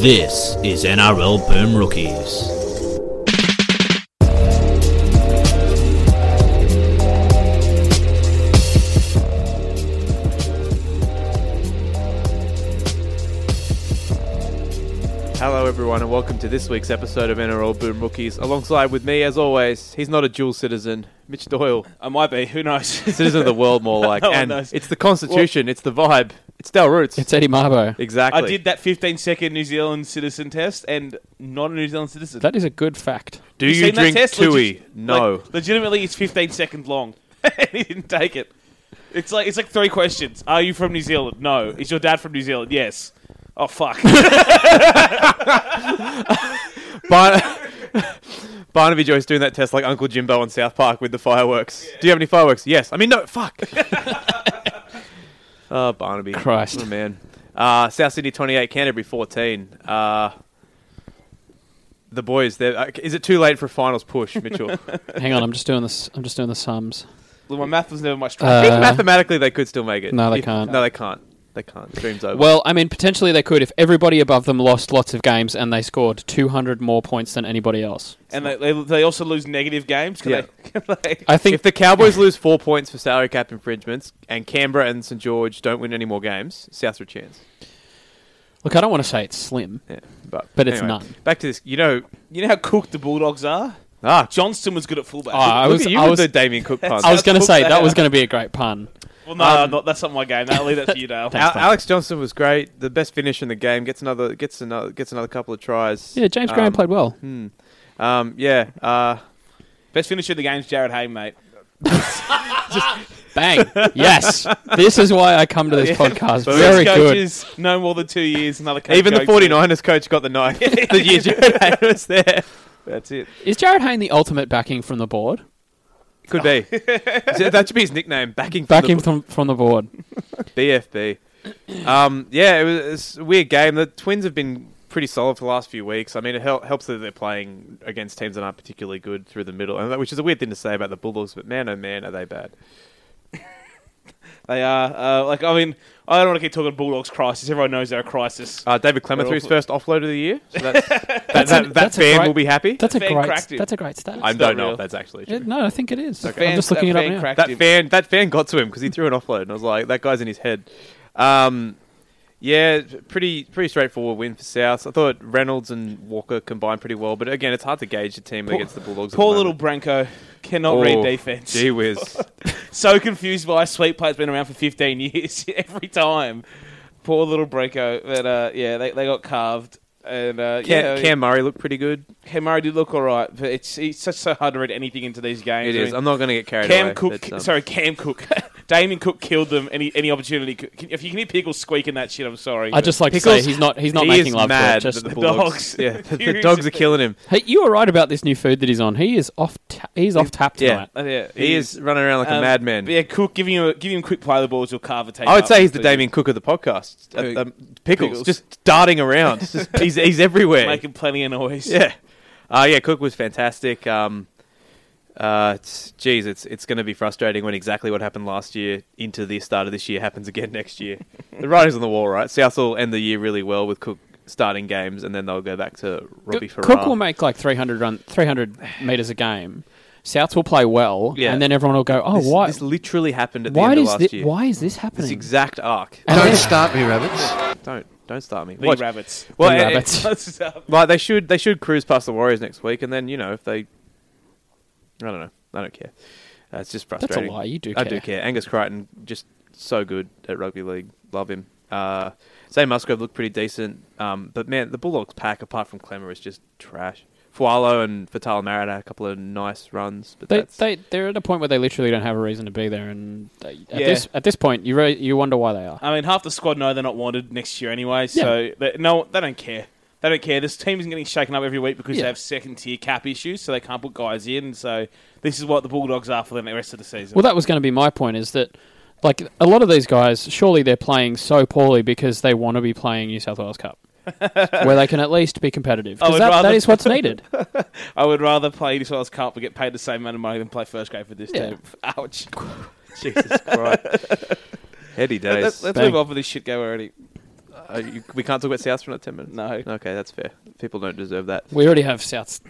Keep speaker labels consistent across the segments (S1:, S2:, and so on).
S1: This is NRL Boom Rookies.
S2: Hello, everyone, and welcome to this week's episode of NRL Boom Rookies. Alongside with me, as always, he's not a dual citizen, Mitch Doyle,
S3: I might be. Who knows?
S2: citizen of the world, more like.
S3: No one
S2: and
S3: knows.
S2: it's the Constitution, it's the vibe, it's Del Roots.
S4: It's Eddie Marbo.
S2: exactly.
S3: I did that 15 second New Zealand citizen test and not a New Zealand citizen.
S4: That is a good fact.
S2: Do you,
S3: seen that
S2: drink
S3: test?
S2: Tui?
S3: Legit-
S2: no.
S3: like, legitimately, it's 15 seconds long. and he didn't take it. It's like it's like three questions. Are you from New Zealand? No. Is your dad from New Zealand? Yes. Oh fuck.
S2: Bar- Barnaby Joyce doing that test like Uncle Jimbo on South Park with the fireworks. Do you have any fireworks? Yes. I mean, no, fuck. oh, Barnaby.
S4: Christ.
S2: Oh, man. Uh, South Sydney 28, Canterbury 14. Uh, the boys, they're- uh, is it too late for a finals push, Mitchell? I think
S4: Hang on, I'm just doing this. I'm just doing the sums.
S3: well, my math was never my strong.
S4: Uh,
S2: mathematically they could still make it.
S4: no, they
S2: If-
S4: can't.
S2: No, they can't. They can't. Dream's over.
S4: Well, I mean, potentially they could if everybody above them lost lots of games and they scored 200 more points than anybody else.
S3: and they, they, they also lose negative games. 'cause
S2: Yeah.
S3: they- they-
S4: I think.
S2: if the Cowboys lose four points for salary cap infringements and Canberra and St George don't win any more games, South are a chance.
S4: look, I don't want to say it's slim.
S2: Yeah, but
S4: But it's
S2: anyway,
S4: none.
S2: Back to this. You know,
S3: you know how cooked the Bulldogs are.
S2: ah, John,
S3: Johnston was good at fullback.
S4: Ah, I
S2: look
S4: was-
S2: at you
S4: I
S2: with
S4: was-
S2: the Damien Cook puns.
S4: I was going to
S3: book
S4: say
S3: that
S4: that
S3: out.
S4: was going to be a great pun.
S3: well, no,
S2: um,
S3: no, that's not my game. I'll leave that to you, Dale.
S2: Al- Alex Johnson was great. The best finish in the game. Gets another. Gets another. Gets another couple of tries.
S4: Yeah, James Graham
S2: Um,
S4: played well.
S2: Um, yeah. Uh,
S3: Best finisher of the game's Jared Hay, mate.
S4: Bang! yes, this is why I come to this podcast.
S2: Boom.
S4: Very
S3: Six
S4: good.
S3: coaches, no more than two years. Another coach
S2: even the
S3: goes in.
S2: 49ers coach got the knife. the year Jared Hayden was there.
S3: That's it.
S4: Is Jared Hayne the ultimate backing from the board?
S2: Could be. So that should be his nickname. Backing. from
S4: Backing
S2: the-
S4: from from the board.
S2: BFB. Um, yeah, it was, it's a weird game. The Twins have been pretty solid for the last few weeks. I mean, it hel- helps that they're playing against teams that aren't particularly good through the middle, and that, which is a weird thing to say about the Bulldogs. But man, oh man, are they bad!
S3: They are uh, like I mean I don't want to keep talking Bulldogs crisis. Everyone knows they're a crisis.
S2: Uh, David Clemmer threw his
S3: They're
S2: first offload of the year. So that's, that that,
S4: an-
S2: that
S4: that's a
S2: fan
S4: great-
S2: will be happy.
S4: That's a
S3: Fan
S4: great.
S3: cracked him.
S4: That's a great stat.
S2: I
S3: not
S2: don't know
S3: real.
S2: if that's actually
S4: Yeah,
S2: true.
S4: no, I think it is. I'm
S3: Fans-
S4: just looking it
S3: that
S4: up
S3: fan
S4: now.
S3: cracked
S2: That
S3: him.
S2: fan, that fan got to him because he threw an offload, and I was like, that guy's in his head. Um, yeah, pretty pretty straightforward win for South. I thought Reynolds and Walker combined pretty well, but again, it's hard to gauge a team against the Bulldogs. at
S3: Poor
S2: the
S3: little
S2: moment.
S3: Branko cannot
S2: Oh,
S3: read defense.
S2: Gee whiz.
S3: So confused why sweep play's been around for 15 years every time. Poor little Branko. But uh, yeah, they, they got carved. And uh,
S2: Cam,
S3: yeah,
S2: Cam Murray looked pretty good.
S3: Cam Murray did look all right, but it's it's such so hard to read anything into these games.
S2: It
S3: I
S2: is.
S3: mean,
S2: I'm not going to get carried
S3: Cam
S2: away.
S3: Cook,
S2: but, um,
S3: sorry, Cam Cook, Damien Cook killed them. Any any opportunity? If you can hear Pickles squeaking that shit, I'm sorry.
S4: I just like to
S2: Pickles-
S4: say he's not he's not
S2: he
S4: making
S2: is
S4: love to it.
S2: mad
S4: Just,
S2: that the Bulldogs.
S3: Dogs.
S2: yeah, the, the
S3: Seriously.
S2: dogs are killing him.
S4: hey, you were right about this new food that he's on. He is off. Ta- he's off tap
S2: yeah.
S4: tonight.
S3: Uh, yeah,
S2: He is running around like a
S3: Um,
S2: madman.
S3: but Yeah, Cook, giving him a, giving him quick play the balls, you'll carve a take.
S2: I would
S3: up,
S2: say he's the
S3: please.
S2: Damien Cook of the podcast.
S3: Who?
S2: Uh, um, Pickles,
S3: Pickles.
S2: just darting around. Just, he's he's everywhere.
S3: making plenty of noise.
S2: Yeah. Uh, yeah, Cook was fantastic. Um, uh, it's, geez, it's it's going to be frustrating when exactly what happened last year into the start of this year happens again next year. the writing's on the wall, right? South will end the year really well with Cook starting games, and then they'll go back to Robbie Farrar.
S4: Cook will make like 300 run 300 meters a game. Souths will play well,
S2: Yeah.
S4: and then everyone will go, "Oh,
S2: This,
S4: why?
S2: this literally happened at the
S4: why
S2: end of
S4: does
S2: last
S4: this?
S2: year.
S4: Why is this
S2: This
S4: happening?"
S2: exact arc.
S4: And
S5: Don't
S4: then-
S5: start me, rabbits.
S2: Don't don't start me.
S3: the
S2: Watch.
S3: rabbits.
S2: Well, eh,
S4: The
S2: it- it-
S4: rabbits.
S2: like they should they should cruise past the Warriors next week, and then you know if they, I don't know, I don't care. Uh, it's just
S4: That's a
S2: frustrating.
S4: lie. You do.
S2: I do care. Angus Crichton just so good at rugby league. Love him. Uh, Sam Musgrove looked pretty decent, um, but man, the Bulldogs pack apart from Clemmer is just trash. Fualo and Fatala Marat had a couple of nice runs, but
S4: They,
S2: that's,
S4: they they're at a point where they literally don't have a reason to be there, and they, at
S3: Yeah.
S4: this at this point, you re- you wonder why they are.
S3: I mean, half the squad know they're not wanted next year anyway, so they, no, they don't care. They don't care. This team isn't getting shaken up every week because
S4: Yeah.
S3: they have second tier cap issues, so they can't put guys in. So this is what the Bulldogs are for the rest of the season.
S4: Well, that was going to be my point is that, like, a lot of these guys, surely they're playing so poorly because they want to be playing New South Wales Cup, where they can at least be competitive.
S3: I
S4: 'Cause
S3: would
S4: that,
S3: rather-
S4: that is what's needed.
S3: I would rather play this Wales Cup and get paid the same amount of money than play first grade for this
S4: Yeah.
S3: team. Ouch.
S2: Jesus Christ, heady days.
S3: Let's, let's
S4: Bang.
S3: move on for this shit game already.
S2: Uh, you, we can't talk about South for another ten minutes.
S3: No.
S2: Okay, that's fair. People don't deserve that.
S4: We already have Souths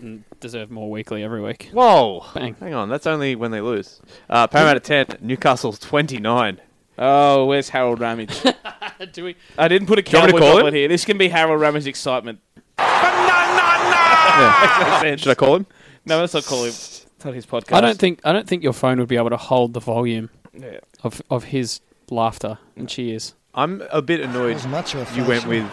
S4: deserve more weekly every week.
S2: Whoa!
S4: Bang.
S2: Hang on, that's only when they lose. Uh, Paramount at ten, Newcastle's twenty nine.
S3: Oh, where's Harold Ramage?
S4: Do we?
S3: I didn't put a
S2: you want me
S3: cowboy
S2: to call
S3: bobble
S2: him?
S3: here. This can be Harold Ramage's excitement.
S2: Should I call him?
S3: No, let's not call him. It's not his podcast.
S4: I don't think I don't think your phone would be able to hold the volume
S3: Yeah.
S4: of of his laughter and cheers.
S2: I'm a bit annoyed.
S5: That was much of a
S2: You went
S5: facial.
S2: with.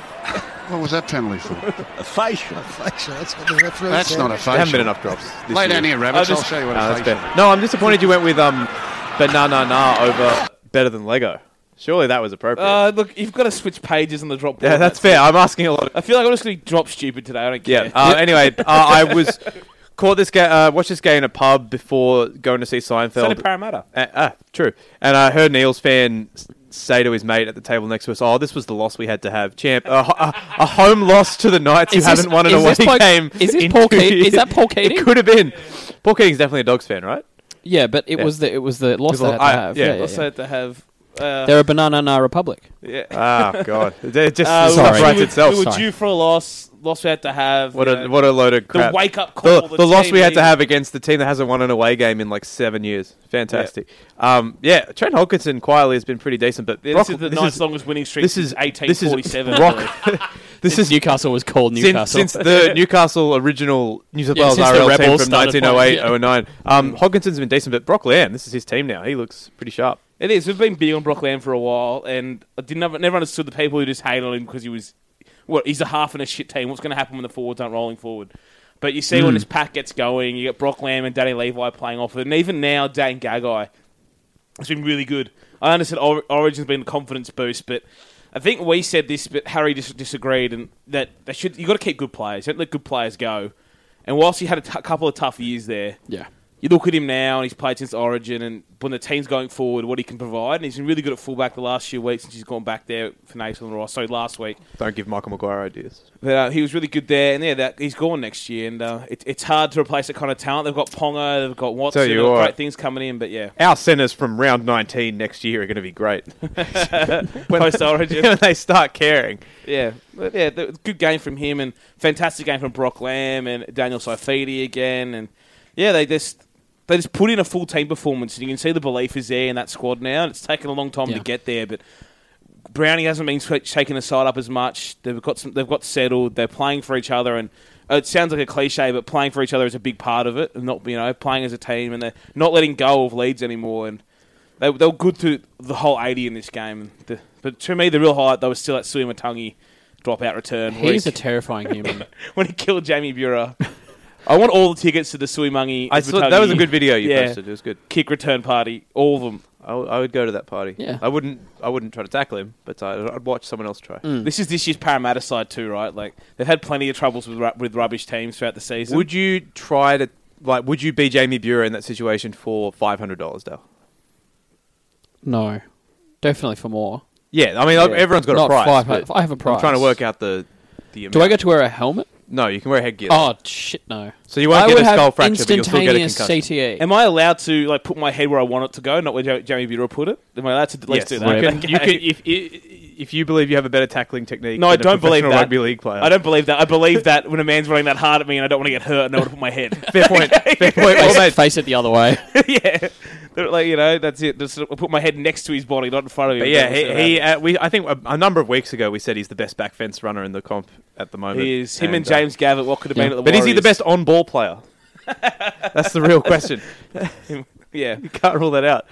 S6: What was that penalty for?
S7: A facial.
S5: Facial, that's what the referee
S6: That's
S5: said.
S6: not a
S2: There haven't been
S6: facial.
S2: enough drops. This
S6: Lay
S2: year.
S6: down here, rabbits.
S3: I'll
S6: I'll,
S3: just-
S6: show you what
S2: No,
S6: a
S2: that's
S6: facial.
S2: fair. No, I'm disappointed you went with um, banana na over better than Lego. Surely that was appropriate.
S3: Uh, look, you've got to switch pages on the drop.
S2: yeah,
S3: board.
S2: that's fair. I'm asking a lot. Of,
S3: I feel like I'm just going to drop stupid today. I don't care.
S2: yeah. Uh, anyway, uh, I was caught this game. Uh, watched this game in a pub before going to see
S3: It's only
S2: Seinfeld.
S3: Parramatta.
S2: Uh, ah, true. And I heard Neil's fan s- say to his mate at the table next to us, "Oh, this was the loss we had to have, champ. A, ho- a, a home loss to the Knights who
S4: Is this-
S2: haven't won an
S4: is
S2: away
S4: this like-
S2: game.
S4: is this
S2: in
S4: Paul
S2: two
S4: Keat- is
S2: years."
S4: that Paul
S2: It
S4: Keating?
S2: could have been. Paul Keating's definitely a Dogs fan, right?
S4: Yeah, but it
S2: Yeah.
S4: was the it was the loss
S2: was a
S4: they
S2: lo-
S4: had to
S2: I-
S4: have.
S2: yeah,
S4: Yeah,
S2: yeah,
S3: Uh,
S4: yeah,
S3: Also had to have. Uh,
S4: They're a banana na republic.
S3: yeah.
S2: Ah, God, it just
S3: Uh, we were-
S2: writes
S4: Sorry.
S3: we were,
S2: itself.
S3: We were due for a loss. Loss we had to have.
S2: What
S3: you
S2: a
S3: know,
S2: what a load of
S3: the
S2: crap.
S3: wake up call.
S2: the, the loss
S3: team
S2: we had to
S3: needed.
S2: have against the team that hasn't won an away game in like seven years. Fantastic. Yeah, um, yeah Trent Hodgkinson quietly has been pretty decent, but
S3: This
S2: Brock-
S3: is the
S2: this
S3: ninth
S2: is-
S3: longest winning streak.
S2: this is
S3: since 1847.
S2: This is Brock. this is
S4: Newcastle was called Newcastle.
S2: since, since the Newcastle original New South
S4: Yeah,
S2: Wales
S4: since the
S2: RL team
S4: Rebels
S2: from
S4: started
S2: 1908
S4: playing, yeah.
S2: 09. Um, Hodgkinson's been decent, but Brock Lamb, this is his team now. He looks pretty sharp.
S3: It is. We've been big on Brock Lamb for a while, and I didn't never, never understood the people who just hate on him because he was what he's a half and a shit team. What's going to happen when the forwards aren't rolling forward? But you see when this pack gets going, you got Brock Lamb and Danny Levi playing off it, and even now Dan Gagai has been really good. I understand Or- Origin's been a confidence boost, but I think we said this, but Harry dis- disagreed, and that they should. You got to keep good players. Don't let good players go. And whilst he had a t- couple of tough years there,
S4: yeah.
S3: you look at him now, and he's played since Origin, and when the team's going forward, what he can provide, and he's been really good at fullback the last few weeks since he's gone back there for Nathan Ross. So last week,
S2: Don't give Michael Maguire ideas.
S3: but uh, he was really good there, and yeah, that he's gone next year, and uh, it, it's hard to replace that kind of talent. They've got Ponga, they've got Watson,
S2: Tell you
S3: they've got
S2: what.
S3: great things coming in, but yeah,
S2: Our centres from round 19 next year are going to be great. when,
S3: post Origin,
S2: when they start caring.
S3: yeah, but yeah, the, good game from him, and fantastic game from Brock Lamb and Daniel Saifidi again, and yeah, they just. They just put in a full team performance, and you can see the belief is there in that squad now. And it's taken a long time
S4: Yeah.
S3: to get there, but Brownie hasn't been sw- shaking the side up as much. They've got some, they've got settled. They're playing for each other, and uh, it sounds like a cliche, but playing for each other is a big part of it. And not you know playing as a team, and they're not letting go of leads anymore. And they, they were good through the whole eighty in this game. The, but to me, the real highlight though was still that Sui Matangi dropout return. where
S4: He's
S3: he-
S4: a terrifying human.
S3: when he killed Jamie Bura. I want all the tickets to the Sui Mangi.
S2: I saw, that was a
S3: Matangi
S2: good video you
S3: Yeah.
S2: posted. It was good.
S3: kick return party. All of them.
S2: I, w- I would go to that party.
S4: Yeah.
S2: I wouldn't. I wouldn't try to tackle him, but I, I'd watch someone else try.
S4: Mm.
S3: This is this year's Parramatta side too, right? Like they've had plenty of troubles with ru- with rubbish teams throughout the season.
S2: Would you try to like? Would you be Jamie Bure in that situation for five hundred dollars, Dale?
S4: no, definitely for more.
S2: Yeah, I mean like,
S3: Yeah.
S2: everyone's got
S4: Not
S2: a price.
S4: five
S2: but
S4: hun- I have a
S2: I'm trying
S4: price.
S2: to work out the the. Amount.
S4: Do I get to wear a helmet?
S2: No, you can wear headgear.
S4: Oh shit, no.
S2: so you won't
S4: I
S2: get
S4: would
S2: a skull
S4: have
S2: fracture, but you'll still get a
S4: instantaneous E.
S2: concussion.
S4: CTE.
S3: Am I allowed to like put my head where I want it to go, not where Ja- Jamie Buter put it? Am I allowed to at least
S2: yes,
S3: do that?
S2: you can.
S3: Okay.
S2: You can if, if if you believe you have a better tackling technique.
S3: no, I
S2: than a
S3: don't believe
S2: professional
S3: that.
S2: Rugby league player.
S3: I don't believe that. I believe that when a man's running that hard at me and I don't want to get hurt, and I want to put my head.
S2: Fair point. Fair point. Well
S4: face,
S2: made.
S4: face it the other way.
S3: yeah, They're like you know, that's it. Just sort of put my head next to his body, not in front of him.
S2: But yeah,
S3: Don't see
S2: he,
S3: what
S2: he
S3: happens.
S2: uh, we I think a, a number of weeks ago we said he's the best back fence runner in the comp at the moment.
S3: He is him and
S2: uh,
S3: James Gavitt. What could have been
S4: Yeah.
S3: at the?
S2: But is he the
S3: Warriors?
S2: best on ball player? That's the real question.
S3: Yeah,
S2: You can't rule that out.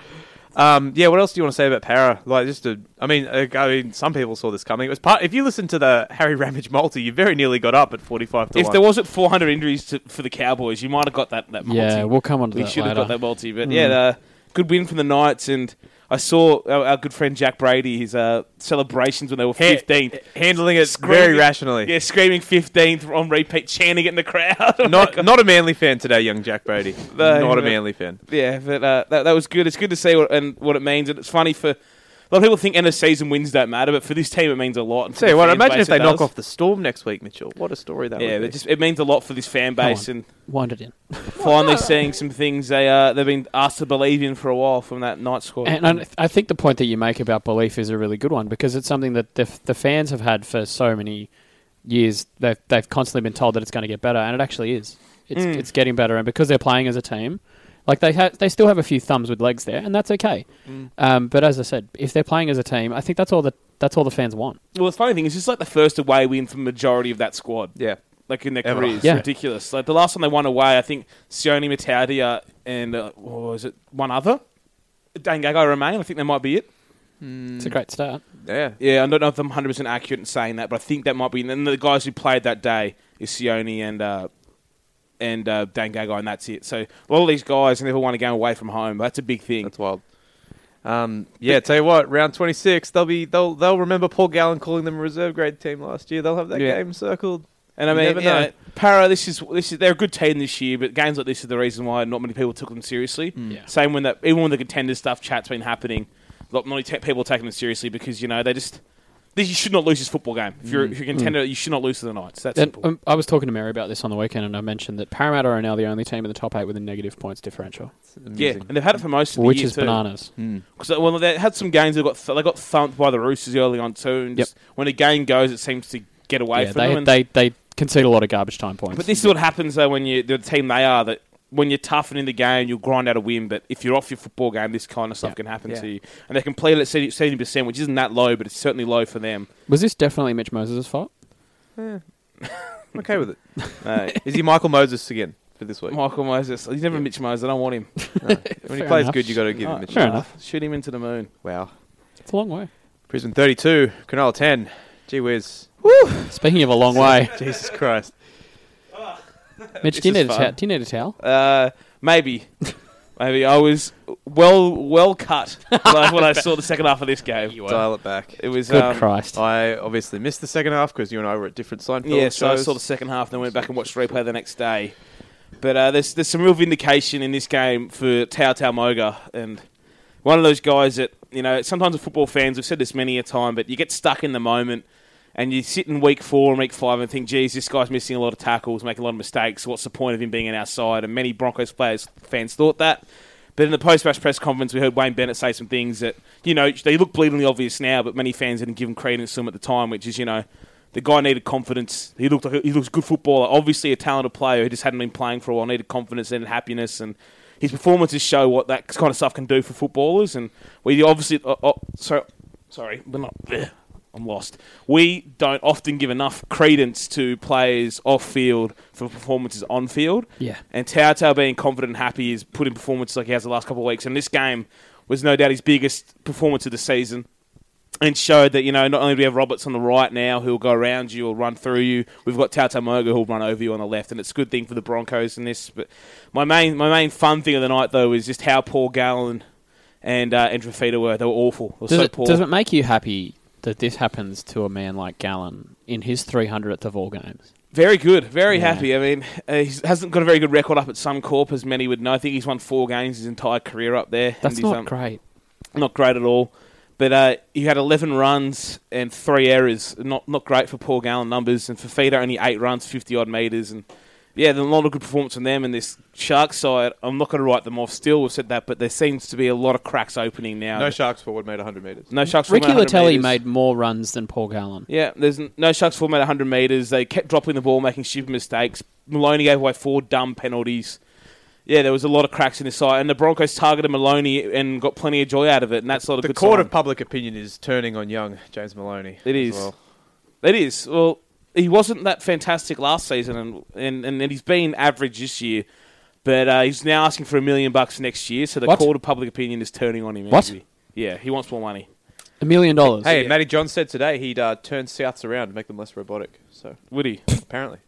S2: Um, yeah, what else do you want to say about Para? Like, just to, I mean, uh, I mean, some people saw this coming. It was part. If you listen to the Harry Ramage multi, you very nearly got up at forty-five to
S3: if
S2: one.
S3: there wasn't 400 injuries to, for the Cowboys, you might have got that that multi.
S4: yeah, we'll come on to
S3: we
S4: that
S3: should
S4: later. Hmm.
S3: have got that multi, but yeah, the, good win from the Knights, and I saw our, our good friend Jack Brady his uh, celebrations when they were
S2: Ha-
S3: 15th.
S2: handling it
S3: Screaming-
S2: very rationally.
S3: Yeah, screaming 15th on repeat, chanting it in the crowd.
S2: Not not a manly fan today, young Jack Brady.
S3: No,
S2: not a
S3: but-
S2: manly fan.
S3: yeah, but uh, that, that was good. It's good to see what, and what it means, and it's funny for A lot of people think end of season wins don't matter, but for this team, it means a lot. And for
S2: Tell you
S3: the
S2: what,
S3: fan
S2: imagine
S3: base,
S2: if they
S3: it
S2: knock
S3: does.
S2: off the Storm next week, Mitchell. What a story that
S3: Yeah,
S2: would be.
S3: it just it means a lot for this fan base, and
S4: Wind it in.
S3: finally seeing some things they uh, they've been asked to believe in for a while from that night squad.
S4: And I, I think the point that you make about belief is a really good one because it's something that the, the fans have had for so many years. They've, they've constantly been told that it's going to get better, and it actually is. It's,
S2: Hmm.
S4: it's getting better, and because they're playing as a team, like they ha- they still have a few thumbs with legs there, and that's okay.
S2: Hmm.
S4: Um, but as I said, if they're playing as a team, I think that's all that that's all the fans want.
S3: well, the funny thing is, just like the first away win for majority of that squad.
S2: yeah.
S3: like in their
S2: Ever.
S3: careers.
S4: Yeah.
S3: Ridiculous. Like the last time they won away, I think Sione Mataudia and uh, what was it one other? Dangago remain. I think that might be it.
S4: It's
S2: Hmm.
S4: a great start.
S2: Yeah.
S3: Yeah, I don't know if I'm 100 percent accurate in saying that, but I think that might be. And then the guys who played that day is Sione and uh, and uh, Dangago, and that's it. So a lot of these guys never won a game away from home. That's a big thing.
S2: That's wild. Um, yeah, tell you what, round twenty six, they'll be they'll they'll remember Paul Gallen calling them a reserve grade team last year. They'll have that
S3: Yeah.
S2: game circled.
S3: And I
S2: You
S3: mean,
S2: never
S3: you know,
S2: know.
S3: Para, this is this is they're a good team this year, but games like this are the reason why not many people took them seriously.
S4: Yeah.
S3: Same when that even when the contender stuff chat's been happening, not many ta people are taking them seriously because you know they just this, you should not lose this football game. If you're, if you're a contender, you should not lose to the Knights. That's
S4: Mm. And,
S3: simple.
S4: um, I was talking to Mary about this on the weekend, and I mentioned that Parramatta are now the only team in the top eight with a negative points differential,
S2: It's
S3: yeah,
S2: amazing.
S3: and they've had it for most of the
S4: which
S3: year
S4: is
S3: too.
S4: bananas.
S3: Because well, they had some games they got th- they got thumped by the Roosters early on too. And just, when a game goes, it seems to get away
S4: Yeah,
S3: from them.
S4: they,
S3: and-
S4: they they concede a lot of garbage time points.
S3: But this is what happens though when you the team they are that when you're tough and in the game you'll grind out a win. But if you're off your football game, this kind of stuff
S4: Yeah.
S3: can happen
S2: Yeah.
S3: to you. And they can play it at seventy percent, which isn't that low, but it's certainly low for them.
S4: was this definitely Mitch Moses' fault?
S2: I'm okay with it. Is he Michael Moses again for this week?
S3: Michael Moses, he's never Mitch Moses. I don't want him.
S2: when he
S4: Fair
S2: plays
S4: enough. Oh,
S2: good, you got to give
S3: No,
S2: him a
S4: fair
S2: chance.
S4: enough.
S3: Shoot him into the moon.
S2: Wow.
S4: It's a long way.
S2: Brisbane thirty two, Cronulla ten. Gee whiz.
S4: Speaking of a long way,
S2: Jesus Christ.
S4: Mitch, do
S3: This
S4: you, need
S3: is
S4: a towel?
S3: fun.
S4: do you need a towel?
S3: Uh, maybe. Maybe I was well well cut like when I saw the second half of this game.
S2: Dial it back.
S3: It was
S4: Good
S3: um,
S4: Christ.
S2: I obviously missed the second half because you and I were at different Seinfeld
S3: Yeah,
S2: shows.
S3: so I saw the second half, then went back and watched the replay the next day. But uh, there's there's some real vindication in this game for Tao Tao Moga, and one of those guys that you know. Sometimes with football fans, we've said this many a time, but you get stuck in the moment, and you sit in week four and week five and think, "Geez, this guy's missing a lot of tackles, making a lot of mistakes. What's the point of him being in our side?" And many Broncos players fans thought that. But in the post-match press conference, we heard Wayne Bennett say some things that you know they look bleedingly obvious now, but many fans didn't give him credence to him at the time, which is you know the guy needed confidence. He looked like a, he looks a good footballer. Obviously, a talented player who just hadn't been playing for a while needed confidence and happiness. And his performances show what that kind of stuff can do for footballers. And we obviously, oh, oh, so sorry, we're not. I'm lost. We don't often give enough credence to players off field for performances on field.
S4: Yeah.
S3: And Tao Tao being confident and happy is putting performances like he has the last couple of weeks. And this game was no doubt his biggest performance of the season and showed that, you know, not only do we have Roberts on the right now who'll go around you or run through you, we've got Tao Tamoga who'll run over you on the left. And it's a good thing for the Broncos in this. But my main, my main fun thing of the night, though, is just how poor Gallon and, uh, and Trafita were. They were awful. They were
S4: Does,
S3: so
S4: it,
S3: poor.
S4: does it make you happy that this happens to a man like Gallon in his 300th of all games?
S3: Very good, very
S4: Yeah.
S3: happy. I mean, uh, he hasn't got a very good record up at Suncorp, as many would know. I think he's won four games his entire career up there. and
S4: That's
S3: he's,
S4: not
S3: um,
S4: great.
S3: not great at all. But uh, he had 11 runs and three errors. Not not great for Paul Gallen numbers. And Fafita only eight runs, 50 odd meters. And yeah, there's a lot of good performance from them. And this Sharks side, I'm not going to write them off. Still, we've said that, but there seems to be a lot of cracks opening now.
S2: No sharks forward made hundred meters.
S3: no Sharks.
S4: Ricky
S3: format 100
S4: Latelli
S3: meters.
S4: made more runs than Paul Gallon.
S3: Yeah, there's n- no Sharks format 100 meters. They kept dropping the ball, making stupid mistakes. Maloney gave away four dumb penalties. Yeah, there was a lot of cracks in his side, and the Broncos targeted Maloney and got plenty of joy out of it, and that's not a
S2: The
S3: good
S2: court
S3: sign.
S2: of public opinion is turning on young James Maloney.
S3: It
S2: as
S3: is.
S2: well.
S3: It is. Well, he wasn't that fantastic last season, and and, and, and he's been average this year. But uh, he's now asking for a million bucks next year, so the
S4: What?
S3: call to public opinion is turning on him.
S4: What?
S3: Andy. Yeah, he wants more money.
S4: A million dollars.
S2: Hey,
S3: Yeah.
S2: Matty John said today he'd uh, turn Souths around to make them less robotic. So
S3: Would he?
S2: apparently,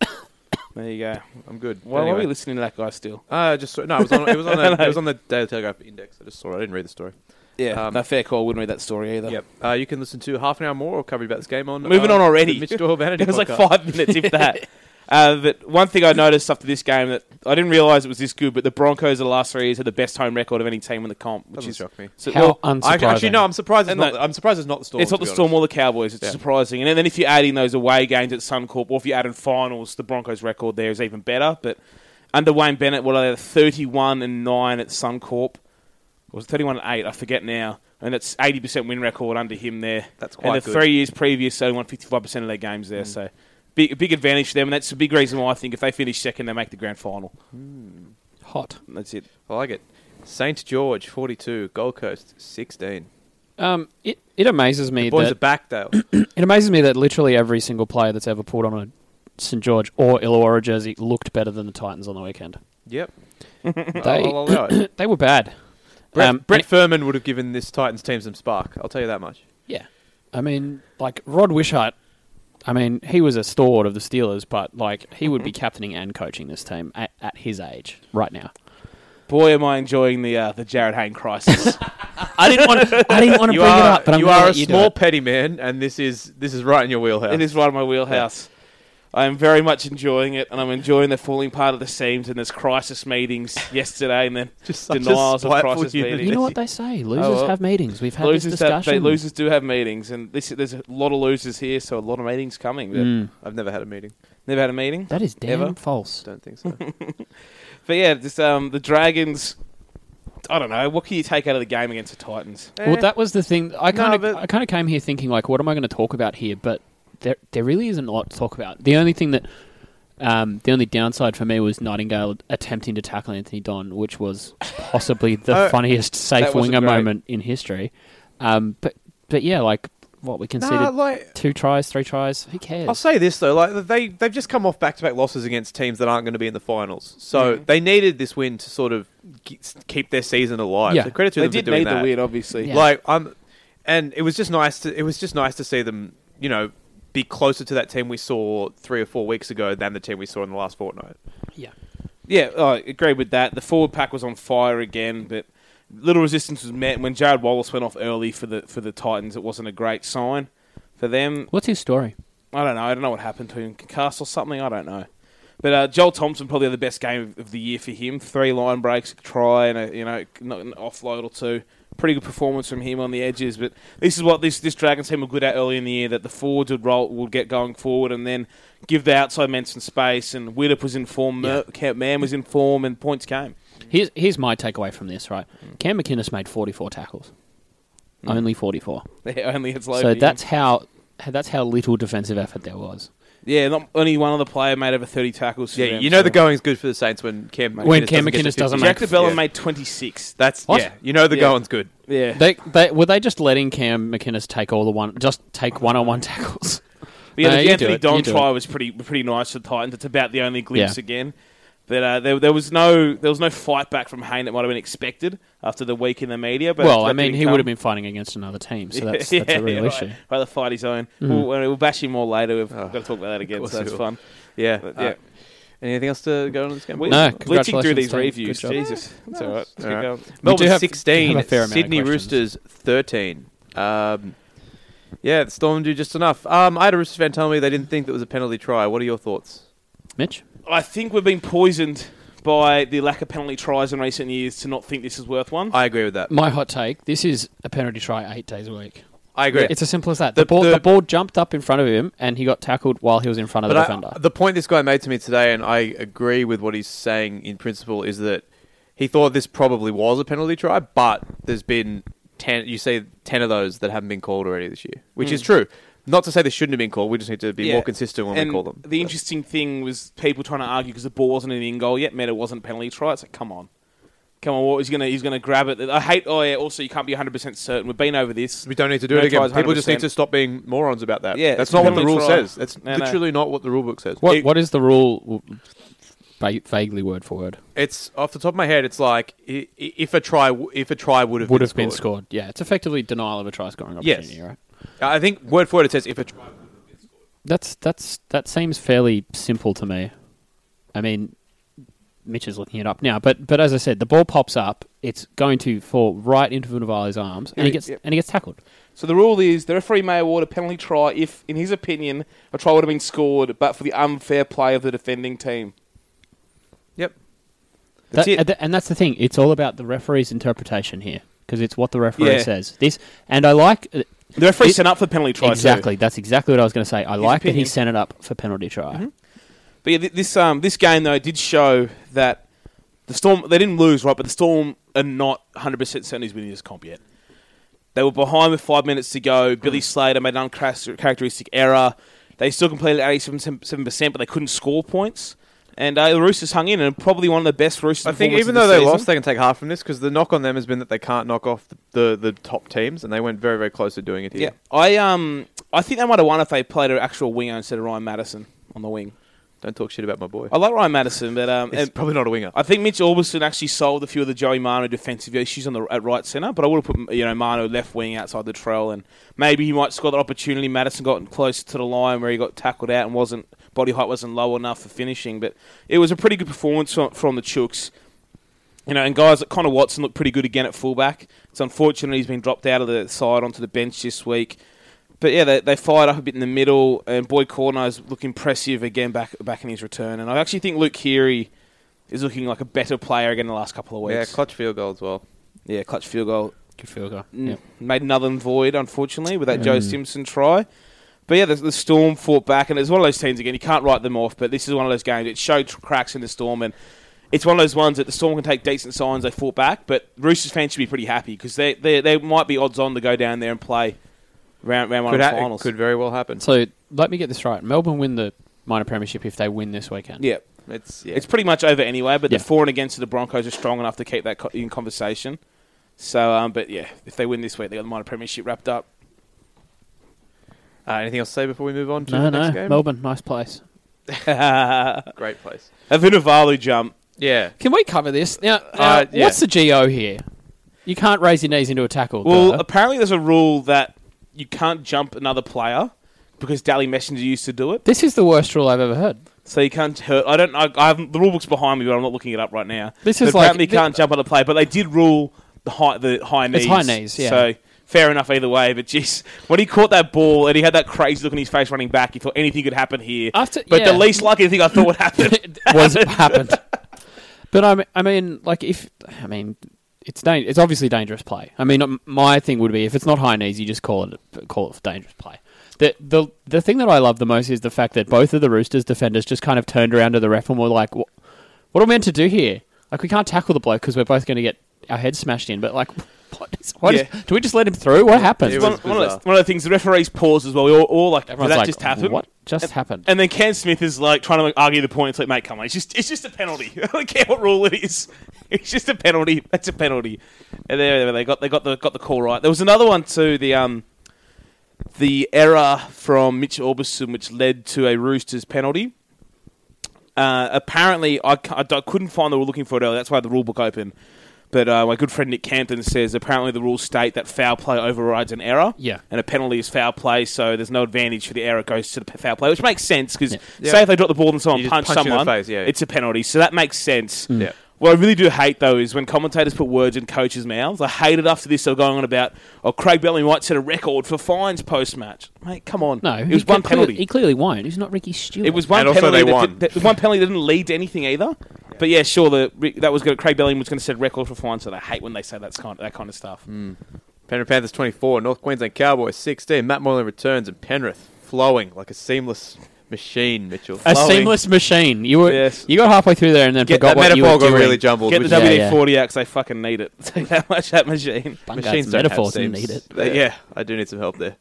S3: there you go.
S2: I'm good.
S3: Why why are
S2: anyway.
S3: we listening to that guy still?
S2: Uh, just saw- no, it was on. It was on, the, it was on the Daily Telegraph index. I just saw it. I didn't read the story.
S3: Yeah,
S2: Um,
S3: no fair call. Wouldn't read that story either.
S2: Yep. Uh, you can listen to half an hour more or coverage about this game on.
S3: Moving
S2: uh,
S3: on already.
S2: the Mitch Doyle Vanity.
S3: It was like
S2: podcast.
S3: five minutes, if that. Uh, but one thing I noticed after this game that I didn't realize it was this good, but the Broncos of the last three years had the best home record of any team in the comp, which
S2: Doesn't
S3: is
S2: shock me.
S3: So,
S4: How
S3: well,
S2: I,
S4: unsurprising.
S2: actually, no, I'm surprised. It's
S3: And
S2: not,
S3: that-
S2: I'm surprised it's not the storm.
S3: it's not
S2: to
S3: the
S2: be
S3: Storm
S2: honest.
S3: or the Cowboys. It's
S2: Yeah.
S3: surprising. And then if you're adding those away games at Suncorp, or if you're adding finals, the Broncos' record there is even better. But under Wayne Bennett, what are they? 31 and nine at Suncorp. Or was it 31 and eight? I forget now. And it's 80% win record under him there.
S2: That's
S3: And
S2: quite
S3: the
S2: good. Mm.
S3: three years previous, they won 55% of their games there. So big, big advantage to them. And that's a big reason why I think if they finish second, they make the grand final.
S4: hot.
S3: And that's it.
S2: I like it. Saint George, 42. Gold Coast, 16.
S4: Um, it it amazes me
S2: The boys
S4: that
S2: are back, Dale.
S4: it amazes me that literally every single player that's ever put on a St George or Illawarra jersey looked better than the Titans on the weekend.
S2: yep.
S4: They
S2: I'll allow it.
S4: they were bad.
S2: Brett,
S4: Um,
S2: Brett
S4: and-
S2: Furman would have given this Titans team some spark. I'll tell you that much.
S4: Yeah. I mean, like Rod Wishart, I mean, he was a stalwart of the Steelers, but like he would be captaining and coaching this team at, at his age right now.
S3: Boy, am I enjoying the uh, the Jared Hayne crisis.
S4: I didn't want to, I didn't want to
S2: You
S4: bring
S2: are,
S4: it up, but I'm
S2: you
S4: gonna
S2: are a
S4: let you do
S2: small
S4: it.
S2: petty man, and this is this is right in your wheelhouse.
S3: It is right in my wheelhouse. I am very much enjoying it, and I'm enjoying the falling part of the seams and there's crisis meetings yesterday, and then
S2: Just such a
S3: denials of
S2: spiteful
S3: crisis
S2: human.
S4: You
S3: meetings.
S4: know what they say? Losers
S3: well.
S4: Oh, have meetings. We've had this
S3: Losers, have,
S4: discussion.
S3: they, losers do have meetings, and this, there's a lot of losers here, so a lot of meetings coming. But
S4: Mm.
S2: I've never had a meeting.
S3: Never had a meeting,
S4: That is damn
S3: Ever?
S4: false.
S2: Don't think so.
S3: but yeah, just um, the Dragons. I don't know. What can you take out of the game against the Titans?
S2: Eh.
S4: Well, that was the thing. I
S2: No,
S4: kind of
S2: but-
S4: I kind of came here thinking like, what am I going to talk about here? But there there really isn't a lot to talk about. The only thing that um, the only downside for me was Nightingale attempting to tackle Anthony Don, which was possibly the
S2: Oh,
S4: funniest safe
S3: that wasn't
S4: winger
S3: great.
S4: moment in history. Um, but but yeah, like what we conceded
S2: Nah, like
S4: two tries, three tries. Who
S2: I'll
S4: cares?
S2: say this though, like they they've just come off back to back losses against teams that aren't going to be in the finals, so they needed this win to sort of ge- keep their season alive.
S4: Yeah.
S2: So credit to
S3: They
S2: them
S3: did
S2: for doing
S3: need
S2: that.
S3: the win, obviously.
S4: Yeah.
S2: Like I'm, and it was just nice to it was just nice to see them, you know, be closer to that team we saw three or four weeks ago than the team we saw in the last fortnight.
S4: Yeah.
S3: Yeah, I agree with that. The forward pack was on fire again, but little resistance was met. When Jared Wallace went off early for the for the Titans, it wasn't a great sign for them.
S4: What's his story?
S3: I don't know. I don't know what happened to him. Concussed or something. I don't know. But uh, Joel Thompson probably had the best game of, of the year for him. Three line breaks, a try, and a, you know not an offload or two. Pretty good performance from him on the edges. But this is what this this Dragons team were good at early in the year. That the forwards would roll would get going forward and then give the outside men some space. And Widdup was in form. Mer- Kent Mann was in form, and points came.
S4: Here's here's my takeaway from this. Right, Cam McInnes made forty four tackles,
S2: Hmm.
S4: only forty four.
S3: They only had
S4: So that's how that's how little defensive effort there was.
S3: yeah. Not only one other player made over thirty tackles. for
S2: Yeah,
S3: them,
S2: you know
S3: so-
S2: the going's good for the Saints when Cam
S4: When
S2: doesn't
S4: Cam
S2: get to
S4: McInnes doesn't
S2: 50.
S3: Jack
S4: make-
S3: DeBella
S2: Yeah.
S3: made twenty six.
S2: That's
S4: What?
S2: yeah, you know the
S3: Yeah.
S2: going's good.
S3: Yeah.
S4: They, they were they just letting Cam McInnes take all the one just take one on one tackles.
S3: But yeah,
S4: No, you
S3: the
S4: do
S3: Anthony
S4: it,
S3: Don
S4: you do
S3: try
S4: it.
S3: was pretty pretty nice for the Titans. It's about the only glimpse
S4: Yeah.
S3: again. But uh, there, there was no there was no fight back from Hayne that might have been expected after the week in the media. But
S4: well,
S3: that
S4: I mean,
S3: didn't
S4: he
S3: come.
S4: would have been fighting against another team, so that's that's a real
S3: right.
S4: issue. Hmm. Ah,
S3: Rather fight his own. We'll, we'll bash him more later. We've got to talk about that again.
S2: course
S3: So
S2: we
S3: that's
S2: will.
S3: fun.
S2: Yeah,
S3: But,
S2: uh,
S3: yeah.
S2: anything else to go on in this game?
S3: We-
S4: No,
S3: Blitzing through
S4: congratulations,
S3: these
S4: team.
S3: reviews.
S4: Good job.
S3: Jesus, that's all right. Keep
S2: All right.
S3: going.
S4: We
S2: Melbourne
S4: do have- do
S2: 16,
S4: have a fair amount of
S2: Sydney
S4: questions.
S2: Roosters 13. Um, yeah, the Storm do just enough. Um, I had a Roosters fan tell me they didn't think that was a penalty try. What are your thoughts?
S4: Mitch,
S3: I think we've been poisoned by the lack of penalty tries in recent years to not think this is worth one.
S2: I agree with that.
S4: my hot take: this is a penalty try eight days a week.
S2: I agree.
S4: It's as simple as that. The,
S2: The-
S4: ball
S2: the-
S4: the, ball jumped up in front of him, and he got tackled while he was in front of
S2: but
S4: the
S2: I-
S4: defender.
S2: the point this guy made to me today, and I agree with what he's saying in principle, is that he thought this probably was a penalty try, but there's been 10, you say 10 of those that haven't been called already this year, which is true. Not to say they shouldn't have been called, we just need to be
S3: Hmm. Yeah.
S2: more consistent when
S3: and
S2: we call them.
S3: The interesting thing was people trying to argue because the ball wasn't an in goal yet, meant it wasn't a penalty try. It's like, come on, come on, what was he gonna? He's gonna grab it. I hate. Oh yeah. Also, you can't be 100 percent certain. We've been over this.
S2: We don't need to do
S3: No
S2: it again.
S3: tries,
S2: People just need
S3: 100%.
S2: to stop being morons about that.
S3: Yeah,
S2: that's
S3: it's
S2: not what the
S3: penalty
S2: rule
S3: try.
S2: says. That's
S3: No, no.
S2: literally not what the rule book says.
S4: what
S3: it-
S4: what is the rule? Va- vaguely word for word
S2: It's off the top of my head. It's like i- i- if a try, w- if a try would have
S4: would
S2: been
S4: have been
S2: scored.
S4: scored. Yeah, it's effectively denial of a try scoring
S2: Yes.
S4: opportunity, right?
S2: I think word for word it says if a try.
S4: That's that's that seems fairly simple to me. I mean, Mitch is looking it up now. But but as I said, the ball pops up. It's going to fall right into Vunivalu's arms, and he
S3: Yeah,
S4: gets
S3: yeah.
S4: and he gets tackled.
S3: So the rule is the referee may award a penalty try if, in his opinion, a try would have been scored, but for the unfair play of the defending team.
S2: Yep.
S4: That,
S2: That's it.
S4: and th- and that's the thing. It's all about the referee's interpretation here because it's what the referee
S2: Yeah.
S4: says. This and I like
S3: The referee
S4: It-
S3: sent up for the penalty try. too.
S4: exactly. That's exactly what I was going to say. I like that he
S3: opinion.
S4: sent it up for penalty try.
S2: Mm-hmm.
S3: But yeah, th- this um this game though did show that the Storm they didn't lose right, but the Storm are not 100 percent certain he's winning this comp yet. They were behind with five minutes to go.
S2: Hmm.
S3: Billy Slater made an uncharacteristic error. They still completed 87 percent, but they couldn't score points. And uh, the Roosters hung in, and probably one of the best Roosters.
S2: I think
S3: performances
S2: even
S3: this
S2: though they
S3: season.
S2: lost, they can take half from this because the knock on them has been that they can't knock off the, the, the top teams, and they went very, very close to doing it
S3: yeah,
S2: here.
S3: I um I think they might have won if they played an actual winger instead of Ryan Madison on the wing.
S2: Don't talk shit about my boy.
S3: I like Ryan Madison, but um,
S2: He's
S3: and-
S2: probably not a winger.
S3: I think Mitch Orbison actually solved a few of the Joey Mano defensive issues on the at right centre, but I would have put you know Mano left wing outside the trail, and maybe he might score that opportunity. Madison got close to the line where he got tackled out and wasn't body height wasn't low enough for finishing, but it was a pretty good performance from, from the Chooks. You know, and guys like Connor Watson looked pretty good again at fullback. It's unfortunate he's been dropped out of the side onto the bench this week. But yeah, they, they fired up a bit in the middle, and Boy Corno's looked impressive again back back in his return. And I actually think Luke Keary is looking like a better player again the last couple of
S2: yeah,
S3: weeks.
S2: clutch field goal as well.
S3: yeah clutch field goal
S4: Good field goal.
S3: n-
S2: Mm.
S4: Yeah.
S3: made null and void, unfortunately, with that Joe Simpson try. But yeah, the, the Storm fought back, and it's one of those teams again. You can't write them off, but this is one of those games. It showed tr- cracks in the Storm, and it's one of those ones that the Storm can take decent signs. They fought back, but Roosters fans should be pretty happy because they, they they might be odds on to go down there and play round round one
S2: Could,
S3: of
S2: ha-
S3: the
S2: it
S3: finals.
S2: could very well happen.
S4: So let me get this right. Melbourne win the minor premiership if they win this weekend.
S3: yeah.
S2: It's yeah.
S3: it's pretty much over anyway. But
S4: Yeah.
S3: the for and against of the Broncos are strong enough to keep that co- in conversation. So, um, but yeah, if they win this week, they got the minor premiership wrapped up.
S2: uh, anything else to say before we move on to
S4: No,
S2: the next
S4: no.
S2: game?
S4: Melbourne, nice place.
S2: Great place.
S3: A Vinavalu jump.
S2: Yeah.
S4: Can we cover this now?
S2: Uh,
S4: now,
S2: yeah.
S4: What's the go here? You can't raise your knees into a tackle.
S3: Well,
S4: Gerda.
S3: apparently there's a rule that you can't jump another player because Dally Messenger used to do it.
S4: this is the worst rule I've ever heard.
S3: So you can't hurt. I don't. I, I haven't. The rule book's behind me, but I'm not looking it up right now.
S4: This
S3: But
S4: is like-
S3: apparently you can't jump on the player, but they did rule the high the high knees.
S4: It's high knees, yeah.
S3: So fair enough either way. But jeez, when he caught that ball and he had that crazy look on his face running back, he thought anything could happen here.
S4: After-
S3: but
S4: yeah.
S3: the least likely thing I thought would happen.
S4: was happened. But I mean, I mean, like if I mean, it's dang- it's obviously dangerous play. I mean, um, my thing would be if it's not high knees, you just call it call it dangerous play. The the the thing that I love the most is the fact that both of the Roosters defenders just kind of turned around to the ref and were like, "What, what are we meant to do here? Like, we can't tackle the bloke because we're both going to get our heads smashed in." But like, what is, what is-
S3: Yeah.
S4: do we just let him through? What happened?
S2: It
S3: one,
S2: was
S3: one of
S2: bizarre.
S3: those, one of the things the referees pause as well. We all, all like, did
S4: Everyone's
S3: that
S4: like,
S3: just happened?
S4: What just
S3: And-
S4: happened?
S3: And then Ken Smith is like trying to argue the point. It's like, mate, come on, it's just it's just a penalty. I don't care what rule it is. It's just a penalty. That's a penalty. And there they got they got the got the call right. There was another one too. The um the error from Mitch Orbison, which led to a Roosters penalty. Uh, apparently, I, c- I d- I couldn't find the rule looking for it earlier. That's why I had the rule book open. But uh, my good friend Nick Campton says apparently the rules state that foul play overrides an error.
S4: Yeah.
S3: And a penalty is foul play, so there's no advantage for the error. It goes to the p- foul play, which makes sense because
S2: Yeah.
S3: say if they drop the ball and someone
S2: You just
S3: punch
S2: punch you in the
S3: someone,
S2: face, yeah. Mm.
S3: it's a penalty. So that makes sense.
S2: Yeah.
S3: What I really do hate though is when commentators put words in coaches' mouths. I hate it after this. They're going on about, oh, Craig Bellamy might set a record for fines post match. Mate, come on.
S4: no,
S3: it
S4: he
S3: was one
S4: clearly-
S3: penalty.
S4: he clearly won't. He's not Ricky Stewart.
S3: It was one
S2: And also
S3: penalty.
S2: they
S3: that
S2: won.
S3: did- that- one penalty that didn't lead to anything either. But yeah, sure. The re- that was going Craig Bellingham was going to set record for fines, so they hate when they say that's kind that kind of stuff.
S2: Penrith Panthers 24, North Queensland Cowboys 16. Matt Moylan returns and Penrith flowing like a seamless machine, Mitchell.
S4: A
S3: Flowing.
S4: seamless machine. You were
S3: Yes.
S4: you got halfway through there and then
S2: Get
S4: forgot
S2: that
S4: what you were
S2: metaphor got
S4: doing.
S2: really jumbled.
S3: Get the
S2: which-
S4: Yeah,
S3: WD
S4: yeah.
S3: forty out 'cause they fucking need it. Take that much that machine.
S4: Bungard's
S2: Machines don't have
S4: metaphors didn't
S2: seams.
S4: need it.
S2: They- yeah, I do need some help there.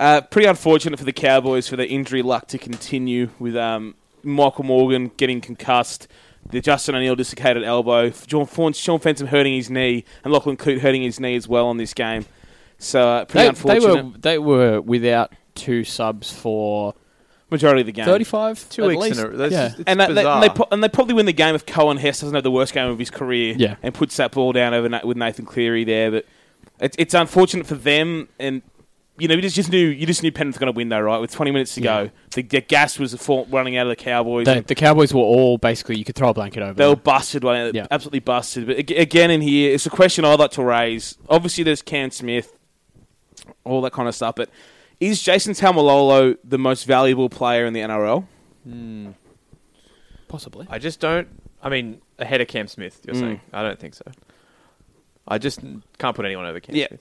S3: Uh, pretty unfortunate for the Cowboys for their injury luck to continue with um, Michael Morgan getting concussed, the Justin O'Neill dislocated elbow, John, Fawn, Sean Fenton hurting his knee, and Lachlan Coote hurting his knee as well on this game. So uh, pretty
S4: They, they
S3: unfortunate.
S4: were they were without two subs for
S3: majority of the game.
S4: thirty five.
S2: Two weeks in a row. That's
S4: yeah.
S2: just- it's
S3: and, that, that-
S2: bizarre.
S3: and they pro- and they probably win the game if Cohen Hess doesn't have the worst game of his career
S4: Yeah.
S3: and puts that ball down over Na- with Nathan Cleary there. But it's it's unfortunate for them and you know, you just, just knew you just knew Penrith were going to win though, right? With 20 minutes to go, the, the gas was for, running out of the Cowboys.
S4: The, the Cowboys were all basically you could throw a blanket over.
S3: They were
S4: them.
S3: busted, right?
S4: Yeah.
S3: absolutely busted. But ag- again, in here, it's a question I'd like to raise. Obviously, there's Cam Smith, all that kind of stuff. But is Jason Tamalolo the most valuable player in the NRL?
S4: possibly.
S2: I just don't. I mean, ahead of Cam Smith, you're
S3: Mm.
S2: saying? I don't think so. I just can't put anyone over Cam
S3: Yeah.
S2: Smith.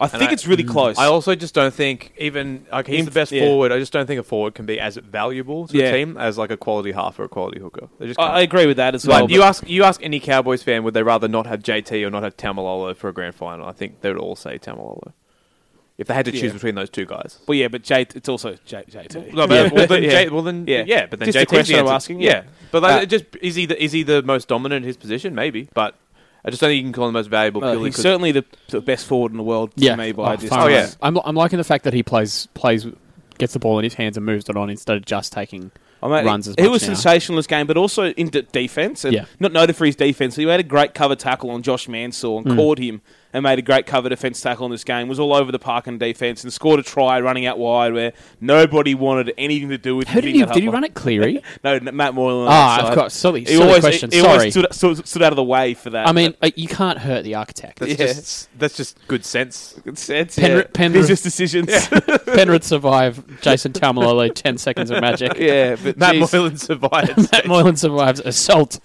S3: I
S2: And
S3: think
S2: I-
S3: it's really close.
S2: I also just don't think even like he's
S3: Him-
S2: the best
S3: yeah.
S2: forward. I just don't think a forward can be as valuable to
S3: Yeah.
S2: a team as like a quality half or a quality hooker. They just
S3: I,
S2: can't.
S3: I agree with that as well.
S2: Like, you
S3: but-
S2: ask you ask any Cowboys fan would they rather not have JT or not have Tamalolo for a grand final? I think they would all say Tamalolo. If they had to choose
S3: Yeah.
S2: between those two guys.
S3: well, yeah, but J, it's also J, JT.
S2: No, but
S3: Yeah.
S2: well then,
S3: Yeah.
S2: J, well then,
S3: Yeah.
S2: yeah. but then
S3: Just a
S2: JT's
S3: question I'm
S2: answer.
S3: asking, yeah.
S2: Yeah, but like,
S3: Uh,
S2: it just is he the, is he the most dominant in his position? Maybe, but I just don't think you can call him the most valuable.
S3: Well,
S2: purely
S3: he's
S2: 'cause-
S3: certainly the, the best forward in the world to me by a
S4: far
S3: distance.
S2: Oh,
S4: out.
S2: yeah.
S4: I'm, I'm liking the fact that he plays plays gets the ball in his hands and moves it on instead of just taking
S3: I mean,
S4: runs as
S3: he
S4: much
S3: was
S4: now.
S3: sensational this game, but also in de- defense. And
S4: Yeah.
S3: Not noted for his defense. He had a great cover tackle on Josh Mansell and
S4: Hmm.
S3: caught him and made a great cover defense tackle in this game. Was all over the park in defense and scored a try running out wide where nobody wanted anything to do with
S4: Who
S3: him
S4: did
S3: being
S4: he
S3: that
S4: did he
S3: hard-
S4: run it Cleary?
S3: No, n- Matt Moylan.
S4: Ah, of course. Silly, silly
S3: always,
S4: question.
S3: He, he
S4: Sorry.
S3: always stood, stood, stood out of the way for that.
S4: I mean, uh, you can't hurt the architect.
S2: that's
S3: Yeah.
S2: just that's just good sense.
S3: But it's, it's,
S4: Penri-
S3: yeah.
S4: Penrith-
S3: These just decisions. Yeah,
S4: Penrith survive Jason Tamalolo 10 seconds of magic.
S3: but
S2: Matt
S3: geez.
S2: Moylan survived.
S4: Matt Moylan survives assault.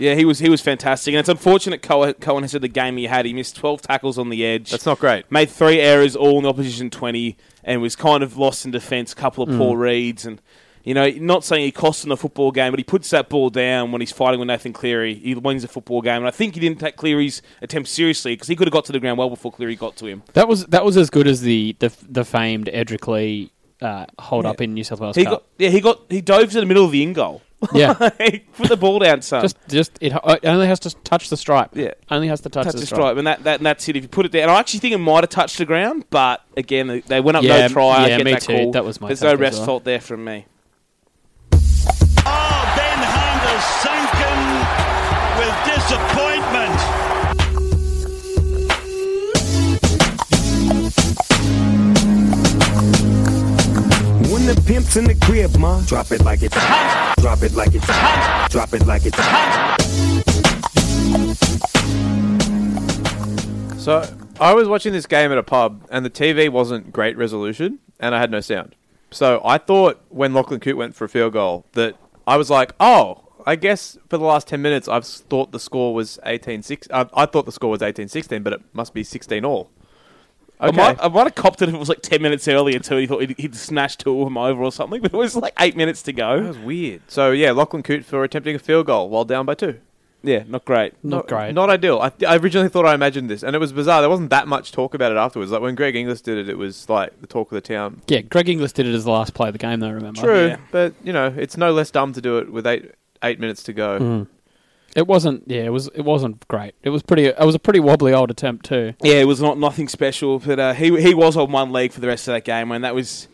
S3: Yeah, he was he was fantastic, and it's unfortunate Cohen, Cohen has had the game he had. He missed twelve tackles on the edge.
S2: that's not great.
S3: made three errors all in the opposition 20 and was kind of lost in defence, couple of
S2: Mm.
S3: poor reads. And, you know, not saying he cost in the football game, but he puts that ball down when he's fighting with Nathan Cleary. He wins the football game. And I think he didn't take Cleary's attempt seriously because he could have got to the ground well before Cleary got to him.
S4: That was that was as good as the the, the famed Edric Lee uh, hold up in New South Wales
S3: He got,
S4: Cup.
S3: yeah, he got he dove to the middle of the in goal.
S4: yeah,
S3: he put the ball down, son.
S4: just just it, it only has to touch the stripe.
S3: Yeah.
S4: only has to touch,
S3: touch
S4: the,
S3: the
S4: stripe.
S3: stripe, and that, that and that's it. If you put it down, I actually think it might have touched the ground, but again, they- they went up
S4: Yeah,
S3: no try. I
S4: yeah,
S3: get
S4: me
S3: that
S4: too.
S3: call.
S4: That was my
S3: There's
S4: take
S3: no
S4: as
S3: rest
S4: well.
S3: fault there from me.
S5: Oh, Ben Hunt is sunken with disappointment.
S7: When the pimp's in the crib, ma, drop it like it's hot. Drop it like it's hot. Drop it like it's hot.
S2: So I was watching this game at a pub, and the TV wasn't great resolution, and I had no sound. So I thought when Lachlan Coote went for a field goal that I was like, oh, I guess for the last ten minutes I've s- thought the score was 18-6. I, I thought the score was 18-16, but it must be sixteen all.
S3: I,
S2: Okay.
S3: might, I might have copped it if it was like 10 minutes earlier too. He thought he'd, he'd smash two of them over or something, but it was like eight minutes to
S2: that
S3: go.
S2: was weird. So yeah, Lachlan Coote for attempting a field goal while down by two.
S3: Yeah, not great.
S4: Not great.
S2: Not ideal. I, I originally thought I imagined this, and it was bizarre. There wasn't that much talk about it afterwards. Like when Greg Inglis did it, it was like the talk of the town.
S4: Yeah, Greg Inglis did it as the last play of the game, though. Remember?
S2: True,
S3: Yeah.
S2: but you know, it's no less dumb to do it with eight eight minutes to go.
S4: It wasn't. Yeah, it was. It wasn't great. It was pretty. It was a pretty wobbly old attempt too.
S3: Yeah, it was not nothing special, but uh, he he was on one leg for the rest of that game, and that was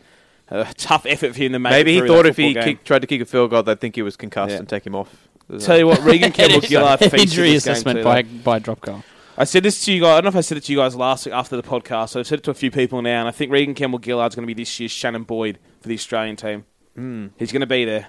S3: a tough effort for him to make.
S2: Maybe
S3: it
S2: he
S3: through
S2: thought
S3: that
S2: if he
S3: football game.
S2: kick, tried to kick a field goal, they'd think he was concussed
S3: Yeah.
S2: and take him off.
S3: Tell you what, Regan Campbell Gillard featured
S4: Injury
S3: this game
S4: assessment
S3: too,
S4: by
S3: though.
S4: by drop goal.
S3: I said this to you guys. I don't know if I said it to you guys last week after the podcast. So I've said it to a few people now, and I think Regan Campbell Gillard's going to be this year's Shannon Boyd for the Australian team.
S2: Hmm.
S3: He's going to be there.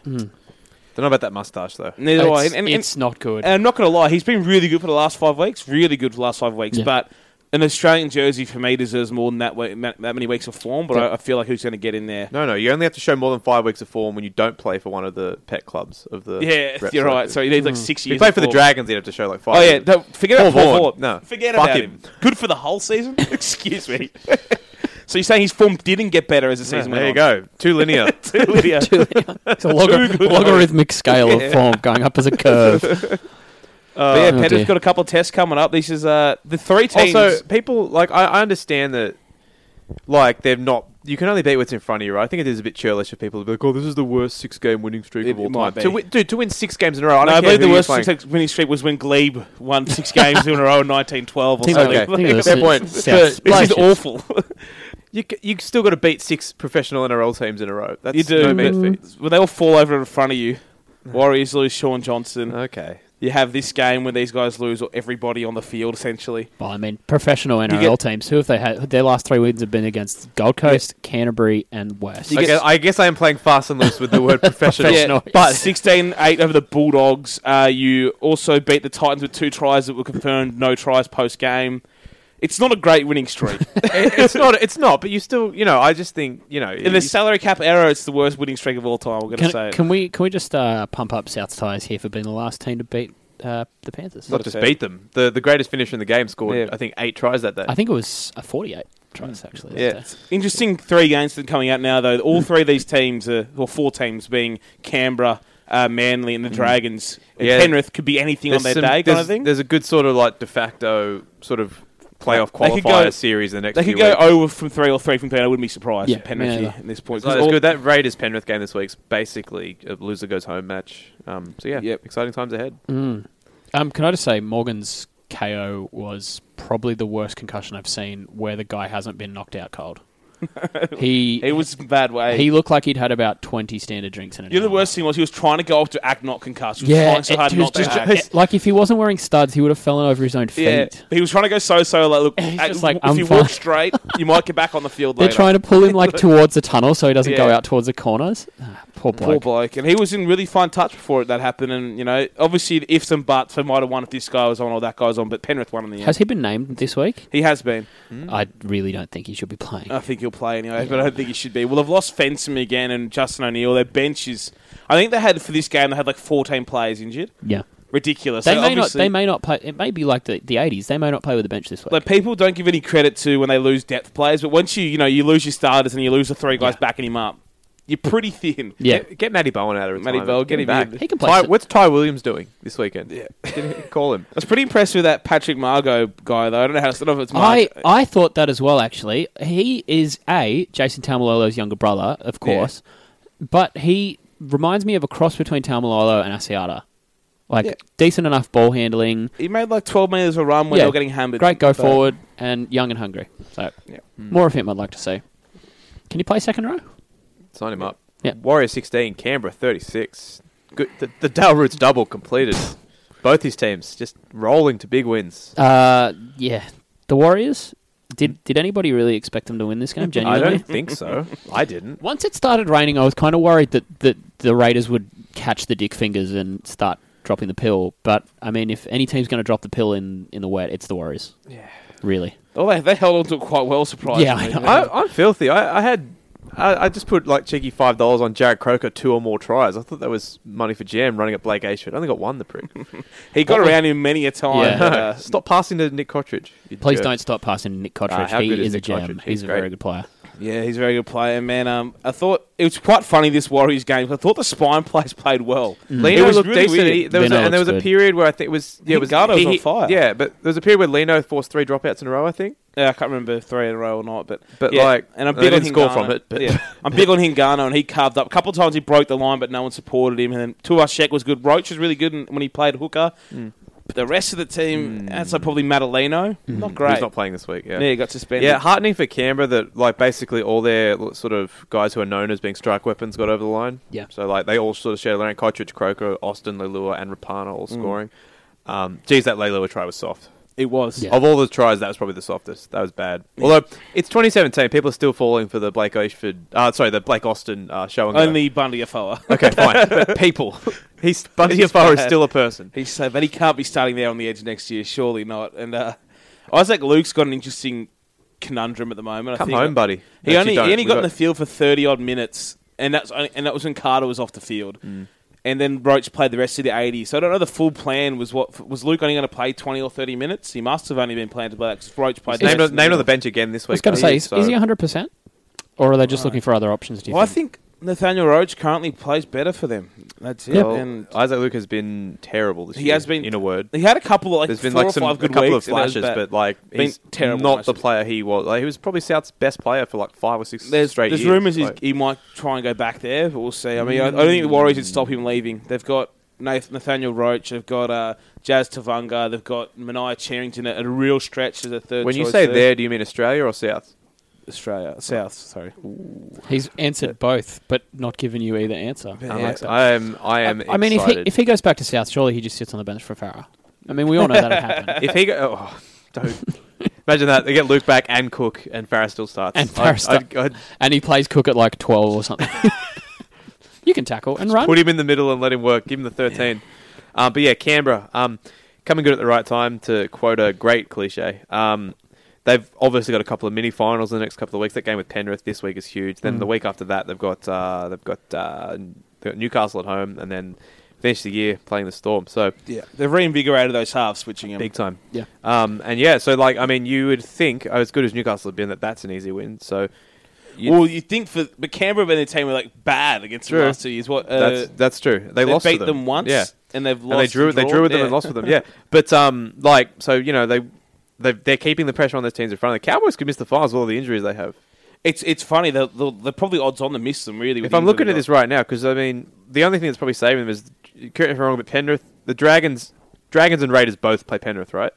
S2: Don't know about that mustache though.
S3: Neither do I.
S4: It's,
S3: And- and-
S4: it's not good.
S3: And I'm not going to lie, he's been really good for the last five weeks. Really good for the last five weeks.
S4: Yeah.
S3: But an Australian jersey for me deserves more than that wa- ma- that many weeks of form. But
S4: Yeah.
S3: I, I feel like who's going to get in there?
S2: No, no, you only have to show more than five weeks of form when you don't play for one of the pet clubs of the.
S3: Yeah,
S2: rep
S3: you're right.
S2: selected.
S3: So he needs like six
S2: if
S3: years.
S2: you played for the
S3: of form.
S2: Dragons, you'd have to show like five.
S3: Oh yeah, no, forget
S2: Paul
S3: about Paul
S2: Vaughan.
S3: Vaugh.
S2: No.
S3: forget
S2: Fuck
S3: about him.
S2: him.
S3: Good for the whole season. Excuse me. so you're saying his form didn't get better as the
S2: Yeah,
S3: season
S2: there you
S3: went
S2: go. Too linear.
S3: on? Lydia.
S4: it's a log- logarithmic scale of form going up as a curve.
S3: But yeah,
S4: Oh,
S3: Penrith's
S4: dear.
S3: got a couple of tests coming up. This is uh, the three teams.
S2: Also, people like I, I understand that, like they're not. You can only beat what's in front of you. Right? I think it is a bit churlish for people to be like, "Oh, this is the worst six-game winning streak
S3: It-
S2: of all
S3: it might
S2: time."
S3: be.
S2: To win, dude, to win six games in a row, I,
S3: no,
S2: don't
S3: I
S2: care
S3: believe the
S2: who you're
S3: worst
S2: playing.
S3: six winning streak was when Glebe won six games in a row in 1912 or
S4: Team
S3: something.
S4: of the- team of the
S2: Fair
S4: s-
S2: point.
S4: South
S2: But-
S3: This
S4: Splashes.
S3: is awful.
S2: You c- you still got to beat six professional NRL teams in a row. That's
S3: You do.
S4: Mm.
S2: No mean feat.
S3: but- well, they all fall over in front of you. Warriors lose Sean Johnson.
S2: Okay.
S3: you have this game where these guys lose, or everybody on the field essentially.
S4: Well, I mean, professional NRL
S3: get-
S4: teams. Who have they had? Their last three wins have been against Gold Coast, Canterbury, and West.
S2: I guess, I guess I am playing fast and loose with the word professional.
S4: Professional.
S3: But 16 8 over the Bulldogs. Uh, you also beat the Titans with two tries that were confirmed no tries post game. It's not a great winning streak.
S2: It- it's not. It's not. But you still, you know, I just think, you know,
S3: In
S2: you-
S3: the salary cap era, it's the worst winning streak of all time. We're going to
S4: Can,
S3: say it.
S4: can we can we just uh, pump up South's tires here for being the last team to beat uh, the Panthers?
S2: not just
S3: fair.
S2: beat them. The the greatest finisher in the game scored,
S3: Yeah.
S2: I think, eight tries that day.
S4: I think it was a 48 tries
S3: Mm.
S4: actually. that
S2: Yeah.
S4: day.
S3: Interesting three games that are coming out now, though. All three of these teams, are, or four teams, being Canberra, uh, Manly, and the
S4: Mm.
S3: Dragons. And
S2: Yeah.
S3: Penrith could be anything on their
S2: some-
S3: day, kind
S2: there's,
S3: of thing.
S2: there's a good sort of like de facto sort of playoff
S3: They could
S2: qualifier
S3: go-
S2: series in the next
S3: They
S2: few
S3: could go
S2: weeks.
S3: over from three or three from three. I wouldn't be surprised
S4: Yeah,
S3: if Penrith
S4: me
S3: here
S4: neither.
S3: at this point.
S2: So
S3: 'Cause
S2: that's
S3: all-
S2: good. That Raiders Penrith game this week's basically a loser goes home match. Um, so yeah,
S3: Yep.
S2: exciting times ahead.
S4: Um, can I just say Morgan's KO was probably the worst concussion I've seen where the guy hasn't been knocked out cold. he
S3: It was a bad way.
S4: he looked like he'd had about 20 standard drinks in an
S3: you know the
S4: hour.
S3: worst thing was he was trying to go off to act not concussed. He was
S4: Yeah,
S3: trying so
S4: it-
S3: hard
S4: he was
S3: not to
S4: just-
S3: act.
S4: it- like if he wasn't wearing studs, he would have fallen over his own feet.
S3: Yeah, he was trying to go so so. Like, look,
S4: He's
S3: uh,
S4: just like,
S3: if
S4: I'm
S3: you
S4: fine.
S3: walk straight, you might get back on the field
S4: They're
S3: later.
S4: trying to pull him like towards the tunnel so he doesn't go
S3: Yeah.
S4: out towards the corners. Ah, poor
S3: Poor
S4: bloke.
S3: bloke, and he was in really fine touch before that happened. And you know, obviously, the ifs and buts. They might have won if this guy was on or that guy was on, but Penrith won in the end.
S4: Has he been named this week?
S3: He has been.
S4: I really don't think he should be playing.
S3: I think he'll play anyway, but I don't think he should be. Well, they've lost Fensom again and Justin O'Neill. Their bench is. I think they had for this game. They had like fourteen players injured.
S4: yeah.
S3: Ridiculous.
S4: They
S3: So
S4: may not.
S3: obviously-
S4: They may not play. It may be like the the eighties. They may not play with the bench this week.
S3: Like people don't give any credit to when they lose depth players, but once you you know you lose your starters and you lose the three guys backing him up, you're pretty thin.
S4: yeah,
S2: Eh, Get, get Matty Bowen out of
S3: Matty
S2: retirement.
S3: Bowen,
S2: get him
S3: get him
S2: back.
S3: in.
S4: He can play
S2: Ty,
S4: s-
S2: what's Ty Williams doing this weekend? Yeah, call him.
S3: I was pretty impressed with that Patrick Margot guy though. I don't know how. I don't know if it's
S4: I
S3: Mark.
S4: I thought that as well. Actually, he is a Jason Tamalolo's younger brother, of course, but he reminds me of a cross between Tamalolo and Asiata. Like
S3: Yeah.
S4: decent enough ball handling.
S3: he made like 12 meters of a run when
S4: Yeah.
S3: they were getting hammered.
S4: Great go
S3: But- Hmm.
S4: forward and young and hungry. So
S3: Yeah.
S4: more of him, I'd like to see. Can you play second row?
S2: Sign him up.
S4: Yeah.
S2: Warrior 16, Canberra 36. Good. The, the Dale Roots double completed. Both his teams just rolling to big wins.
S4: Uh, yeah. The Warriors. Did did anybody really expect them to win this game?
S2: I
S4: Genuinely,
S2: don't think so. I didn't.
S4: Once it started raining, I was kind of worried that, that the Raiders would catch the dick fingers and start dropping the pill. But I mean, if any team's going to drop the pill in, in the wet, it's the Warriors. Yeah, really.
S3: Oh, they, they held on to it quite well, surprisingly.
S4: Yeah, I know.
S2: I, I'm filthy. I, I had. I, I just put like cheeky five dollars on Jared Croker two or more tries. I thought that was money for jam running at Blake Ashford. I only got one. The prick.
S3: he got around him many a time.
S4: Yeah.
S3: but, uh,
S2: Stop passing to Nick Cottridge. you
S4: Please
S2: jerk.
S4: don't stop passing to Nick Cottridge.
S2: how
S4: he
S2: good is
S4: is, a
S2: Nick
S4: gem.
S2: Cottridge?
S4: He's,
S2: He's
S4: a
S2: great.
S4: very good player.
S3: yeah, he's a very good player, man. Um, I thought it was quite funny this Warriors game. I thought the spine plays played well.
S2: Lino
S3: Hmm. It was
S2: looked
S3: really
S2: decent.
S3: weird.
S2: He- there Mm. was
S4: Lino
S2: a, and there was
S4: looks
S2: a
S4: good.
S2: period where I think it was yeah, it was
S3: Gardo was
S2: he-
S3: on
S2: he-
S3: fire.
S2: Yeah, but there was a period where Lino forced three dropouts in a row. I think.
S3: Yeah, I can't remember three in a row or not, but
S2: But,
S3: yeah,
S2: like,
S3: and I'm
S2: they
S3: big on
S2: didn't score from
S3: Hingano.
S2: it, but-
S3: yeah, I'm big on Hingano, and he carved up a couple of times. He broke the line, but no one supported him. And then Tuashek was good. Roach was really good in- when he played hooker. But the rest of the team, outside probably Madalino, not great.
S2: He's not playing this week. Yeah.
S3: yeah, he got suspended.
S2: Yeah, heartening for Canberra that like basically all their l- sort of guys who are known as being strike weapons got over the line.
S4: Yeah.
S2: So like they all sort of shared the line. Kotrick, Croker, Austin, Lelua, and Rapana all scoring. Um, geez, that Lelua try was soft.
S3: it was.
S4: Yeah.
S2: Of all the tries, that was probably the softest. That was bad. Although it's 2017, people are still falling for the Blake Ashford. Uh, sorry, the Blake Austin uh, show and go.
S3: Only Bundy Afoa.
S2: Okay, fine. But people, he's Bundy
S3: It's
S2: Afar is
S3: bad.
S2: still a person.
S3: He's so bad. He can't be starting there on the edge next year. Surely not. And uh, Isaac Luke's got an interesting conundrum at the moment.
S2: Come
S3: I think
S2: home, buddy. Actually
S3: He only he
S2: don't.
S3: only
S2: We
S3: got, in the field for thirty odd minutes, and that's only, and that was when Carter was off the field.
S2: Mm.
S3: And then Roach played the rest of the eighty. So I don't know. The full plan was what was Luke only going to play twenty or thirty minutes? He must have only been planned to play because Roach played.
S2: named,
S3: the
S2: on,
S3: rest
S2: named on the
S3: of the
S2: bench again this
S4: I
S2: week.
S4: was going to
S2: though,
S4: say, is, is
S2: so-
S4: he 100%? Or are they just looking for other options, do you
S3: Well, I
S4: think?
S3: think Nathaniel Roach currently plays better for them. That's it.
S2: Well,
S3: And
S2: Isaac Luke has been terrible this
S3: He
S2: year.
S3: has been-
S2: in a word.
S3: he had a couple of like
S2: There's
S3: four
S2: been like
S3: or
S2: some
S3: five
S2: a
S3: good
S2: couple of
S3: weeks, and that was
S2: flashes,
S3: bad.
S2: but like
S3: Been
S2: he's
S3: terrible
S2: not the
S3: flashes.
S2: player he was. Like, he was probably South's best player for like five or six
S3: There's,
S2: straight
S3: there's
S2: years.
S3: rumours he's-
S2: Like, Hmm.
S3: he might try and go back there, but we'll see. I mean, I, I don't think the Warriors would stop him leaving. They've got Nath- Nathaniel Roach, they've got uh, Jazz Tavanga, they've got Mania Charrington at a real stretch as a third.
S2: when you
S3: choice
S2: say
S3: there.
S2: there, do you mean Australia or South?
S3: Australia South. Sorry,
S4: He's answered both, but not given you either answer. I like that.
S2: I am. I am.
S4: I mean, if he,
S2: excited.
S4: if he goes back to South, surely he just sits on the bench for Farah. I mean, we all know that'll happen.
S2: If he go, oh, don't imagine that they get Luke back and Cook and Farah still starts.
S4: And Farah
S2: I'd- I'd-
S4: start-
S2: I'd
S4: and he plays Cook at like 12 or something. you can tackle and run.
S2: put him in the middle and let him work. Give him the thirteen. Um, but yeah, Canberra um, coming good at the right time. To quote a great cliche, um, they've obviously got a couple of mini finals in the next couple of weeks. That game with Penrith this week is huge. Then
S3: Mm.
S2: the week after that, they've got uh, they've got uh, they've got Newcastle at home, and then finish the year playing the Storm. So
S8: Yeah, they've reinvigorated those halves, switching them.
S2: big time.
S4: Yeah.
S2: Um, and yeah, so like I mean, you would think oh, as good as Newcastle have been, that that's an easy win. So you-
S3: well, you think for but Canberra have been a team were like bad against
S2: True.
S3: the last two years. What uh,
S2: that's that's true. They,
S3: they
S2: lost to
S3: beat them once,
S2: Yeah.
S3: and they've lost.
S2: and they drew
S3: and
S2: they
S3: drawn.
S2: drew with them
S3: Yeah.
S2: and lost with them. Yeah, but um, like so you know they. they- They're keeping the pressure on those teams in front. The Cowboys could miss the finals with all the injuries they have.
S3: It's it's funny. They're, they're, they're probably odds on to miss them. Really, with
S2: If I'm
S3: England
S2: looking at
S3: got-
S2: this right now, because I mean, the only thing that's probably saving them is, correct me if I'm wrong, but Penrith, the Dragons, Dragons and Raiders both play Penrith, right?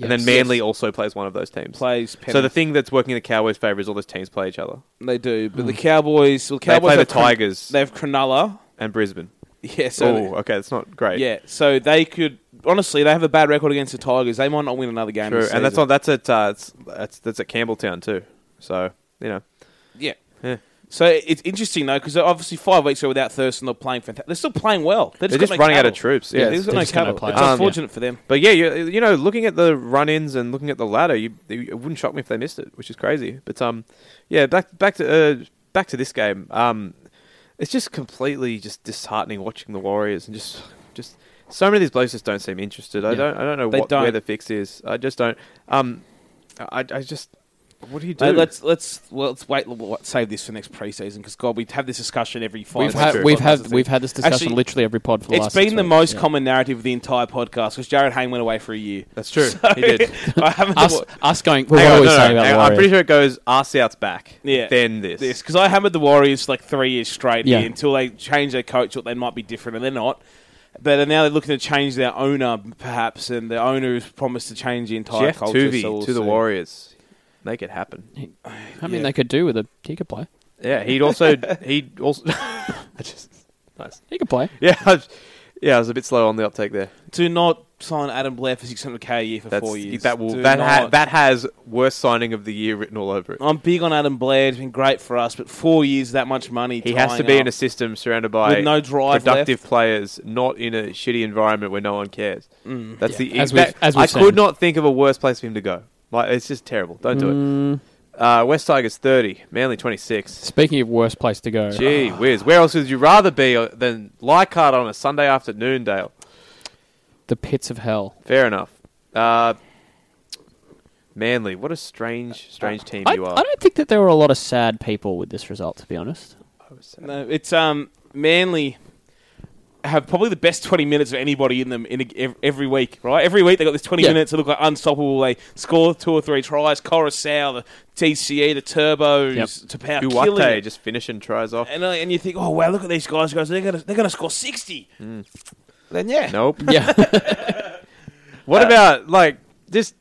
S2: And then Manly also plays one of those teams.
S3: plays,
S2: So the thing that's working in the Cowboys' favour is all those teams play each other
S3: they do, but the Cowboys. Well,
S2: Hmm. They
S3: Cowboys
S2: play
S3: have
S2: the
S3: Cren-
S2: Tigers.
S3: They have Cronulla.
S2: and Brisbane.
S3: Yeah,
S2: So
S3: so
S2: oh, okay, that's not great.
S3: yeah, so they could honestly they have a bad record against the Tigers. They might not win another game.
S2: true.
S3: this
S2: And that's
S3: season.
S2: on that's at uh, it's, that's that's at Campbelltown too. So you know,
S3: Yeah.
S2: Yeah.
S3: So it's interesting though because obviously five weeks ago without Thurston, they're playing fantastic. They're still playing well. They're
S2: they're
S3: got
S2: just
S3: no
S2: running out of
S3: cattle.
S2: troops.
S3: Yeah,
S2: Yeah,
S3: they've got
S4: They're
S3: no
S4: just gonna
S3: cattle.
S4: play
S3: It's
S2: it. Um,
S3: unfortunate for them.
S2: but yeah, you, you know, looking at the run-ins and looking at the ladder, you, you- it wouldn't shock me if they missed it, which is crazy. But um, yeah, back back to uh, back to this game. Um, it's just completely just disheartening watching the Warriors and just just so many of these blokes just don't seem interested. I
S4: Yeah.
S2: don't I don't know
S3: They
S2: what,
S3: don't.
S2: where the fix is. I just don't. Um, I I just what do you do?
S3: Mate, Uh, let's let's well, let's wait. we'll- we'll Save this for next preseason because God, we have this discussion every five.
S4: We've
S3: weeks.
S4: had,
S2: true.
S4: we've,
S3: God,
S4: had,
S3: that's the
S4: we've
S3: thing.
S4: had this discussion
S3: Actually,
S4: literally every pod for the
S3: It's
S4: last
S3: been
S4: six
S3: the
S4: weeks.
S3: most
S4: Yeah.
S3: common narrative of the entire podcast because Jared Hayne went away for a year.
S2: That's true.
S3: So,
S2: he did.
S3: I haven't
S4: Us,
S3: watched
S4: us going, well,
S2: Hang on,
S4: what are we
S2: no, no,
S4: saying
S2: hang on,
S4: about
S2: I'm pretty sure it goes RC out's back.
S3: Yeah.
S2: Then this.
S3: this because I hammered the Warriors like three years straight
S4: Yeah.
S3: here until they change their coach or they might be different and they're not. But now they're looking to change their owner perhaps, and the owner has promised to change the entire
S2: Jeff
S3: culture.
S2: Tuvey
S3: so we'll
S2: to the
S3: see.
S2: Warriors. Make it happen.
S4: I mean, they could do with a He could play.
S2: Yeah, he'd also he'd also I just nice.
S4: He could play.
S2: Yeah, I, yeah, I was a bit slow on the uptake there.
S3: Do not sign Adam Blair for six hundred k a year for
S2: That's
S3: four years.
S2: that will
S3: Do
S2: that ha,
S3: not. Oh,
S2: that has worst signing of the year written all over it.
S3: I'm big on Adam Blair. It's been great for us, but four years that much money.
S2: He has to
S3: tying
S2: be
S3: up.
S2: in a system surrounded by
S3: With no drive
S2: productive players, not in a shitty environment where no one cares.
S3: Mm.
S2: That's the
S4: As
S2: that-
S4: we've- as
S2: I
S4: we've
S2: could
S4: seen.
S2: not think of a worse place for him to go. Like it's just terrible. Don't
S4: Mm.
S2: do it. Uh, West Tigers thirty, Manly twenty six.
S4: Speaking of worst place to go,
S2: Gee whiz, where else would you rather be uh, than Leichardt on a Sunday afternoon, Dale?
S4: the pits of hell.
S2: Fair enough. Uh, Manly, what a strange, strange team
S4: I, I
S2: you are.
S4: don't think that there were a lot of sad people with this result, to be honest.
S3: No, it's um Manly have probably the best twenty minutes of anybody in them in a, ev- every week, right? Every week they got this twenty
S4: Yeah.
S3: minutes that look like unstoppable. They score two or three tries. Coruscant, the TCE, the Turbos,
S4: Yep.
S3: Tapau, killing
S2: Duarte
S3: it.
S2: just finishing tries off.
S3: and, uh, and you think, oh wow, look at these guys, guys. They're gonna they're gonna score sixty. Then yeah,
S2: Nope.
S4: Yeah.
S2: What
S4: Uh,
S2: about like just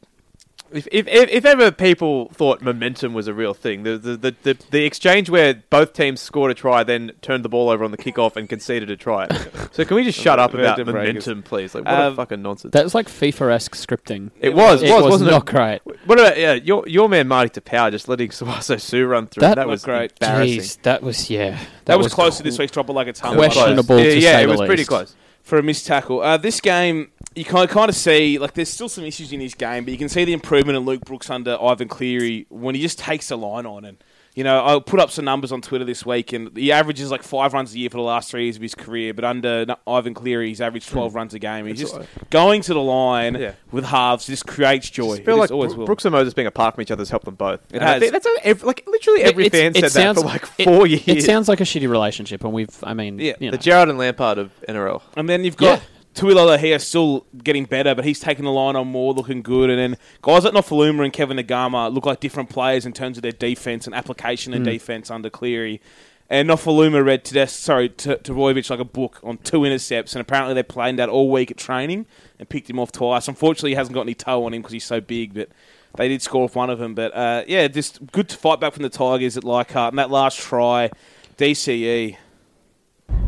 S2: if, if if if ever people thought momentum was a real thing, the the, the, the the exchange where both teams scored a try, then turned the ball over on the kickoff and conceded a try. So can we just shut up about
S3: Momentum breakers.
S2: momentum, please? Like what a
S3: Um,
S2: fucking nonsense.
S4: That was like FIFA esque scripting.
S2: it was,
S4: it
S2: was,
S4: was
S2: wasn't
S4: not
S2: it?
S4: great.
S2: What about yeah, your your man Marty Tapau just letting Suaso Sue run through?
S4: That
S2: That,
S4: looked
S2: was
S3: great.
S2: embarrassing.
S4: Jeez, that was yeah. That,
S3: that was close to this week's drop, but like it's hung by-
S4: Question- questionable,
S2: Yeah,
S4: to
S2: yeah,
S4: say
S2: it
S4: the
S2: was pretty
S4: least.
S2: close.
S3: for a missed tackle. Uh, this game, you kind kind of see like there's still some issues in his game, but you can see the improvement in Luke Brooks under Ivan Cleary when he just takes the line on and. You know, I put up some numbers on Twitter this week, and he averages like five runs a year for the last three years of his career. But under N- Ivan Cleary, he's averaged twelve runs a game. He's just going to the line
S2: Hmm. Yeah.
S3: with halves. Just creates joy.
S2: I feel
S3: It
S2: like
S3: just always
S2: Bro-
S3: will.
S2: Brooks and Moses being apart from each other has helped them both. And I
S3: has.
S2: think That's how ev- like literally every fan said that for like four
S4: it,
S2: years.
S4: It sounds like a shitty relationship, and we've. I mean,
S3: Yeah,
S4: you know.
S2: the Gerard and Lampard of NRL.
S3: And then you've got Tuilala here still getting better, but he's taking the line on more, looking good. And then guys like Nofaluma and Kevin Nagama look like different players in terms of their defense and application and defense under Cleary. And Nofaluma read to sorry to, to Royovich like a book on two intercepts, and apparently they played that all week at training and picked him off twice. Unfortunately, he hasn't got any toe on him because he's so big, but. They did score off one of them, but uh, yeah, just good to fight back from the Tigers at Leichhardt. And that last try, E. DCE,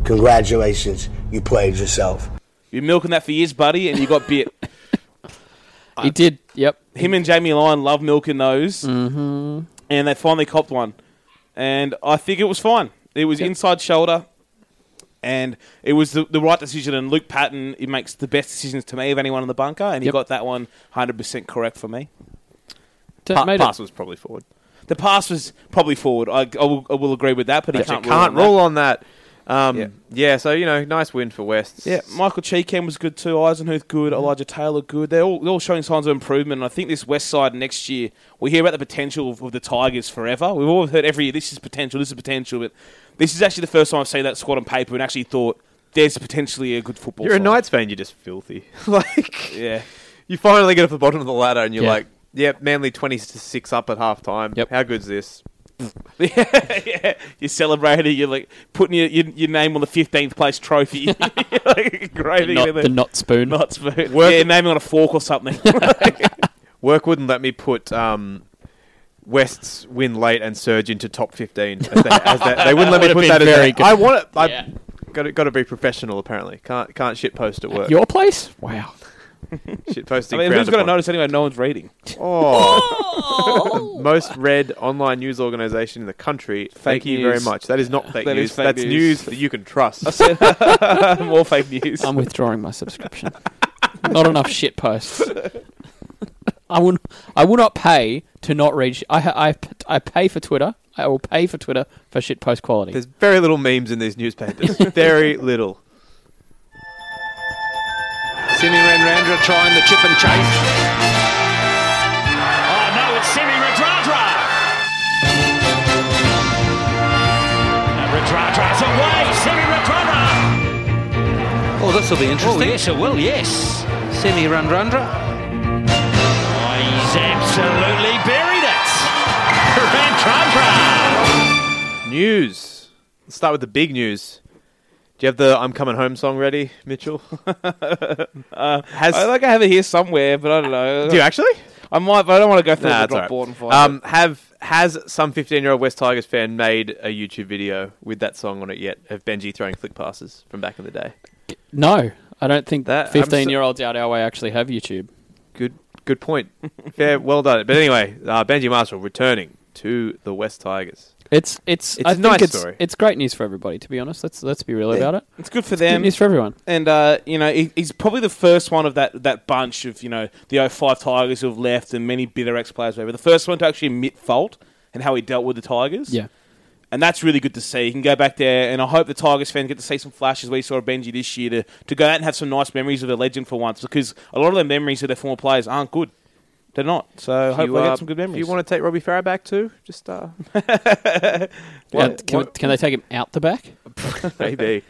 S9: Congratulations, you played yourself.
S3: you're milking that for years, buddy, and you got bit.
S4: He did. Yep.
S3: Him and Jamie Lyon love milking those, mm-hmm. and they finally copped one, and I think it was fine. It was inside shoulder, and it was the, the right decision. And Luke Patton, he makes the best decisions to me of anyone in the bunker, and he
S4: Yep.
S3: got that one 100 percent correct for me.
S2: Pa-
S4: made
S2: pass
S4: it.
S2: was probably forward.
S3: The pass was probably forward. I, I, will, I will agree with that, but he
S2: But
S3: can't,
S2: you can't
S3: rule.
S2: roll on that. Um,
S3: Yeah.
S2: yeah. so you know, nice win for West.
S3: Yeah, Michael Cheekham was good too. Eisenhuth good. Elijah Taylor good. They're all, they're all showing signs of improvement. And I think this West side next year, we hear about the potential of, of the Tigers forever. We've all heard every year, this is potential, this is potential. But this is actually the first time I've seen that squad on paper and actually thought there's potentially a good football.
S2: you're a
S3: side.
S2: Knights fan. You're just filthy. like
S3: Yeah,
S2: you finally get up the bottom of the ladder, and you're
S4: Yeah.
S2: like, "Yep, Manly twenty six up at half time.
S4: Yep.
S2: How good's this?
S3: yeah, yeah. You're celebrating. You're like putting your, your, your name on the 15th place trophy. You're like, engraving
S4: Not,
S3: it with
S4: the
S3: a-
S4: not spoon.
S3: not spoon.
S2: Work-
S3: Yeah, name it on a fork or something.
S2: Work wouldn't let me put um, West's win late and surge into top fifteen. As they, as they, they wouldn't let me
S4: Would've
S2: put
S4: been
S2: that. in
S4: very
S2: there.
S4: good.
S2: I want it. I
S4: Yeah.
S2: got to got to be professional. Apparently, can't can't shit post at work.
S4: Your place? Wow.
S2: Shit posting.
S3: I mean, who's
S2: frowned
S3: going to
S2: upon.
S3: notice anyway? No one's reading.
S2: Oh. Most read online news organization in the country. Thank you very
S3: news.
S2: much. That is not fake
S3: That
S2: news.
S3: is fake
S2: That's
S3: news.
S2: news. that you can trust.
S3: More fake news.
S4: I'm withdrawing my subscription. not enough shit posts. I will. I will not pay to not read. Sh- I, ha- I p- I pay for Twitter. I will pay for Twitter for shit post quality.
S2: There's very little memes in these newspapers. very little.
S7: Simi Ranrandra trying the chip and chase.
S5: Oh no, it's Simi Radradra. And Radradra's away. Simi Radradra.
S7: Oh, this will be
S5: Oh
S7: interesting.
S5: yes, it will. Yes.
S7: Simi Ranrandra.
S5: Oh, he's absolutely buried it. Radradra.
S2: News. Let's start with the big news. Do you have the "I'm Coming Home" song ready, Mitchell? Has
S3: I like I have it here somewhere, but I don't know.
S2: do you actually?
S3: I might, but I don't want to go through
S2: Nah,
S3: the
S2: it's all right.
S3: drop board and find
S2: Um, have has some 15 year old West Tigers fan made a YouTube video with that song on it yet of Benji throwing flick passes from back in the day?
S4: no, I don't think
S2: That-
S4: that
S2: I'm
S4: fifteen year olds out our way actually have YouTube.
S2: Good, good point. yeah, well done. But anyway, uh, Benji Marshall returning to the West Tigers.
S4: It's it's.
S2: It's
S4: I
S2: a
S4: think
S2: nice
S4: it's,
S2: story.
S4: It's great news for everybody. To be honest, let's let's be real about it.
S3: it. It's good for
S4: Good
S3: them,
S4: news for everyone.
S3: and uh, you know he, he's probably the first one of that, that bunch of you know the 05 Tigers who have left, and many bitter ex players. Whatever, the first one to actually admit fault and how he dealt with the Tigers.
S4: Yeah.
S3: and that's really good to see. He can go back there, and I hope the Tigers fans get to see some flashes. We saw of Benji this year to, to go out and have some nice memories of the legend for once, because a lot of their memories of their former players aren't good. They're not. So
S2: If you,
S3: hopefully, I
S2: uh,
S3: get some good
S2: if
S3: memories.
S2: You want to take Robbie Farah back too? Just uh,
S4: Uh, can, can they take him out the back?
S2: maybe.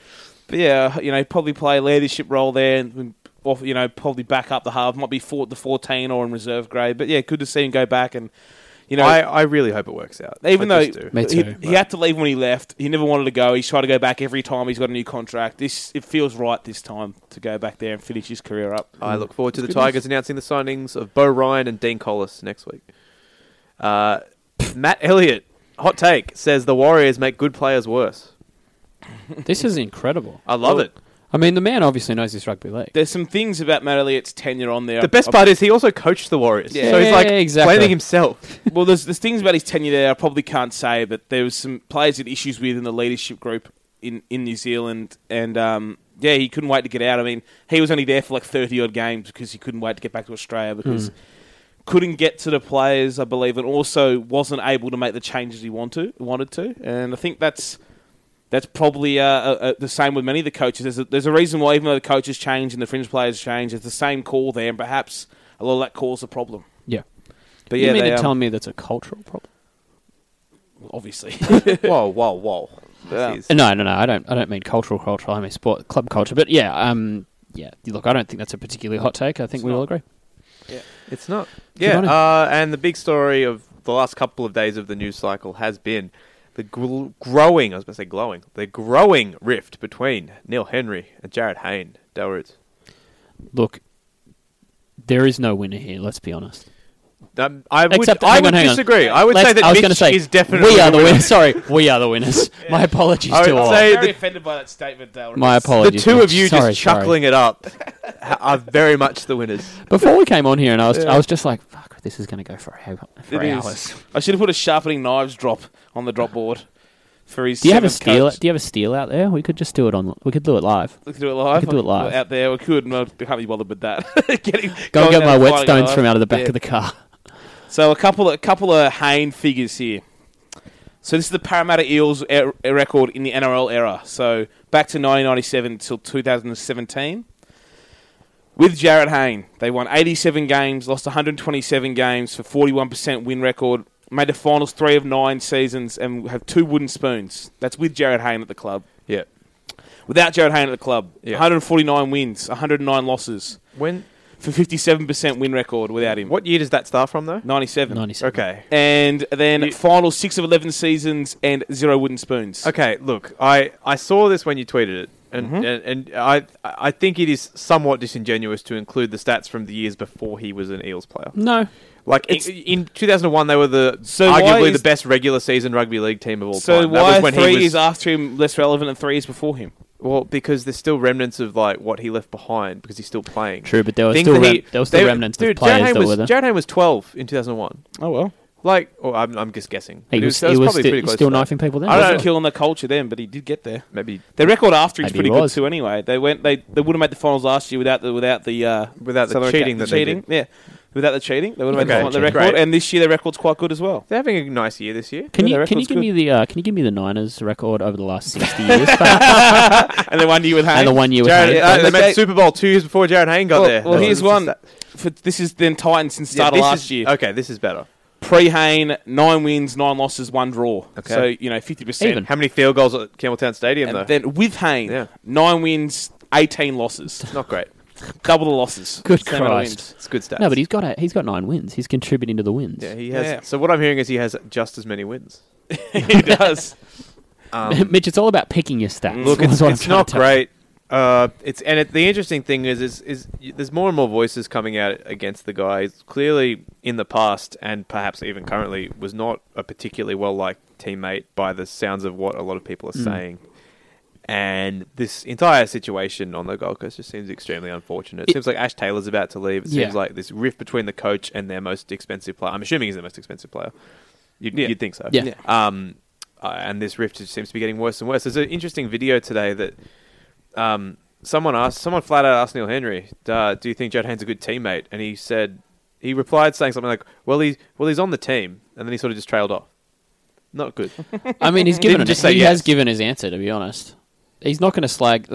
S3: But yeah, you know, probably play a leadership role there, and off, you know, probably back up the half. Might be four, the fourteen or in reserve grade. But yeah, good to see him go back and. You know,
S2: I, I really hope it works out.
S3: even
S2: I
S3: though
S2: just do.
S4: Me
S3: he,
S4: too.
S3: he had to leave when he left, he never wanted to go. He's tried to go back every time he's got a new contract. This it feels right this time to go back there and finish his career up.
S2: I look forward to the Tigers announcing the signings of Bo Ryan and Dean Collis next week. Uh, Matt Elliott, hot take, says the Warriors make good players worse.
S4: This is incredible.
S2: I love it.
S4: I mean, the man obviously knows his rugby league.
S3: There's some things about Matt Elliott's tenure on there.
S2: The best part is he also coached the Warriors,
S4: Yeah.
S2: so he's like
S4: Yeah, exactly.
S2: blaming himself.
S3: well, there's there's things about his tenure there I probably can't say, but there was some players had issues with in the leadership group in, in New Zealand, and um, yeah, he couldn't wait to get out. I mean, he was only there for like thirty odd games because he couldn't wait to get back to Australia
S4: Hmm.
S3: because couldn't get to the players, I believe, and also wasn't able to make the changes he want to, wanted to. And I think that's that's probably uh, uh, uh, the same with many of the coaches. There's a, there's a reason why, even though the coaches change and the fringe players change, it's the same call there, and perhaps a lot of that caused a problem.
S4: Yeah.
S3: But
S4: you
S3: yeah,
S4: mean
S3: they,
S4: to
S3: um,
S4: tell me that's a cultural problem?
S3: obviously.
S2: whoa, Oh, whoa, whoa! Jeez.
S4: No, no, no. I don't. I don't mean cultural, cultural. I mean sport, club culture. But yeah, um, yeah. Look, I don't think that's a particularly hot take. I think we all agree.
S2: It's not.
S4: on him.
S2: Yeah, uh, and the big story of the last couple of days of the news cycle has been the gl- growing, I was going to say glowing, the growing rift between Neil Henry and Jared Hayne, Dale Roots.
S4: Look, there is no winner here. Let's be honest.
S2: Um, I would,
S4: Except,
S2: I
S4: hang
S2: would
S4: on, hang on.
S2: disagree. I would
S4: Let's-
S2: say that
S4: I was
S2: Mitch
S4: gonna say,
S2: is definitely
S4: we are the
S2: winner.
S4: winners. Sorry, we are the winners. My apologies
S2: I
S4: to
S2: would
S4: all.
S2: say
S3: very
S2: the-
S3: offended by that statement, Dale.
S4: My
S2: The
S4: apologies.
S2: two
S4: Mitch.
S2: of you
S4: Sorry,
S2: just
S4: sorry.
S2: chuckling it up ha- are very much the winners.
S4: Before we came on here, and I was, I was just like, "Fuck, this is going to go for, hour, for
S3: It is.
S4: hours."
S3: I should have put a sharpening knives drop on the drop board for his.
S4: Do you have a
S3: seventh
S4: steel?
S3: coat.
S4: Do you have a steel out there? We could just do it on. We could do it live.
S3: We could do it live.
S4: We could do it live.
S3: Out there, we could. No, I can't be bothered with that. Getting,
S4: Go and
S3: going
S4: get
S3: out
S4: my
S3: and flying
S4: whetstones
S3: live.
S4: from out of the back
S3: Yeah.
S4: of the car.
S3: So a couple, a couple of Hain figures here. So this is the Parramatta Eels er- er- record in the NRL era. So back to 1997 till 2017. With Jared Hayne, they won 87 games, lost 127 games for 41% win record, made the finals three of nine seasons, and have two wooden spoons. That's with Jared Hayne at the club.
S2: Yeah.
S3: Without Jared Hayne at the club,
S2: Yeah.
S3: 149 wins, 109 losses,
S2: When?
S3: for 57% win record without him.
S2: What year does that start from though?
S3: 97.
S4: Ninety-seven.
S2: Okay.
S3: And then final six of 11 seasons and zero wooden spoons.
S2: Okay, look, I, I saw this when you tweeted it, and, and, and I I think it is somewhat disingenuous to include the stats from the years before he was an Eels player.
S4: No,
S2: Like in,
S3: It's-
S2: in 2001, they were the
S3: So why
S2: arguably
S3: is-
S2: the best regular season rugby league team of all
S3: So
S2: time. That
S3: why
S2: was
S3: are
S2: when
S3: three
S2: he was,
S3: years after him less relevant than three years before him?
S2: Well, because there's still remnants of like what he left behind because he's still playing.
S4: True, but there were
S2: Things
S4: still
S2: that
S4: rem- there were still
S2: they-
S4: remnants of
S2: dude,
S4: players
S2: Jared Hayne
S4: that
S2: was,
S4: were there.
S2: Jared Hayne was 12 in 2001.
S3: Oh, well.
S2: Like, oh, I'm, I'm just guessing.
S4: he
S2: But
S4: was,
S2: that
S4: he was
S2: probably
S4: sti-
S2: pretty close
S4: still
S2: to that.
S4: knifing people then.
S2: I
S3: I
S2: don't
S4: wasn't
S3: wasn't
S2: know.
S3: killing the culture then, but he did get there.
S2: Maybe
S3: Their record after is
S4: Maybe
S3: pretty
S4: he
S3: good
S4: was.
S3: too. Anyway, they went. They, they would have made the finals last year without the without the uh,
S2: Without the
S3: Southern
S2: cheating
S3: the
S2: that they
S3: cheating. Yeah, without the cheating, they would have made
S2: Okay,
S3: the, final- the
S2: cheating.
S3: record.
S2: Great.
S3: And this year, their record's quite good as well.
S2: they're having a nice year this year.
S4: Can
S3: Yeah,
S4: you
S3: their
S4: can you
S3: record's
S4: give
S3: good.
S4: me the uh, can you give me the Niners record over the last sixty years
S3: And then one year with Hayne.
S4: and the one year with
S2: Jared,
S4: Hayne?
S2: uh, they
S3: Okay.
S2: made Super Bowl two years before Jared Hayne got
S3: Well,
S2: there.
S3: well,
S2: No, this
S3: here's
S2: is
S3: one.
S2: that-
S3: For, this is then Titans since
S2: Yeah,
S3: started
S2: this
S3: last
S2: is-
S3: year.
S2: Okay, this is better.
S3: Pre Hayne, nine wins, nine losses, one draw.
S2: Okay.
S3: So you know, fifty percent.
S4: Even.
S2: How many field goals at Campbelltown Stadium though?
S3: And then with Hayne,
S2: Yeah.
S3: nine wins, eighteen losses,
S2: It's not great.
S3: double the losses.
S4: Good
S3: Same amount of
S4: Christ.
S3: wins.
S2: It's good stats.
S4: No, but he's got a, he's got nine wins. He's contributing to the wins.
S2: yeah, he has.
S3: Yeah.
S2: So what I'm hearing is he has just as many wins.
S3: he does.
S4: Mitch, it's all about picking your stats.
S2: Look,
S4: That's
S2: it's,
S4: what I'm
S2: it's
S4: trying
S2: not
S4: to tell you.
S2: great. Uh, it's and it, the interesting thing is, is is y- there's more and more voices coming out against the guy. He's clearly, in the past and perhaps even currently, was not a particularly well liked teammate by the sounds of what a lot of people are
S4: Mm.
S2: saying. And this entire situation on the Gold Coast just seems extremely unfortunate. It,
S4: It-
S2: seems like Ash Taylor's about to leave. It
S4: Yeah.
S2: seems like this rift between the coach and their most expensive player. I'm assuming he's the most expensive player. You'd, you'd think so.
S4: Yeah. Yeah.
S2: Um, uh, and this rift just seems to be getting worse and worse. There's an interesting video today that um, someone asked, someone flat out asked Neil Henry, uh, "Do you think Jad Haynes a good teammate?" And he said, he replied saying something like, "Well, he's well, he's on the team," and then he sort of just trailed off. Not good.
S4: I mean, he's given.
S2: Didn't
S4: It,
S2: just
S4: he
S2: say yes.
S4: has given his answer. To be honest, he's not going to slag.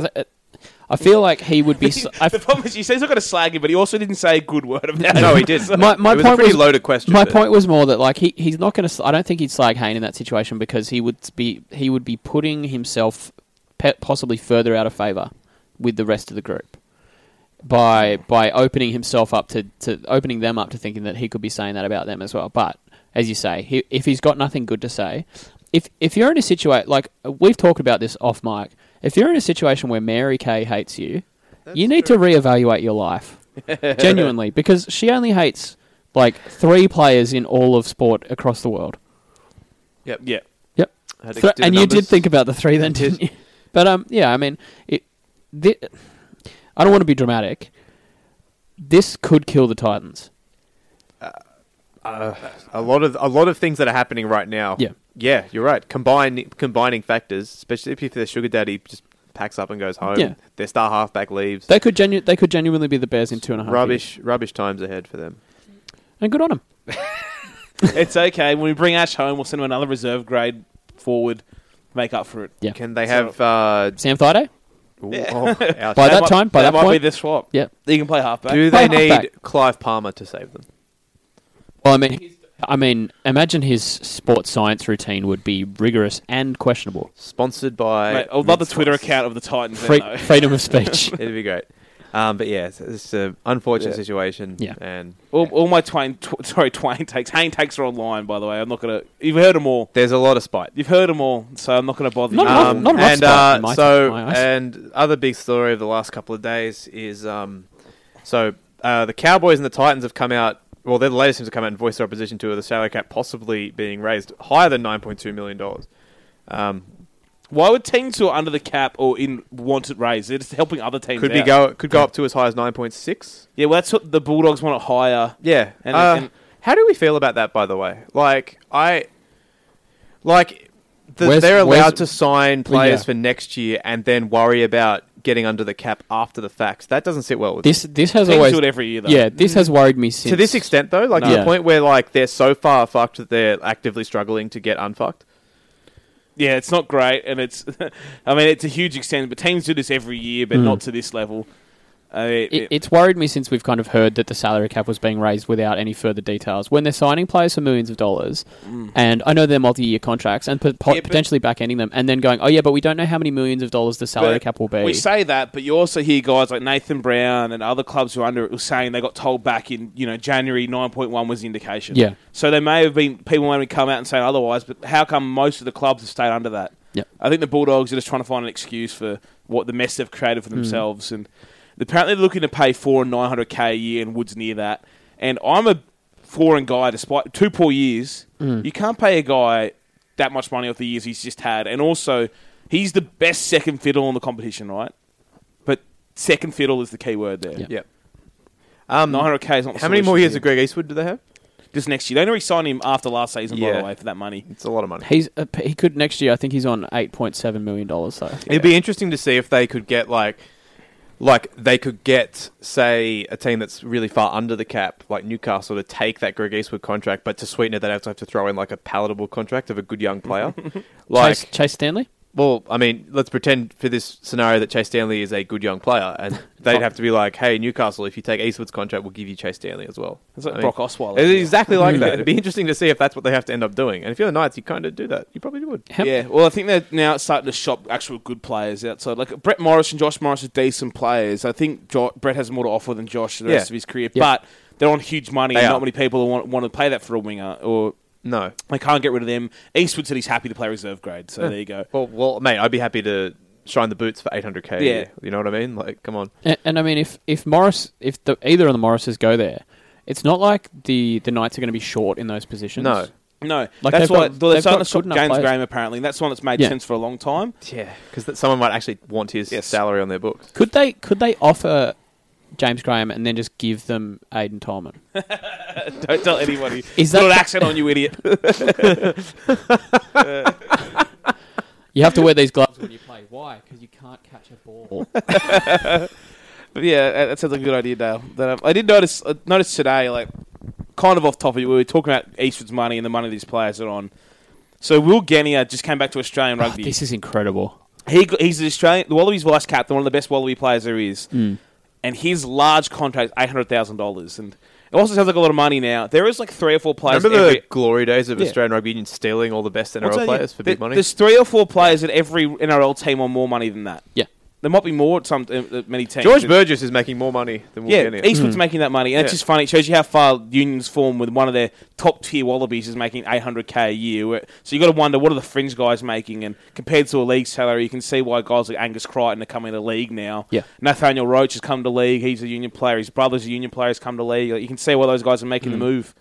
S4: I feel like he would be. s- I-
S3: the problem is, he says he's not going to slag him, but he also didn't say a good word about
S2: no,
S3: it.
S2: he didn't.
S4: My- my
S2: it was a
S4: point
S2: pretty
S4: was-
S2: loaded question.
S4: My
S2: but-
S4: point was more that like he, he's not going to. I don't think he'd slag Hayne in that situation because he would be he would be putting himself pe- possibly further out of favour with the rest of the group by by opening himself up to, to opening them up to thinking that he could be saying that about them as well. But as you say, he, if he's got nothing good to say, if if you're in a situation like we've talked about this off mic, if you're in a situation where Mary Kay hates you, you need to reevaluate your life genuinely because she only hates like three players in all of sport across the world.
S2: Yep.
S3: Yeah.
S4: Yep.
S2: I had to
S4: Thre-
S2: do the
S4: and you did
S2: numbers.
S4: think about the three then, didn't you? But um, yeah, I mean, it. Thi- I don't want to be dramatic. This could kill the Titans.
S2: a lot of a lot of things that are happening right now.
S4: Yeah.
S2: yeah, you're right. Combine combining factors, especially if their sugar daddy just packs up and goes home.
S4: Yeah.
S2: Their star halfback leaves.
S4: They could genu- They could genuinely be the Bears in two and a half. years.
S2: rubbish, rubbish times ahead for them.
S4: And good on them.
S3: it's okay. When we bring Ash home, we'll send him another reserve grade forward, make up for it.
S4: Yeah.
S2: Can they have? Uh,
S4: Sam Thaiday.
S2: oh, ouch.
S4: By that
S3: might-
S4: time, by that,
S3: might
S4: point,
S3: be the swap.
S4: yeah.
S3: He can play halfback.
S2: do
S4: Play
S2: they need
S4: halfback.
S2: Clive Palmer to save them?
S4: Well, I mean, I mean, imagine his sports science routine would be rigorous and questionable.
S2: Sponsored by.
S3: Mate, I love the
S2: Mid-Spice.
S3: Twitter account of the Titans. then,
S4: Free-
S3: though.
S4: freedom of speech.
S2: It'd be great. Um, but yeah, it's, it's an unfortunate
S3: Yeah.
S2: situation.
S4: Yeah.
S2: And
S3: All, all my Twain, tw- sorry, Twain takes, Hayne takes are online. By the way, I'm not gonna. You've heard them all.
S2: there's a lot of spite.
S3: You've heard them all, so I'm not gonna bother
S4: Not
S3: you.
S4: enough-
S2: Um,
S4: not enough
S2: and
S4: spite
S2: uh,
S4: in my-
S2: so
S4: my eyes.
S2: and other big story of the last couple of days is um, so uh, the Cowboys and the Titans have come out well, they're the latest teams to come out and voice their opposition to the salary cap possibly being raised higher than nine point two million dollars. Um,
S3: Why would teams who are under the cap or in want it raised? They're just helping other teams.
S2: could
S3: out.
S2: be go could go up to as high as nine point six.
S3: Yeah, well, that's what the Bulldogs want it higher.
S2: Yeah.
S3: And-
S2: Uh,
S3: and-
S2: how do we feel about that, by the way? Like I, like the,
S4: Where's-
S2: they're
S4: where's-
S2: allowed to sign
S4: Well, yeah.
S2: players for next year and then worry about getting under the cap after the fact. That doesn't sit well with
S4: This this has
S3: Teams
S4: always
S3: do it every year, though.
S4: yeah this has worried me since
S2: to this extent, though, like to
S4: No.
S2: the point where like they're so far fucked that they're actively struggling to get unfucked.
S3: Yeah, it's not great, and it's, I mean, it's a huge extent. But teams do this every year, but not to this level. Uh, I mean,
S4: It, it's worried me since we've kind of heard that the salary cap was being raised without any further details. When they're signing players for millions of dollars, and I know they're multi-year contracts and po- po-
S8: Yeah, but-
S4: potentially back ending them, and then going, oh yeah, but we don't know how many millions of dollars the salary
S3: But
S4: cap will be.
S3: We say that, but you also hear guys like Nathan Brown and other clubs who are under it were saying they got told back in you know January nine point one was the indication.
S4: Yeah.
S3: So they may have been people may have come out and saying otherwise, but how come most of the clubs have stayed under that?
S4: Yep.
S3: I think the Bulldogs are just trying to find an excuse for what the mess they've created
S4: Mm.
S3: for themselves, and apparently they're looking to pay four and nine hundred k a year, and Woods near that. And I'm a foreign guy, despite two poor years,
S4: Mm.
S3: you can't pay a guy that much money off the years he's just had, and also he's the best second fiddle in the competition, right? But second fiddle is the key word there.
S4: Yeah.
S2: Yep. Um,
S3: 900k is not. the
S2: how many
S3: solution
S2: more years
S3: here.
S2: of Greg Eastwood do they have?
S3: Just next year. They only signed him after last season, by
S2: Yeah.
S3: the way, for that money.
S2: It's a lot of money.
S4: He's uh, p- he could next year. I think he's on eight point seven million dollars. So
S2: It'd be interesting to see if they could get like, like they could get say a team that's really far under the cap, like Newcastle, to take that Greg Eastwood contract, but to sweeten it, they'd have to have to throw in like a palatable contract of a good young player. like,
S4: Chase, Chase Stanley.
S2: well, I mean, let's pretend for this scenario that Chase Stanley is a good young player, and they'd have to be like, hey, Newcastle, if you take Eastwood's contract, we'll give you Chase Stanley as well.
S3: It's like
S2: I mean,
S3: Brock Osweiler.
S2: It's exactly like that. It'd be interesting to see if that's what they have to end up doing. And if you're the Knights, you kind of do that. You probably would.
S4: How-
S3: Yeah, well, I think they're now starting to shop actual good players outside. Like Brett Morris and Josh Morris are decent players. I think jo- Brett has more to offer than Josh the rest
S2: Yeah.
S3: of his career,
S4: Yeah.
S3: but they're on huge money,
S2: They
S3: and
S2: are.
S3: not many people want, want to pay that for a winger, or
S2: No.
S3: they can't get rid of them. Eastwood said he's happy to play reserve grade, so there you go.
S2: Well, well, mate, I'd be happy to shine the boots for 800k. a
S3: Yeah.
S2: year. You know what I mean? Like, come on.
S4: And, and I mean, if if Morris, if the, either of the Morrises go there, it's not like the the Knights are going to be short in those positions.
S2: No.
S3: No,
S4: Like,
S3: that's
S4: they've
S3: why
S4: got-
S3: they're
S4: they've
S3: starting
S4: got
S3: to shop
S4: good enough
S3: James
S4: players.
S3: Graham apparently, and that's one that's made
S4: Yeah.
S3: sense for a long time.
S2: Yeah. Because someone might actually want his
S3: Yes.
S2: salary on their books.
S4: Could they could they offer James Graham and then just give them Aiden Tolman?
S3: Don't tell anybody.
S4: Is
S3: Put
S4: that
S3: an
S4: the-
S3: accent on you, idiot.
S4: You have to wear these gloves when you play. Why? Because you can't catch a ball.
S2: Oh,
S3: But yeah, that- that sounds like a good idea, Dale. That, um, I did notice uh, notice today, like kind of off topic, we were talking about Eastwood's money and the money these players are on. So Will Genia just came back to Australian rugby.
S4: this is incredible.
S3: he got- he's the Australian the Wallabies vice captain, one of the best Wallaby players there is, and his large contract eight hundred thousand dollars, and it also sounds like a lot of money now. There is like three or four players.
S2: Remember the
S3: every-
S2: glory days of
S3: Yeah.
S2: Australian rugby union stealing all the best
S3: What's
S2: NRL
S3: that?
S2: players for
S3: There-
S2: big money?
S3: There's three or four players at every NRL team on more money than that.
S4: Yeah.
S3: There might be more at some uh, at many teams.
S2: George Burgess is making more money than Will
S3: Yeah,
S2: Kenny.
S4: Hmm.
S3: Eastwood's making that money, and it's
S2: Yeah.
S3: just funny. It shows you how far unions form with one of their top tier Wallabies is making 800k a year. where- So you got to wonder what are the fringe guys making, and compared to a league salary, you can see why guys like Angus Crichton are coming to the league now.
S4: Yeah.
S3: Nathaniel Roach has come to league. He's a union player. His brother's a union player. Has come to league. Like, you can see why those guys are making the move.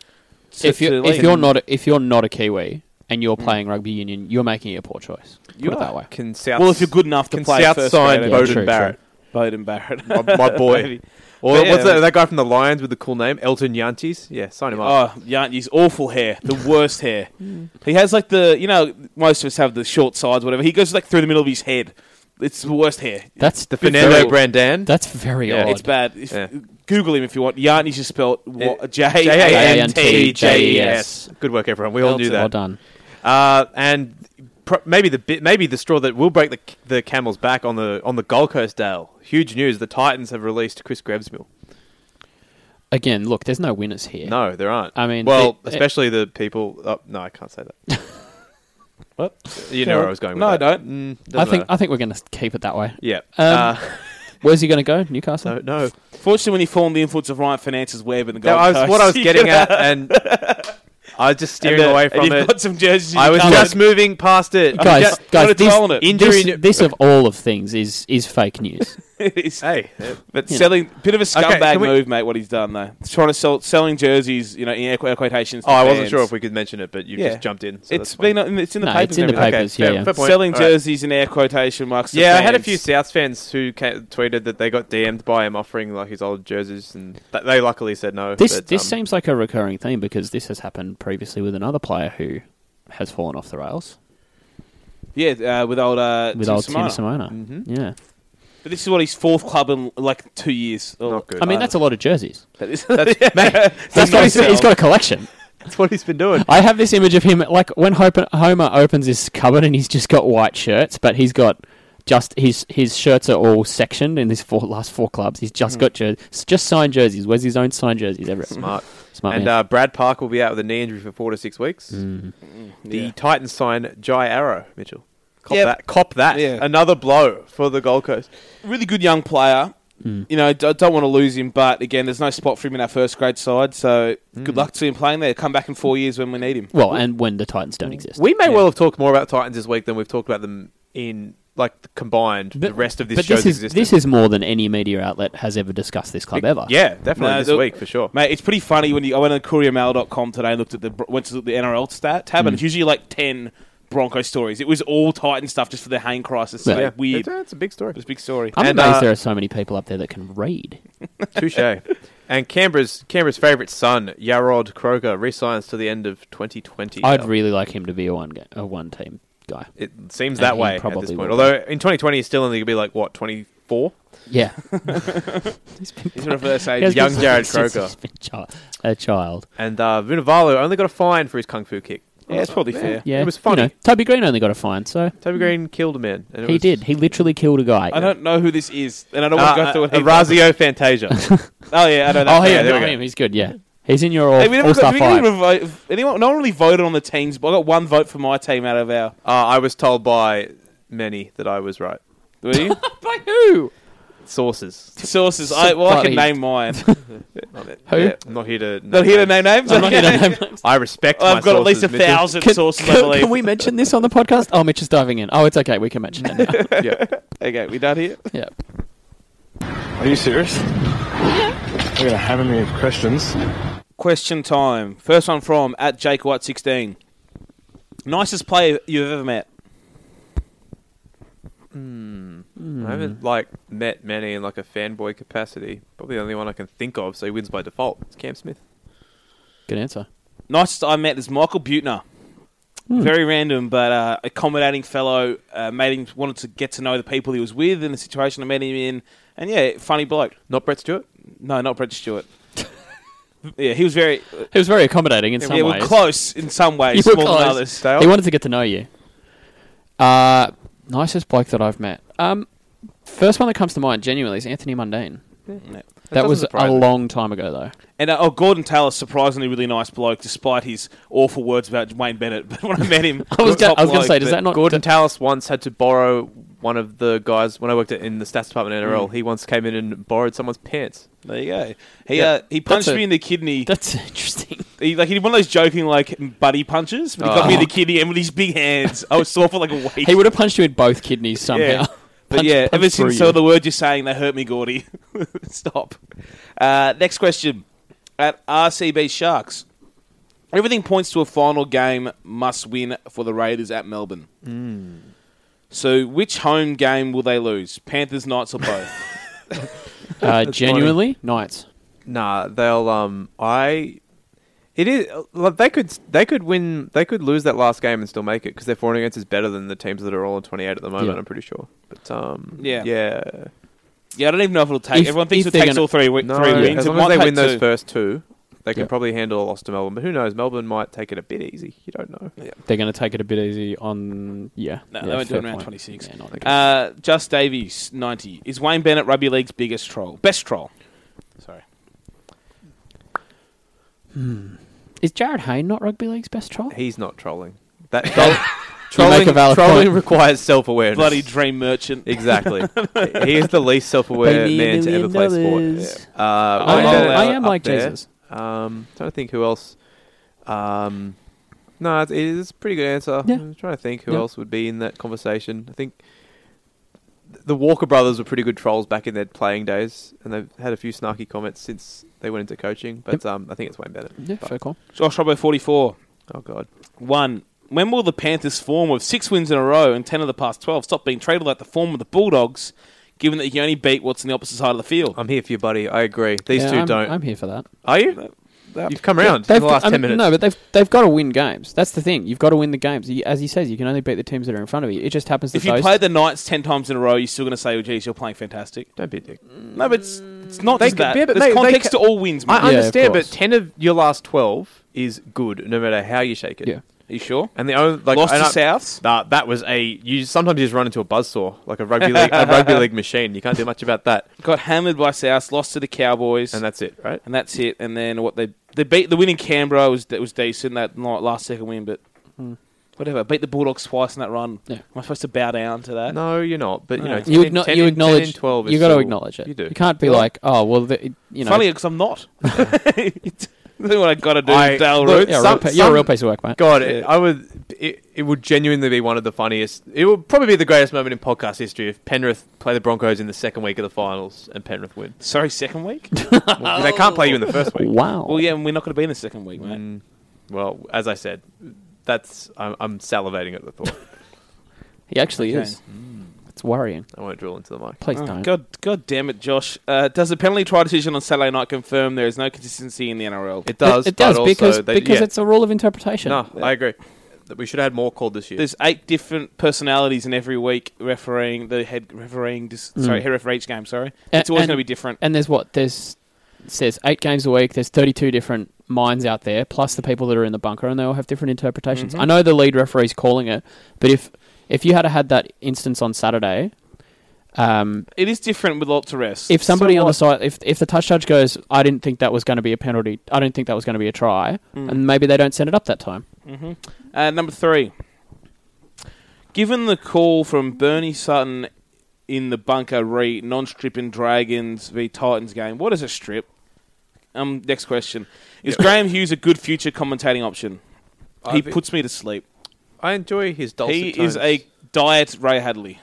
S3: to-
S4: Hmm. if
S3: to
S4: you
S3: the
S4: if
S3: league.
S4: you're not if you're not a Kiwi and
S2: Mm.
S4: you're playing rugby union, you're making a poor choice.
S3: You
S4: Put it
S3: are.
S4: that way.
S2: Can South,
S3: well, if you're good enough to
S2: can
S3: play
S2: South
S3: first
S2: sign
S3: grade,
S4: Yeah,
S2: Bowden
S4: true, true.
S2: Barrett,
S3: Bowden Barrett.
S2: my, my boy.
S3: Maybe.
S2: or
S3: But
S2: what's
S3: yeah,
S2: that,
S3: that's-
S2: that guy from the Lions with the cool name? Elton Yantis? Yeah, sign him up.
S3: Oh, yeah, he's awful hair. The worst hair. He has like the, you know, most of us have the short sides, whatever. He goes like through the middle of his head. It's the worst hair.
S4: That's
S2: the Fernando
S3: very-
S2: Brandan.
S4: That's very
S2: Yeah,
S4: odd.
S3: It's bad. If,
S2: Yeah.
S3: Google him if you want. Yarnies is spelled
S2: Yeah.
S3: J A N T J E S.
S4: J-E-S.
S2: Good work, everyone. We all knew
S4: Well
S2: that.
S4: done.
S2: Uh, and pro- maybe the bit, maybe the straw that will break the the camel's back on the on the Gold Coast Dale. Huge news: the Titans have released Chris Grebsmill.
S4: Again, look, there's no winners here.
S2: No, there aren't.
S4: I mean,
S2: well,
S4: it-
S2: especially the people. Oh, no, I can't say that.
S3: What?
S2: You know where I was going. With
S3: No, I
S2: that.
S3: don't.
S2: Mm,
S4: I
S2: doesn't
S4: think
S2: matter.
S4: I think we're going to keep it that way.
S2: yeah.
S4: Um,
S2: uh,
S4: Where's he going to go? Newcastle.
S2: no, no.
S3: Fortunately, when you fall in the influence of Ryan Finance's web and the
S2: That was
S3: Gold
S2: what I was
S3: Coast,
S2: getting
S3: you know,
S2: at, and I was just
S3: and
S2: steering
S3: the-
S2: away
S3: and
S2: from
S3: you've
S2: it.
S3: got some jerseys.
S2: I was
S3: you
S2: just moving past it, I mean,
S4: guys,
S2: ju-
S4: guys,
S2: gotta
S4: this,
S2: dwell on it.
S4: this-
S2: Injury.
S4: this of all of things is is fake news.
S3: It's-
S2: Hey, uh,
S3: but selling bit of a scumbag
S2: can we-
S3: move, mate. What he's done though, It's trying to sell selling jerseys, you know, in air qu- air quotations. to
S2: oh, I wasn't
S3: fans.
S2: sure if we could mention it, but you
S3: Yeah.
S2: just jumped in. So
S3: it's
S2: that's fine.
S3: been on- it's in the
S4: No,
S3: papers.
S4: it's in the
S3: and everything.
S4: papers.
S2: Okay,
S4: yeah,
S2: fair-
S4: yeah.
S2: fair point.
S3: Selling
S2: All right.
S3: jerseys in air quotation marks. to
S2: Yeah, I had a
S3: fans.
S2: few South fans who ca tweeted that they got DM'd by him offering like his old jerseys, and th- they luckily said no.
S4: This
S2: but,
S4: this
S2: um,
S4: seems like a recurring theme because this has happened previously with another player who has fallen off the rails
S3: Yeah, uh, with old uh,
S4: with
S3: Tim
S4: old
S3: Simona.
S4: Tim Simona.
S2: Mm-hmm.
S4: Yeah,
S3: But this is what his fourth club in like two years. Oh,
S2: Not good.
S4: I mean that's a lot of jerseys.
S3: that is-
S4: He's got, he's- he's got a collection.
S2: that's what he's been doing.
S4: I have this image of him like when Hope- Homer opens his cupboard and he's just got white shirts, but he's got just his his shirts are all sectioned in his four last four clubs. He's
S2: Mm.
S4: just got jerseys, just signed jerseys. Where's his own signed jerseys? Everett
S2: Smart.
S4: smart
S2: and
S4: man.
S2: uh, Brad Park will be out with a knee injury for four to six weeks.
S3: Mm. Mm-hmm.
S2: The Titans sign Jai Arrow, Mitchell. Cop
S3: Yeah.
S2: that. Cop that.
S3: Yeah.
S2: Another blow for the Gold Coast.
S3: really good young player.
S4: Hmm.
S3: You know, I don't want to lose him, but again, there's no spot for him in our first grade side. So
S2: Hmm.
S3: good luck to him playing there. Come back in four years when we need him.
S4: well, and when the Titans don't exist,
S2: We may
S3: Yeah.
S2: well have talked more about Titans this week than we've talked about them in like combined the rest of this
S4: but
S2: show's
S4: this is
S2: existence.
S4: this is more than any media outlet has ever discussed this club ever.
S2: Yeah, definitely
S3: No,
S2: this
S3: the-
S2: week for sure.
S3: Mate, it's pretty funny when you. I went on couriermail.com today and looked at the went to the NRL stat tab,
S2: Mm.
S3: and it's usually like ten Bronco stories. It was all Titan stuff just for the Hain crisis. So
S4: Yeah.
S3: weird.
S2: It's, a- it's a big story.
S3: It was a big story.
S4: I'm
S2: And,
S4: amazed
S2: uh,
S4: there are so many people up there that can read.
S2: Touche. And Canberra's Canberra's favourite son, Yarod Kroger, resigns to the end of 2020.
S4: I'd really like him to be a one ga- a one team guy.
S2: it seems
S4: and
S2: that
S4: he
S2: way at
S4: probably
S2: this point.
S4: will.
S2: Although in 2020, he's still only going to be like what 24.
S4: Yeah,
S3: He's sort of first
S4: He has
S3: age.
S4: been-
S2: young Jared
S4: since
S2: Croker.
S4: he's been chi- a child.
S2: And uh, Vunivalu only got a fine for his kung fu kick.
S3: Yeah, it's probably fair.
S4: Yeah,
S2: It was
S4: you know,
S2: funny.
S4: Toby Green only got a fine, so
S2: Toby Green killed a man. And it
S4: he
S2: was-
S4: did. He literally killed a guy.
S3: I don't know who this is, and I don't want to
S2: Uh,
S3: go through
S2: uh,
S3: it. either.
S2: Razio Fantasia. Uh,
S3: Oh yeah, I know
S4: oh,
S3: that.
S4: hey,
S2: yeah,
S4: yeah,
S2: there we go.
S4: him. He's good. Yeah, he's in your all,
S3: Hey, we never
S4: all-star
S3: got, we
S4: five.
S3: didn't even vote, anyone, no one really voted on the teams, but I got one vote for my team out of our.
S2: uh, I was told by many that I was right.
S3: Were you?
S4: By who?
S2: Sources.
S3: Sources. I, well, I can
S4: Bloody-
S3: name mine.
S4: Who?
S2: Yeah, I'm not here to.
S3: Not here to name names.
S4: I'm not gonna name-
S2: I respect. my
S3: I've got at least
S2: sources,
S3: a
S2: Mitchell.
S3: thousand
S4: Can,
S3: sources, I
S4: can-
S3: believe.
S4: can we mention this on the podcast? Oh, Mitch is diving in. Oh, it's okay. We can mention it. Now.
S2: yeah.
S3: Okay, we done here?
S4: yeah.
S9: Are you serious? Yeah. I got a hammer me of questions.
S3: Question time. First one from at Jake White sixteen. Nicest player you've ever met.
S2: I haven't like met many in like a fanboy capacity. Probably the only one I can think of. So he wins by default. It's Cam Smith.
S4: Good answer.
S3: Nicest I met is Michael Butner.
S4: Hmm.
S3: Very random, but uh, accommodating fellow. Uh, made him wanted to get to know the people he was with and the situation I met him in. And yeah, funny bloke.
S2: Not Brett Stewart.
S3: No, not Brett Stewart. yeah, he was very.
S4: He was very accommodating in some
S3: yeah, we're
S4: ways.
S3: close in some ways,
S4: You were
S3: more than
S4: close.
S3: others.
S2: Dale.
S4: He wanted to get to know you. Uh, nicest bloke that I've met. Um, first one that comes to mind, genuinely, is Anthony Mundine. That,
S2: doesn't
S4: was
S2: surprise
S4: a
S2: me.
S4: long time ago, though.
S3: And uh, oh, Gordon Taylor, surprisingly really nice bloke, despite his awful words about Wayne Bennett. But when I met him,
S4: I was, go-
S3: top
S4: I was going
S3: bloke,
S4: to say, does
S3: but-
S4: that not
S2: Gordon
S4: d-
S2: Tallis once had to borrow one of the guys when I worked at, in the stats department at NRL. He once came in and borrowed someone's pants.
S3: There you go. He
S2: Yeah.
S3: uh, he punched
S4: That's a-
S3: me in the kidney.
S4: That's interesting.
S3: He, like he did one of those joking like buddy punches, but he got me in the
S4: Oh.
S3: kidney and with his big hands, I was sore for like a week.
S4: He would have punched you in both kidneys somehow.
S3: Yeah. But
S4: Punch-
S3: yeah,
S4: punch
S3: ever
S4: through
S3: since so
S4: you.
S3: the word you're saying, they hurt me, Gordy. Stop. Uh, next question. At RCB Sharks, everything points to a final game must win for the Raiders at Melbourne.
S4: Hmm.
S3: So, which home game will they lose? Panthers, Knights, or both?
S4: uh, genuinely Knights.
S2: Nah, they'll um I it is like, they could they could win they could lose that last game and still make it because their four and against is better than the teams that are all in 28 at the moment
S4: Yeah.
S2: I'm pretty sure but um
S3: Yeah.
S2: yeah
S3: yeah, I don't even know if it'll take.
S4: If-
S3: Everyone thinks
S4: if
S3: it
S4: they're
S3: takes
S4: gonna-
S3: all three, wi-
S2: no
S3: three wins.
S2: as
S3: It
S2: long
S3: might
S2: as they
S3: take
S2: win those
S3: two.
S2: first two they can
S4: Yeah.
S2: probably handle a loss to Melbourne but who knows Melbourne might take it a bit easy you don't know
S4: They're going to take it a bit easy on. Yeah.
S3: No,
S4: yeah,
S3: they won't do
S4: fair
S3: it around
S4: point.
S3: 26.
S4: Yeah, not
S3: Uh, Just Davies, 90. Is Wayne Bennett Rugby League's biggest troll? Best troll. Sorry.
S4: Is Jared Hayne not rugby league's best troll?
S2: he's not trolling that trolling,
S4: make a valid
S2: trolling
S4: point.
S2: requires self awareness
S3: Bloody dream merchant.
S2: exactly he is the least self aware
S4: Pay me a
S2: man to ever
S4: million
S2: play sport
S4: dollars.
S2: Yeah. uh,
S4: I,
S2: Wayne
S4: am,
S2: Bennett
S4: I
S2: up
S4: am like
S2: there.
S4: Jesus.
S2: Um, trying to think who else. Um, no, it it is a pretty good answer.
S4: Yeah.
S2: I'm trying to think who
S4: Yeah.
S2: else would be in that conversation. I think the Walker brothers were pretty good trolls back in their playing days, and they've had a few snarky comments since they went into coaching. But um, I think it's Wayne Bennett.
S4: Yeah,
S2: But-
S4: fair call.
S3: Josh Robbo, 44.
S2: oh God,
S3: One, when will the Panthers' form of six wins in a row and 10 of the past 12 stop being traded like the form of the Bulldogs, given that you only beat what's on the opposite side of the field?
S2: I'm here for you, buddy. I agree. These
S4: Yeah,
S2: 2
S4: I'm,
S2: don't.
S4: I'm here for that.
S2: Are you? You've come around in the last
S4: I
S2: ten
S4: mean,
S2: minutes.
S4: um, No, but they've they've got to win games. That's the thing. You've got to win the games. You- As he says, you can only beat the teams that are in front of you. It just happens that
S3: If you
S4: those
S3: play the Knights 10 times in a row, you're still going to say, oh, geez, you're playing fantastic.
S2: don't be a dick.
S3: Mm. No, but it's, it's not
S2: They
S3: just
S2: can-
S3: that.
S2: yeah, but
S3: There's
S2: they- they
S3: context
S2: can-
S3: to all wins, mate.
S2: I
S4: Mm. Yeah, of
S2: understand, but
S4: course.
S2: ten of your last twelve is good, no matter how you shake it.
S4: Yeah.
S3: Are you sure?
S2: And the only like
S3: Lost
S2: and
S3: to
S2: I-
S3: Souths?
S2: Nah, that was a you sometimes just run into a buzzsaw like a rugby league a rugby league machine. You can't do much about that,
S3: Got hammered by Souths, lost to the Cowboys.
S2: and that's it, right?
S3: and that's it. And then what they they beat the win in Canberra was that was decent that night, last second win, but whatever. Beat the Bulldogs twice in that run.
S4: Hmm. Yeah.
S3: Am I supposed to bow down to that?
S2: No, you're not. But you know,
S3: No.
S2: 10,
S4: you, acknow-
S2: 10,
S4: you
S2: 10,
S4: acknowledge
S2: 12 is
S4: you got to
S2: still-
S4: acknowledge it.
S2: You do.
S4: can't be like, oh well, the, it- you know.
S3: Funny because I'm not. That's what I got to do,
S2: I-
S3: Dale
S2: look,
S3: Root.
S4: yeah,
S2: some-
S4: real, pa- you're a real
S2: some-
S4: piece of work, mate.
S2: God, it, I would. It, it would genuinely be one of the funniest. It would probably be the greatest moment in podcast history if Penrith play the Broncos in the second week of the finals and Penrith win.
S3: Sorry, second week.
S2: Well, They can't play you in the first week.
S4: Wow.
S3: well, yeah, and we're not going to be in the second week, mate.
S4: Mm,
S2: Well, as I said, that's I'm, I'm salivating at the thought.
S4: he actually
S3: Okay.
S4: is. It's worrying.
S2: I won't drill into the mic.
S4: Please
S3: Oh,
S4: don't.
S3: God, God damn it, Josh. Uh, does the penalty try decision on Saturday night confirm there is no consistency in the NRL?
S2: It does.
S4: it, it does
S2: but
S4: because
S2: also they,
S4: because
S2: yeah.
S4: it's a rule of interpretation.
S2: no. I agree. That We should have had more called this year.
S3: There's eight different personalities in every week refereeing the head refereeing. Dis- Sorry, head referee each game. Sorry,
S4: Mm. A-
S3: it's always
S4: and-
S3: going to be different.
S4: And there's what there's it says eight games a week. There's 32 different minds out there, plus the people that are in the bunker, and they all have different
S3: Mm-hmm.
S4: interpretations. I know the lead referee's calling it, but if if you had had that instance on Saturday, um,
S3: It is different with lot to rest.
S4: if somebody
S3: So
S4: on the
S3: what?
S4: side, if if the touch judge goes, I didn't think that was going to be a penalty. I didn't think that was going to be a try,
S3: Mm.
S4: and maybe they don't send it up that time.
S3: uh, number three, given the call from Bernie Sutton in the bunker re non-stripping Dragons v Titans game, what is a strip? Um, next question: Is Graham Hughes a good future commentating option?
S2: I
S3: He
S2: thi-
S3: puts me to sleep.
S2: I enjoy his dulcet
S3: He
S2: tones.
S3: is a diet Ray Hadley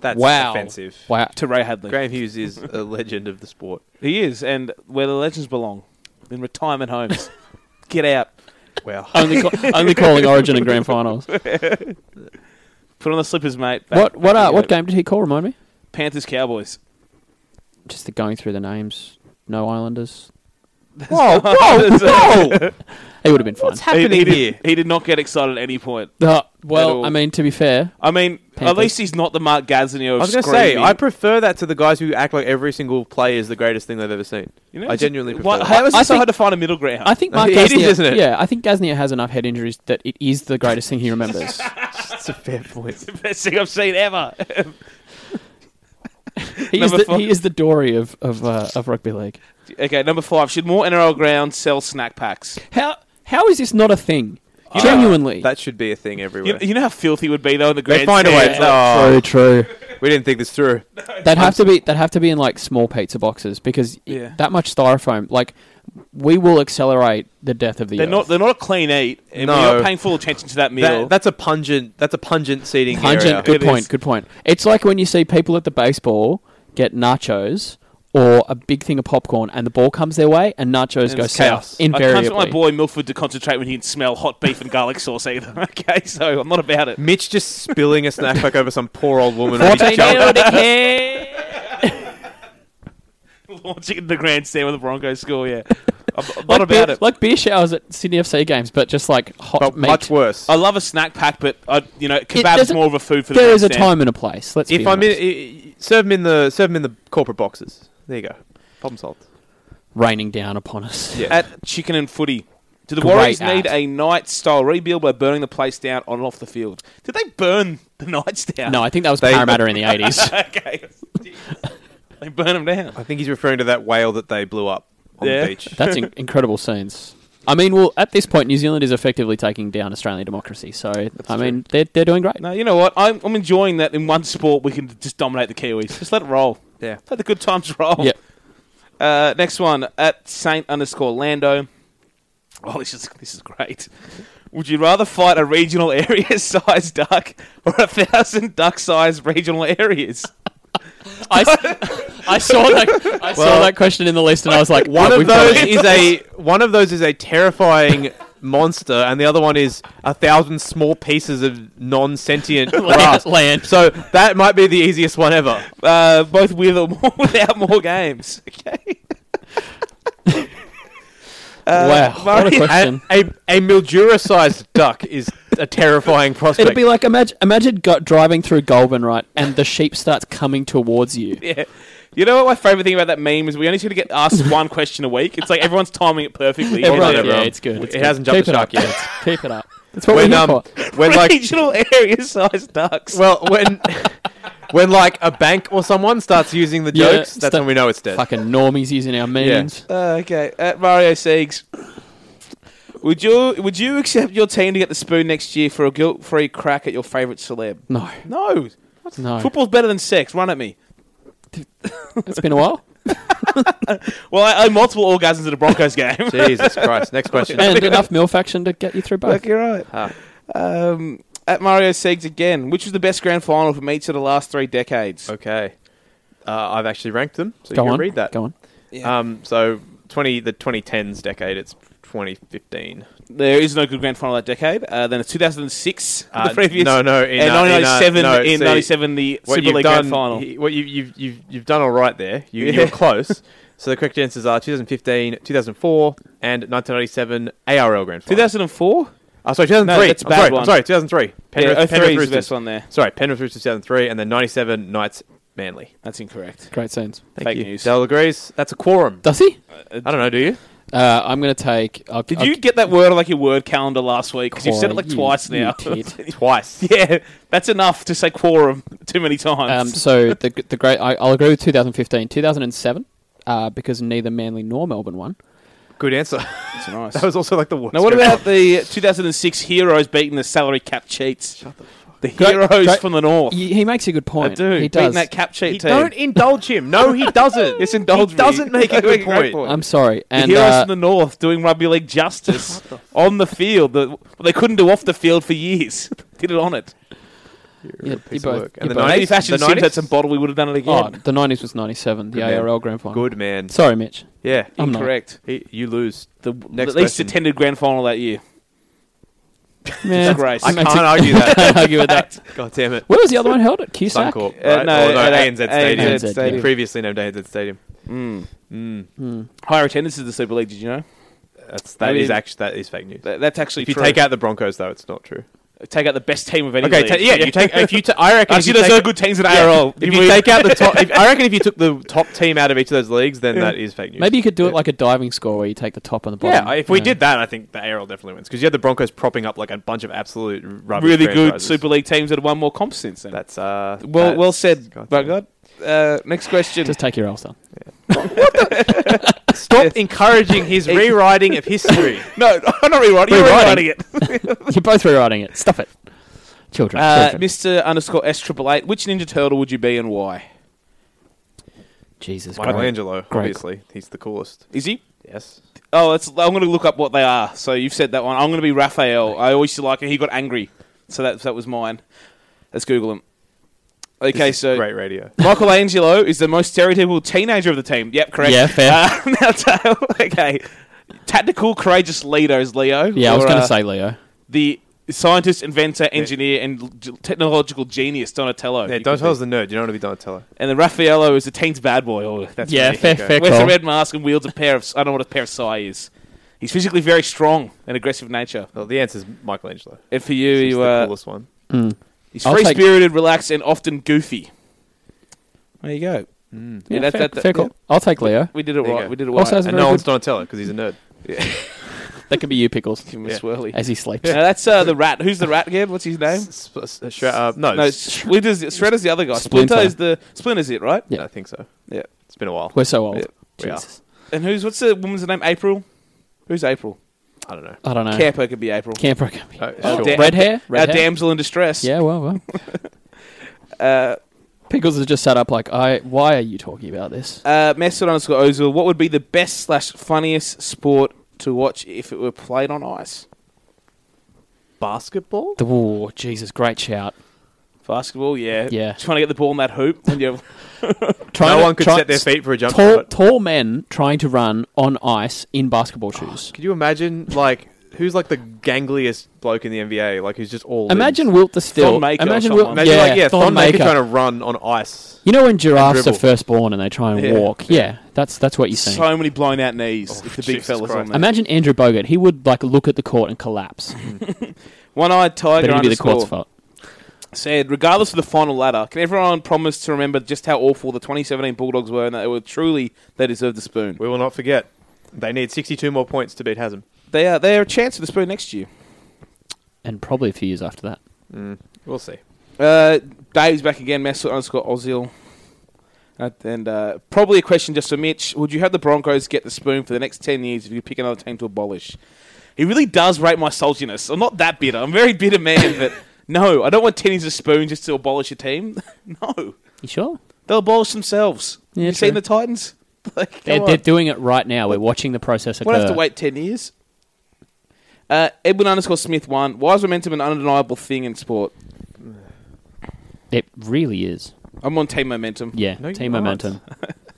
S2: that's
S4: wow.
S2: offensive.
S4: Wow.
S3: to Ray Hadley.
S2: Graham Hughes is a legend of the sport.
S3: He is, and where the legends belong, in retirement homes. Get out.
S2: Wow.
S4: only, ca- only calling Origin and Grand Finals.
S3: Put on the slippers, mate. Back-
S4: What what
S3: back
S4: uh,
S3: you
S4: what
S3: go.
S4: game did he call? Remind me.
S3: Panthers Cowboys.
S4: Just the going through the names. No Islanders.
S2: whoa, whoa, whoa!
S4: He would have been fine.
S2: What's happening
S3: he, he did,
S2: here?
S3: He did not get excited at any point.
S4: Uh,
S3: At
S4: well,
S3: all.
S4: I mean, to be fair,
S3: I mean, at
S4: Panthers.
S3: least he's not the Mark Gazzanier.
S2: I was going to say, I prefer that to the guys who act like every single play is the greatest thing they've ever seen. I genuinely prefer that.
S3: How is
S4: I- I
S3: it so
S4: think-
S3: hard to find a middle ground?
S4: I think Mark
S2: It is,
S4: Gasnier,
S2: isn't it?
S4: yeah, I think Gasnier has enough head injuries that it is the greatest thing he remembers.
S2: That's a fair point.
S3: the best thing I've seen ever.
S4: He is,
S3: Number
S4: the,
S3: four.
S4: he is the Dory of of, uh, of rugby league.
S3: okay, number five. Should more NRL grounds sell snack packs?
S4: How how is this not a thing? Genuinely,
S2: Oh, That should be a thing
S3: You,
S2: everywhere.
S3: you know how filthy it would be though in the grand
S2: they find a way.
S3: stand?
S2: It's like,
S4: true.
S2: "Oh, we didn't think this through.
S4: They'd have to be they'd have to be in like small pizza boxes because i-
S3: Yeah.
S4: that much styrofoam, like we will accelerate the death of the.
S3: They're
S4: earth.
S3: not. They're not a clean eat, and
S2: No.
S3: we're not paying full attention to that meal.
S2: That, that's a pungent. That's a pungent seating area.
S4: Pungent. Good
S3: It
S4: point.
S3: is.
S4: Good point. It's like when you see people at the baseball get nachos or a big thing of popcorn, and the ball comes their way, and nachos
S3: And
S4: go
S3: it's
S4: south.
S3: chaos. I can't
S4: Invariably,
S3: get my boy Milford to concentrate when he can smell hot beef and garlic sauce either. Okay, so I'm not about it.
S2: Mitch just spilling a snack pack over some poor old woman. with his
S4: 14
S2: junk.
S4: nil, dickhead.
S3: Launching into the grandstand with the Broncos score, yeah. I'm, I'm
S4: Like
S3: not about
S4: beer,
S3: it.
S4: Like beer showers at Sydney FC games, but just like hot
S2: But
S4: meat.
S2: much worse.
S3: I love a snack pack, but, I, you know,
S4: there's
S3: kebab's
S4: a-
S3: more of a food for the
S4: There is a
S3: grandstand.
S4: time and a place. Let's.
S2: If
S4: be
S2: I'm
S4: honest.
S2: in, i- i- serve them in the serve them in the corporate boxes. There you go. Problem solved.
S4: raining down upon us,
S2: Yeah.
S3: At Chicken and Footy. Do the
S4: Great
S3: Warriors need
S4: ad.
S3: a night style rebuild by burning the place down on and off the field? Did they burn the Knights down?
S4: no, I think that was
S2: They-
S4: Parramatta in the eighties.
S3: okay. they burn them down.
S2: I think he's referring to that whale that they blew up on
S3: Yeah.
S2: the beach.
S4: That's in- incredible scenes. I mean, well, at this point, New Zealand is effectively taking down Australian democracy. So, I mean, they're, they're doing great.
S3: No, you know what? I'm, I'm enjoying that in one sport we can just dominate the Kiwis. Just let it roll.
S2: Yeah.
S3: Let the good times roll.
S4: Yep.
S3: Uh, next one at Saint underscore Lando. Oh, this is this is great. Would you rather fight a regional area size duck or a thousand duck sized regional areas?
S4: I, s- I saw that. I saw that question in the list, and I was like,
S2: One
S4: "What,
S2: of
S4: we've
S2: those
S4: got it."
S2: is a one of those is a terrifying monster, and the other one is a thousand small pieces of non-sentient grass.
S4: land.
S2: So that might be the easiest one ever.
S3: Uh, both with or more, without more games. Okay.
S4: wow, what a question!
S2: A, a, a Mildura-sized duck is a terrifying prospect.
S4: It'd be like imagine imagine go- driving through Goulburn, right, and the sheep starts coming towards you.
S3: Yeah. You know what my favorite thing about that meme is? We only seem to get asked one question a week. It's like everyone's timing it perfectly.
S4: Everyone-
S2: done,
S4: yeah,
S2: everyone.
S4: it's good. It's
S2: It
S4: good.
S2: hasn't jumped
S4: Keep
S2: the
S4: it up,
S2: shark yet.
S4: kids. Keep it up. That's what
S2: when
S4: we're here
S2: um,
S4: for.
S2: when like
S3: Regional area size ducks.
S2: well when when like a bank or someone starts using the
S4: Yeah,
S2: jokes, that's
S4: sta-
S2: when we know it's dead.
S4: Fucking normies using our memes.
S3: Uh, okay, at Mario Siegs. Would you would you accept your team to get the spoon next year for a guilt free crack at your favourite celeb?
S4: No,
S3: No,
S4: no.
S3: football's better than sex. Run at me.
S4: It's been a while.
S3: Well, I, I had multiple orgasms at a Broncos game.
S2: Jesus Christ! Next question.
S4: and enough milf action to get you through both.
S3: Look, you're right.
S2: Ah.
S3: Um, at Mario Siegs again. Which was the best grand final from each of the last three decades?
S2: Okay, uh, I've actually ranked them, so
S4: Go
S2: you can
S4: on,
S2: read that.
S4: Go on.
S2: Um, so twenty the twenty tens decade. It's twenty fifteen.
S3: There is no good grand final that decade. Uh, then it's 2006.
S2: Uh,
S3: the previous.
S2: no, no, in,
S3: and
S2: uh, in, uh,
S3: 1997.
S2: no,
S3: in
S2: see,
S3: 97, the
S2: What
S3: Super
S2: you've
S3: League
S2: done,
S3: grand final.
S2: y- what you, you've you've you've done all right there. You, You're
S3: Yeah.
S2: close. so the correct answers are 2015, 2004, and 1997 ARL Grand Final.
S3: 2004.
S2: Oh, sorry, 2003.
S3: No, that's a
S2: I'm
S3: bad
S2: sorry,
S3: one.
S2: I'm sorry, 2003. Penrith,
S3: yeah, 03
S2: Penrith
S3: is
S2: Roosters.
S3: the best one there.
S2: Sorry, Penrith Roosters 2003, and then 97 Knights Manly.
S3: That's incorrect.
S4: Great scenes.
S2: Thank
S3: Fake
S2: you.
S3: news.
S2: Dale agrees. That's a quorum.
S4: Does he?
S2: I don't know. Do you?
S4: Uh, I'm going to take. I'll,
S3: Did
S4: I'll-
S3: you get that word on, like your word calendar last week? Because you've said it like
S4: You-
S3: twice
S4: you
S3: now.
S4: tit.
S2: Twice.
S3: yeah, that's enough to say quorum too many
S4: Um,
S3: times.
S4: so the the great. I, I'll agree with 2015, 2007, uh, because neither Manly nor Melbourne won.
S2: Good answer.
S3: that's nice.
S2: that was also like the worst.
S3: now, what
S2: Grand
S3: about the 2006 heroes beating the salary cap cheats? Shut the fuck. The
S4: Great-
S3: heroes
S4: great-
S3: from the north.
S4: He, he makes a good point.
S3: I do.
S4: He
S3: Beating
S4: does.
S3: that cap cheat team.
S2: Final. Don't indulge him. No, he doesn't.
S3: Yes, indulge
S2: He
S3: me.
S2: doesn't make a good
S3: Great
S2: point.
S4: I'm sorry. And
S3: the heroes
S4: uh,
S3: from the north doing rugby league justice on the field. The, what they couldn't do off the field for years. Did it on it.
S4: yeah, you
S2: of
S4: both-
S2: work.
S4: you
S2: And the
S4: both-
S2: nineties-
S3: Maybe fashion
S2: the
S3: seems
S2: 90s?
S3: had some bottle. We would have done it
S4: Oh,
S3: again.
S4: the 90s was 97, the
S2: Good man.
S4: ARL Grand Final.
S2: Good man.
S4: Sorry, Mitch.
S2: Yeah,
S4: I'm not.
S3: Correct.
S2: he, you lose.
S3: The
S2: Next
S3: least
S2: question.
S3: attended grand final that year.
S4: Man,
S3: Disgrace.
S2: I
S3: I
S2: can't
S4: makes it-
S2: argue that.
S4: can't argue with that.
S2: God damn it.
S4: Where was the other one held? At CUSAC?
S2: Suncorp. Right?
S3: Uh, no,
S2: Or
S3: at, uh,
S2: ANZ Stadium.
S4: ANZ, Stadium. yeah.
S2: Previously named ANZ Stadium. Mm.
S3: Higher attendance is the Super League. Did you know?
S2: That's that
S3: I
S2: is
S3: mean-
S2: actually that is fake news.
S3: That, that's actually
S2: If you
S3: true.
S2: take out the Broncos, though, it's not true.
S3: take out the best team of any
S2: Okay,
S3: league.
S2: ta- yeah, you take if you. ta- I reckon. if
S3: Actually,
S2: you
S3: there's
S2: take-
S3: no good teams in
S2: yeah,
S3: ARL.
S2: If you take out the top, if, I reckon if you took the top team out of each of those leagues, then that is fake news.
S4: Maybe you could do it like a diving score where you take the top and the
S2: Yeah,
S4: bottom.
S2: if we
S4: Yeah.
S2: did that, I think the ARL definitely wins because you had the Broncos propping up like a bunch of absolute rubbish
S3: really good
S2: franchises.
S3: Super League teams that have won more comps since then.
S2: That's uh,
S3: well, well
S2: that's-
S3: said,
S2: God
S3: by
S2: damn it.
S3: God. Uh, next question.
S4: Just take your L's son.
S2: Stop encouraging his rewriting of history.
S3: no, I'm Oh, not rewriting. You're
S4: Rewriting.
S3: rewriting it.
S4: You're both rewriting it. Stop it. Children.
S3: Uh,
S4: children.
S3: Mr. Underscore S Triple Eight. Which Ninja Turtle would you be and why?
S4: Jesus Christ.
S2: Michelangelo, obviously, he's the coolest.
S3: Is he?
S2: Yes.
S3: Oh, it's, I'm going to look up what they are. So you've said that one. I'm going to be Raphael. I always like it. He got angry, so that that was mine. Let's Google him. Okay,
S2: This is
S3: so
S2: great radio.
S3: Michelangelo is the most stereotypical teenager of the team. Yep, correct.
S4: Yeah, fair.
S2: Um,
S3: Uh, now, Dale, okay. Tactical, courageous leader is Leo.
S4: Yeah, I was
S3: or,
S4: going to
S3: uh,
S4: say Leo.
S3: the scientist, inventor, engineer, and g- technological genius Donatello.
S2: Yeah,
S3: You could
S2: Donatello's
S3: be.
S2: the nerd. You don't want to be Donatello.
S3: And then Raffaello is the teen's bad boy. Oh, that's
S4: Yeah,
S3: me.
S4: fair,
S2: okay.
S4: fair
S3: Wears
S4: call.
S3: a red mask and wields a pair of. s- I don't know what a pair of psi is. He's physically very strong and aggressive nature.
S2: Well, the answer's Michelangelo.
S3: And for you,
S2: He's
S3: you
S2: the
S3: uh,
S2: coolest one.
S3: he's
S4: I'll
S3: free
S4: take-
S3: spirited, relaxed, and often goofy. There you go.
S4: Yeah,
S3: that-
S4: fair,
S3: that-
S4: fair
S3: that-
S4: call. I'll take Leo.
S3: We did it
S2: There you
S3: right.
S2: go.
S3: We did it right.
S4: Also has a
S2: And
S4: very
S2: no
S4: good...
S2: one's Donatello because he's a nerd.
S4: That could be you, Pickles,
S3: Give him a
S2: Yeah.
S3: swirly.
S4: as he sleeps.
S3: Now that's uh, the rat. Who's the rat again? What's his name?
S2: S- s- uh, Shre- uh, no,
S3: No,
S2: s-
S3: Shredder's, Shredder's the other guy. Splinter,
S4: Splinter.
S3: is the Splinter's it, right?
S4: Yeah.
S2: I think so.
S3: Yeah.
S2: It's been a while.
S4: We're so old.
S3: Yeah,
S2: we are.
S4: Jesus.
S3: And who's what's the woman's name? April. Who's April?
S2: I don't know.
S4: I don't know.
S3: Camper could be April.
S4: Camper. can be-
S2: Uh,
S3: Oh,
S2: sure.
S3: damn.
S4: Red hair?
S3: Our
S4: Red hair?
S3: damsel in distress.
S4: Yeah, well, well.
S3: Uh,
S4: Pickles has just sat up like, I. why are you talking about this?
S3: uh, Mesut underscore Ozil. What would be the best slash funniest sport to watch if it were played on ice?
S2: Basketball?
S4: The war. Jesus, great shout.
S3: Basketball, yeah.
S4: Yeah.
S3: Just want to get the ball in that hoop. When you
S4: Trying
S2: no
S4: to-
S2: one could
S4: try-
S2: set their feet for a jump
S4: Tall,
S2: shot.
S4: tall men trying to run on ice in basketball shoes.
S2: Could you imagine, like, who's like the gangliest bloke in the NBA? Like, who's just all.
S4: Imagine
S2: limbs?
S4: Wilt the still.
S3: Thonmaker or
S4: Imagine
S3: someone.
S4: Wilt.
S2: Imagine,
S4: yeah,
S2: like, yeah, Thon Maker
S4: Thonmaker.
S2: trying to run on ice.
S4: You know when giraffes are
S2: dribble.
S4: first born and they try and
S2: Yeah.
S4: walk? Yeah, that's that's what you're seeing.
S3: so many blown out knees
S2: Oh,
S3: if the big
S2: Jesus
S3: fella's
S2: Christ.
S3: on there.
S4: Imagine Andrew Bogut. He would like look at the court and collapse.
S3: One eyed
S4: but
S3: tiger
S4: it'd be the
S3: underscore
S4: court's fault.
S3: said, regardless of the final ladder, can everyone promise to remember just how awful the 2017 Bulldogs were and that they were truly they deserved the spoon?
S2: We will not forget. They need 62 more points to beat Hasm.
S3: They are they are a chance for the spoon next year.
S4: And probably a few years after that.
S2: We'll see.
S3: Uh, Dave's back again, Messel underscore Ozil. Uh, and uh, probably a question just for Mitch. Would you have the Broncos get the spoon for the next 10 years if you pick another team to abolish? He really does rate my saltiness. I'm not that bitter. I'm a very bitter man, but no, I don't want 10 years of spoon just to abolish a team. no.
S4: You sure?
S3: They'll abolish themselves.
S4: Yeah,
S3: you
S4: true.
S3: seen the Titans? Like, come
S4: They're,
S3: on.
S4: they're doing it right now. We're watching the process occur.
S3: We'll have to wait 10 years. Uh, Edwin underscore Smith one. Why is momentum an undeniable thing in sport?
S4: It really is.
S3: I'm on team momentum.
S4: Yeah,
S2: No,
S4: team
S2: you aren't.
S4: momentum.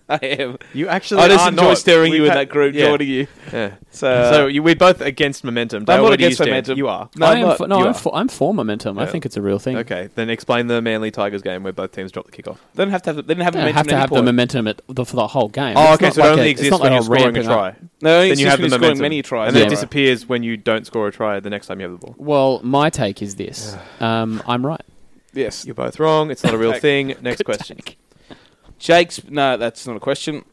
S3: I am.
S2: You actually
S3: I
S4: "Ah,
S3: just
S2: are
S3: enjoy
S2: not.
S3: staring
S2: We've
S3: you in
S2: had-
S3: that group,
S2: Yeah.
S3: Jordan. You.
S2: yeah.
S3: So,
S2: so you, we're both against momentum. Dale,
S3: not
S2: where do you
S3: against
S2: stand?
S3: momentum.
S2: You are.
S3: No,
S4: I
S3: I'm
S4: am
S3: not.
S4: for, no,
S3: You
S4: I'm
S3: are.
S4: for, I'm for momentum. I
S2: Yeah.
S4: think it's a real thing.
S2: Okay, then explain the Manly Tigers game where both teams dropped the kickoff.
S3: they don't have to have. They didn't have
S4: You don't
S3: momentum.
S4: have to
S3: at any
S4: have the
S3: point.
S4: momentum at the, for the whole game.
S2: Oh,
S4: It's
S2: okay,
S4: not
S2: so it
S4: like
S2: only
S4: a- it's
S2: exists
S4: not
S2: when
S4: like
S2: you're scoring a
S4: ramping up.
S2: try.
S3: No,
S2: Then you have the
S3: scoring
S2: momentum.
S3: many tries.
S2: And then
S4: Yeah.
S2: it disappears when you don't score a try the next time you have the ball.
S4: Well, my take is this. Um, I'm right.
S3: Yes,
S2: You're both wrong. It's not a real
S3: Take.
S2: thing. Next question.
S4: Take,
S3: Jake's. No, that's not a question.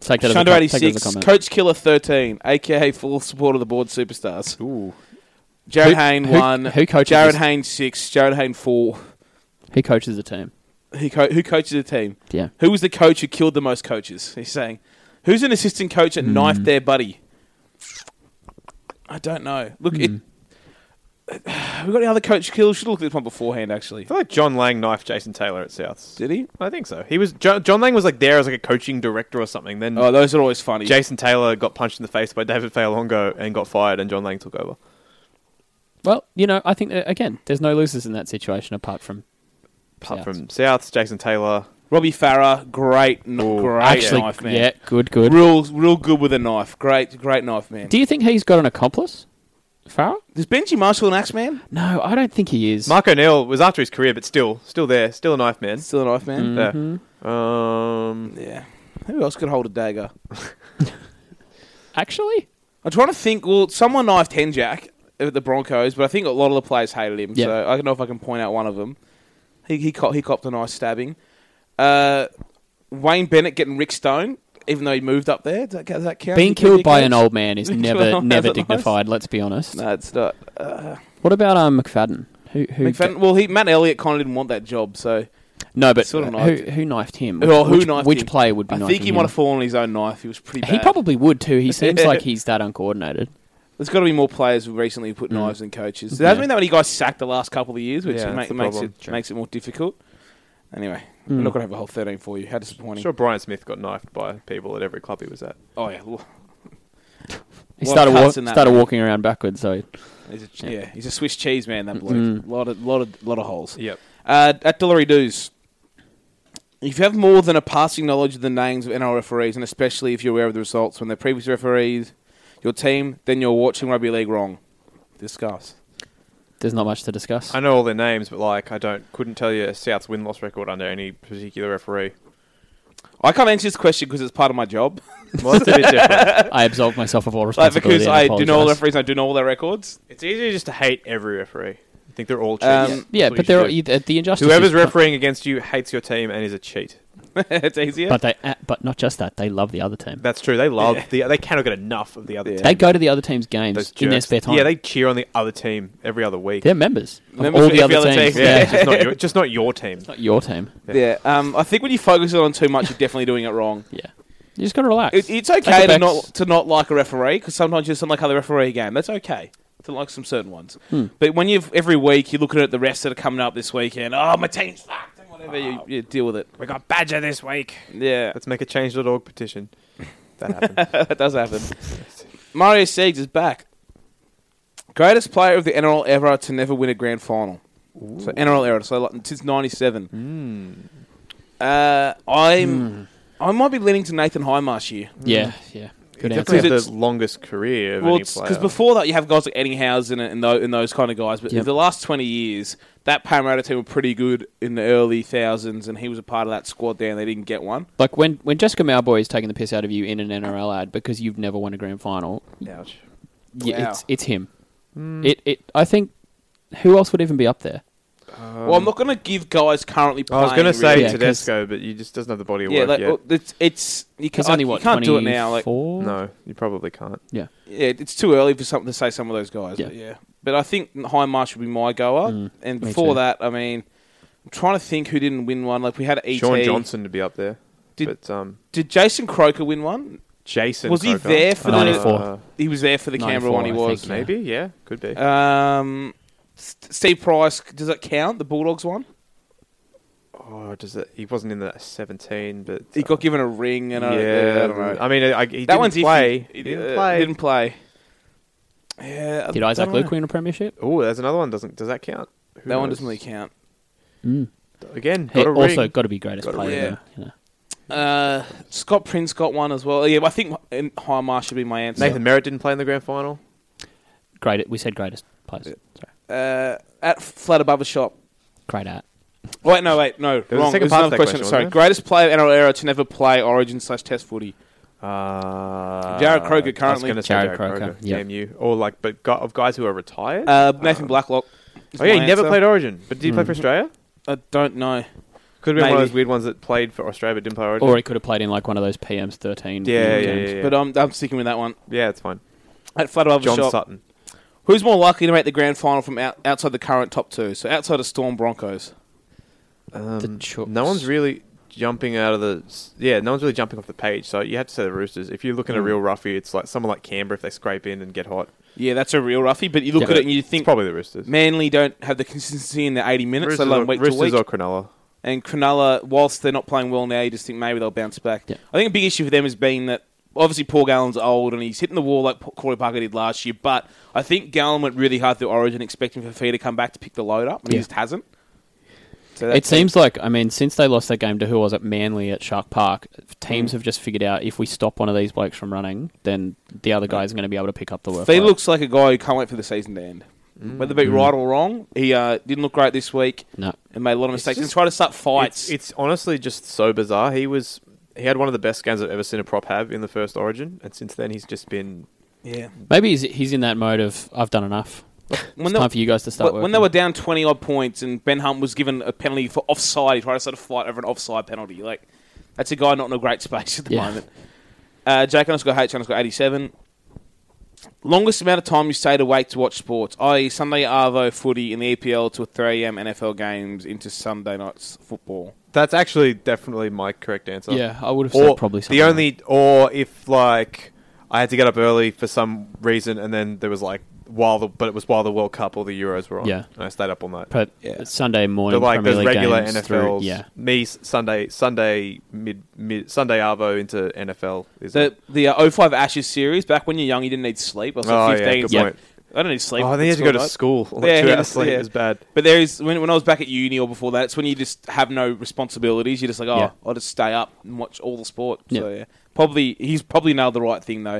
S4: take that as a,
S3: Shunder
S4: com-
S3: eighty
S4: take that as a
S3: six,
S4: comment.
S3: Coach Killer thirteen, aka full support of the board superstars.
S2: Ooh.
S3: Jared
S4: Who-
S3: Hayne
S4: who-
S3: one.
S4: who coaches
S3: Jared
S4: this?
S3: Hayne six. Jared Hayne four.
S4: He coaches the team.
S3: Who, co- who coaches the team?
S4: Yeah.
S3: Who was the coach who killed the most coaches? He's saying, who's an assistant coach that
S4: Hmm.
S3: knifed their buddy? I don't know. Look, it, we got any other coach kills? Should look at this one beforehand.
S2: I
S3: Actually,
S2: feel like John Lang knifed Jason Taylor at Souths.
S3: did he?
S2: I think so. He was John, John Lang was like there as like a coaching director or something. Then
S3: Oh, those are always funny.
S2: Jason Taylor got punched in the face by David Failongo and got fired, and John Lang took over.
S4: Well, you know, I think that, again, there's no losers in that situation apart from
S2: Apart
S4: Souths.
S2: from Souths, Jason Taylor.
S3: Robbie Farah, great, kn-
S2: Ooh.
S3: great
S4: actually.
S3: knife Oh, man.
S4: yeah, good, good.
S3: real, real good with a knife. Great, great knife man.
S4: Do you think he's got an accomplice? Farrell?
S3: Is Benji Marshall an axe man?
S4: No, I don't think he is.
S2: Mark O'Neill was after his career, but still, still there, still a knife man.
S3: Still a knife man.
S4: Hmm.
S2: Yeah. Um,
S3: Yeah. Who else could hold a dagger?
S4: Actually,
S3: I'm trying to think. Well, someone knifed Henjack at the Broncos, but I think a lot of the players hated him.
S4: Yeah.
S3: So I don't know if I can point out one of them. He he, cop, he copped a nice stabbing. Uh, Wayne Bennett getting Rick Stone, even though he moved up there. Does that, does that count?
S4: being
S3: He could be
S4: killed
S3: a
S4: by
S3: coach?
S4: an old man is
S3: Being killed by an
S4: never
S3: old
S4: never
S3: man's not nice.
S4: dignified, let's be honest.
S3: No, it's not. Uh,
S4: What about um McFadden? Who who
S3: McFadden, well, he, Matt Elliott kind of didn't want that job, so
S4: No, but
S3: Sort of
S4: who,
S3: knifed
S4: who knifed him?
S3: Well, who
S4: which,
S3: knifed
S4: which
S3: him?
S4: player would be
S3: I
S4: knifing
S3: think he
S4: him?
S3: might have fallen on his own knife. He was pretty bad.
S4: He probably would too. He seems like he's that uncoordinated.
S3: There's got to be more players who recently put knives in coaches. There hasn't
S4: Yeah.
S3: been that many guys sacked the last couple of years, which
S2: Mm. Yeah,
S3: ma-
S2: that's the
S3: makes
S2: problem.
S3: it
S2: True. Hmm.
S3: makes it more difficult. Anyway, I'm not going to have a whole 13 for you. How disappointing!
S2: sure, Brian Smith got knifed by people at every club he was at.
S3: Oh yeah, well,
S4: He
S3: Lot of
S4: started wa-
S3: cuts in that
S4: started
S3: man.
S4: walking around backwards. So
S3: he's a, yeah. he's a Swiss cheese man. That bloke. Lot of lot of lot of holes.
S2: Yep.
S3: Uh, at Delory Doos. If you have more than a passing knowledge of the names of NRL referees, and especially if you're aware of the results when they're previous referees, your team, then you're watching rugby league wrong. Discuss.
S4: there's not much to discuss.
S2: I know all their names, but like I don't couldn't tell you South's win loss record under any particular referee.
S3: I can't answer this question because it's part of my job.
S2: Well, that's a bit different.
S4: I absolved myself of all
S3: like
S4: responsibility.
S3: because
S4: and
S3: I do know all
S4: apologise.
S3: their referees, I do know all their records.
S2: It's easier just to hate every referee. I think they're all cheats.
S3: Um,
S2: That's
S4: Yeah,
S2: what
S4: but
S2: you
S4: there are,
S2: should do.
S4: at the injustice.
S2: whoever's
S4: is not-
S2: refereeing against you hates your team and is a cheat.
S3: it's easier.
S4: But they, uh, but not just that. They love the other team.
S2: That's true. They love the. They cannot get enough of the other team.
S4: They go to the other team's games
S2: Those
S4: in their
S2: jerks.
S4: spare time.
S2: Yeah, they cheer on the other team every other week.
S4: are members of
S3: Members
S4: all
S3: of
S4: the
S3: every
S4: other,
S3: other
S4: teams.
S3: team.
S2: Yeah,
S4: Yeah.
S2: just, not your, just not your team.
S4: Not your team.
S3: yeah, um, I think when you focus on it too much, you're definitely doing it wrong.
S4: Yeah, you just got to relax.
S3: It, it's
S4: Take
S3: okay
S4: it
S3: to
S4: back.
S3: not to not like a referee because sometimes you just don't like how the referee game. That's okay to like some certain ones.
S2: Hmm.
S3: But when you've every week you're looking at the refs that are coming up this weekend. Oh, my team's fucked and whatever. You, you deal with it.
S2: We got Badger this week.
S3: Yeah,
S2: Let's make a change.org petition. That happened.
S3: that does happen. Mario Siegs is back. Greatest player of the NRL ever to never win a grand final. So NRL era, so like, since '97.
S2: Hmm.
S3: Uh, I'm I might be leaning to Nathan Highmarsh here.
S4: Yeah, yeah. Good answer.
S2: Definitely had
S3: it's-
S2: the longest career of
S3: Well,
S2: any player.
S3: because before that you have guys like Eddinghausen and, and, those, and those kind of guys, but
S4: Yep.
S3: the last twenty years that Parramatta team were pretty good in the early thousands, and he was a part of that squad there, and they didn't get one.
S4: Like when, when Jessica Malboy is taking the piss out of you in an NRL ad because you've never won a grand final,
S2: Ouch.
S4: yeah,
S3: Wow.
S4: it's it's him. It it I think who else would even be up there?
S3: well, I'm not going to give guys currently.
S2: Um, I
S3: Playing,
S2: was going to say
S4: really- Yeah, 'cause-
S2: Tedesco, but you just doesn't have the body of
S3: really. yeah,
S2: work
S3: like,
S2: yet.
S3: well, it's it's you,
S4: He's
S3: can,
S4: only
S3: you
S4: what
S3: can't do it now. Like,
S4: 24?
S2: no, you probably can't.
S4: Yeah.
S3: yeah, it's too early for something to say some of those guys.
S4: Yeah. Mm,
S3: But yeah, but I think High Marsh would be my go up, and
S4: me
S3: before
S4: too.
S3: that, I mean, I'm trying to think who didn't win one. Like we had Et.
S2: Sean Johnson to be up there.
S3: E Did-
S2: but um,
S3: Did Jason Croker win one?
S2: Jason
S3: Was he
S2: Croker.
S3: there for
S4: the-
S2: Uh,
S4: 94.
S3: He was there for the Canberra
S4: 94,
S3: one. He
S4: I
S3: was.
S4: think,
S2: maybe, yeah, could be.
S3: Um, S- Steve Price, does that count? The Bulldogs one?
S2: oh, does it? He wasn't in the seventeen, but
S3: He
S2: uh,
S3: got given a ring and
S2: yeah,
S3: I I don't know.
S2: I mean, I, I, he
S3: that
S2: didn't
S3: one's iffy.
S2: play.
S3: He
S2: didn't
S3: uh,
S2: play.
S3: Didn't play. Yeah, I
S4: Did Isaac
S3: don't know.
S4: Luke win a premiership?
S2: Oh, there's another one. Doesn't does that count? Who
S3: That one
S2: knows?
S3: doesn't really count.
S2: Again,
S4: He
S2: got a
S4: also
S2: ring.
S4: got to be greatest
S2: Got a
S4: player.
S3: ring.
S4: though, you know.
S3: Uh, Scott Prince got one as well. Yeah, I think in- High Marsh should be my answer.
S2: Nathan Merritt didn't play in the grand final.
S4: Great. We said greatest players. Sorry.
S3: Uh, at flat above a shop.
S4: Great at.
S3: Wait, no, wait, no.
S2: was a
S3: wrong.
S2: second
S3: There's
S2: part to
S3: another
S2: that
S3: question.
S2: question,
S3: Sorry,
S2: wasn't there?
S3: greatest player NRL era to never play Origin slash Test footy.
S2: Uh,
S3: Jared Kroger
S2: I was
S3: currently.
S2: going to say
S4: Jared
S2: Jared
S4: Kroger,
S2: Kroger.
S4: yeah.
S2: Damn you! Or like, but gu of guys who are retired.
S3: Uh, Nathan Blacklock. is
S2: oh yeah,
S3: my
S2: he never
S3: answer.
S2: played Origin, but did he play for Australia?
S3: I don't know.
S2: Could have been one
S3: Maybe.
S2: of those weird ones that played for Australia but didn't play Origin.
S4: Or he could have played in like one of those PM's thirteen.
S2: yeah, yeah, yeah,
S4: games.
S2: yeah.
S3: But I'm, I'm sticking with that one.
S2: yeah, it's fine.
S3: At flat above a
S2: John
S3: shop.
S2: Sutton.
S3: Who's more likely to make the grand final from out, outside the current top two? So outside of Storm Broncos.
S4: The Chooks.
S2: Um, No one's really jumping out of the yeah. No one's really jumping off the page. So you have to say the Roosters. If you look at
S3: Hmm.
S2: a real roughie, it's like someone like Canberra if they scrape in and get hot.
S3: Yeah, that's a real roughie. But you look
S4: Yeah.
S3: at it and you
S2: It's
S3: think
S2: probably the Roosters.
S3: Manly don't have the consistency in their 80 minutes.
S2: Roosters,
S3: they learn
S2: or,
S3: week
S2: Roosters
S3: to week.
S2: or Cronulla.
S3: and Cronulla, whilst they're not playing well now, you just think maybe they'll bounce back.
S4: Yeah.
S3: I think a big issue for them has been that obviously Paul Gallen's old and he's hitting the wall like Pa- Corey Parker did last year. But I think Gallen went really hard through Origin, expecting Fafita to come back to pick the load up, and he
S4: Yeah.
S3: just hasn't. So
S4: It seems like I mean, since they lost that game to who was it, Manly at Shark Park,
S2: Mm.
S4: teams have just figured out if we stop one of these blokes from running, then the other guy's going to be able to pick up the work.
S3: Fee looks like a guy who can't wait for the season to end. Whether it be right or wrong, he uh, didn't look great this week
S4: Mm. No.
S3: and made a lot of mistakes and
S2: just-
S3: tried to start fights.
S2: It's, it's honestly just so bizarre. He was he had one of the best games I've ever seen a prop have in the first Origin, and since then he's just been
S3: yeah.
S4: Maybe he's, he's in that mode of I've done enough.
S3: When
S4: Time for you guys to start.
S3: when they
S4: working.
S3: were down 20 odd points and Ben Hunt was given a penalty for offside, he tried to sort of fight over an offside penalty. Like, that's a guy not in a great space at the
S4: Yeah.
S3: moment. Uh, Jake underscore H underscore 87. Longest amount of time you stayed awake to watch sports, i.e., Sunday Arvo footy in the EPL to 3 a.m. NFL games into Sunday night's football.
S2: That's actually definitely my correct answer.
S4: Yeah, I would have
S2: Or
S4: said probably something
S2: the only, or if like I had to get up early for some reason, and then there was like while the but it was while the World Cup or the Euros were on.
S4: Yeah.
S2: and I stayed up all night.
S4: But
S3: Yeah.
S4: Sunday morning,
S2: but like
S4: Premier
S2: there's
S4: League
S2: regular
S4: games
S2: NFLs.
S4: through- yeah,
S2: Me s- Sunday Sunday mid mid Sunday Arvo into NFL is
S3: The
S2: it?
S3: the uh, 05 Ashes series, back when you're young, you didn't need sleep. I was
S2: Oh, yeah,
S3: like 15.
S2: good
S3: so
S2: point.
S3: I don't need sleep.
S2: Oh, they had
S3: It's
S2: to go
S3: all
S2: to
S3: right.
S2: school. Like,
S3: Yeah,
S2: two
S3: yeah,
S2: hours sleep
S3: yeah.
S2: is bad.
S3: But there is when, when I was back at uni or before that, it's when you just have no responsibilities. You're just like, oh,
S4: Yeah.
S3: I'll just stay up and watch all the sport. So
S4: Yeah.
S3: yeah, probably he's probably nailed the right thing though.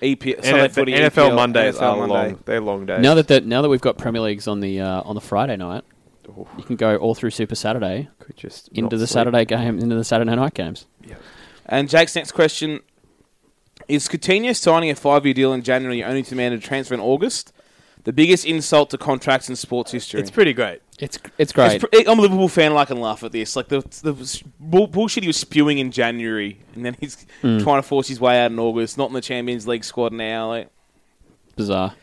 S3: EP, Sunday
S2: NFL,
S3: footy, E
S2: NFL
S3: EPL,
S2: Mondays
S3: NFL
S2: are
S3: Monday.
S2: long. They're long days.
S4: Now that the, now that we've got Premier Leagues on the uh, on the Friday night, you can go all through Super Saturday
S2: Could just
S4: into
S2: not
S4: the
S2: sleep.
S4: Saturday game, into the Saturday night games.
S3: And Jake's next question is: Coutinho signing a five-year deal in January only to demand a transfer in August? The biggest insult to contracts in sports history.
S2: It's pretty great.
S4: It's it's great.
S3: It's pr- I'm a Liverpool fan. and I can laugh at this. Like the the s- bull- bullshit he was spewing in January, and then he's
S4: Mm.
S3: trying to force his way out in August. Not in the Champions League squad now. Like
S4: bizarre.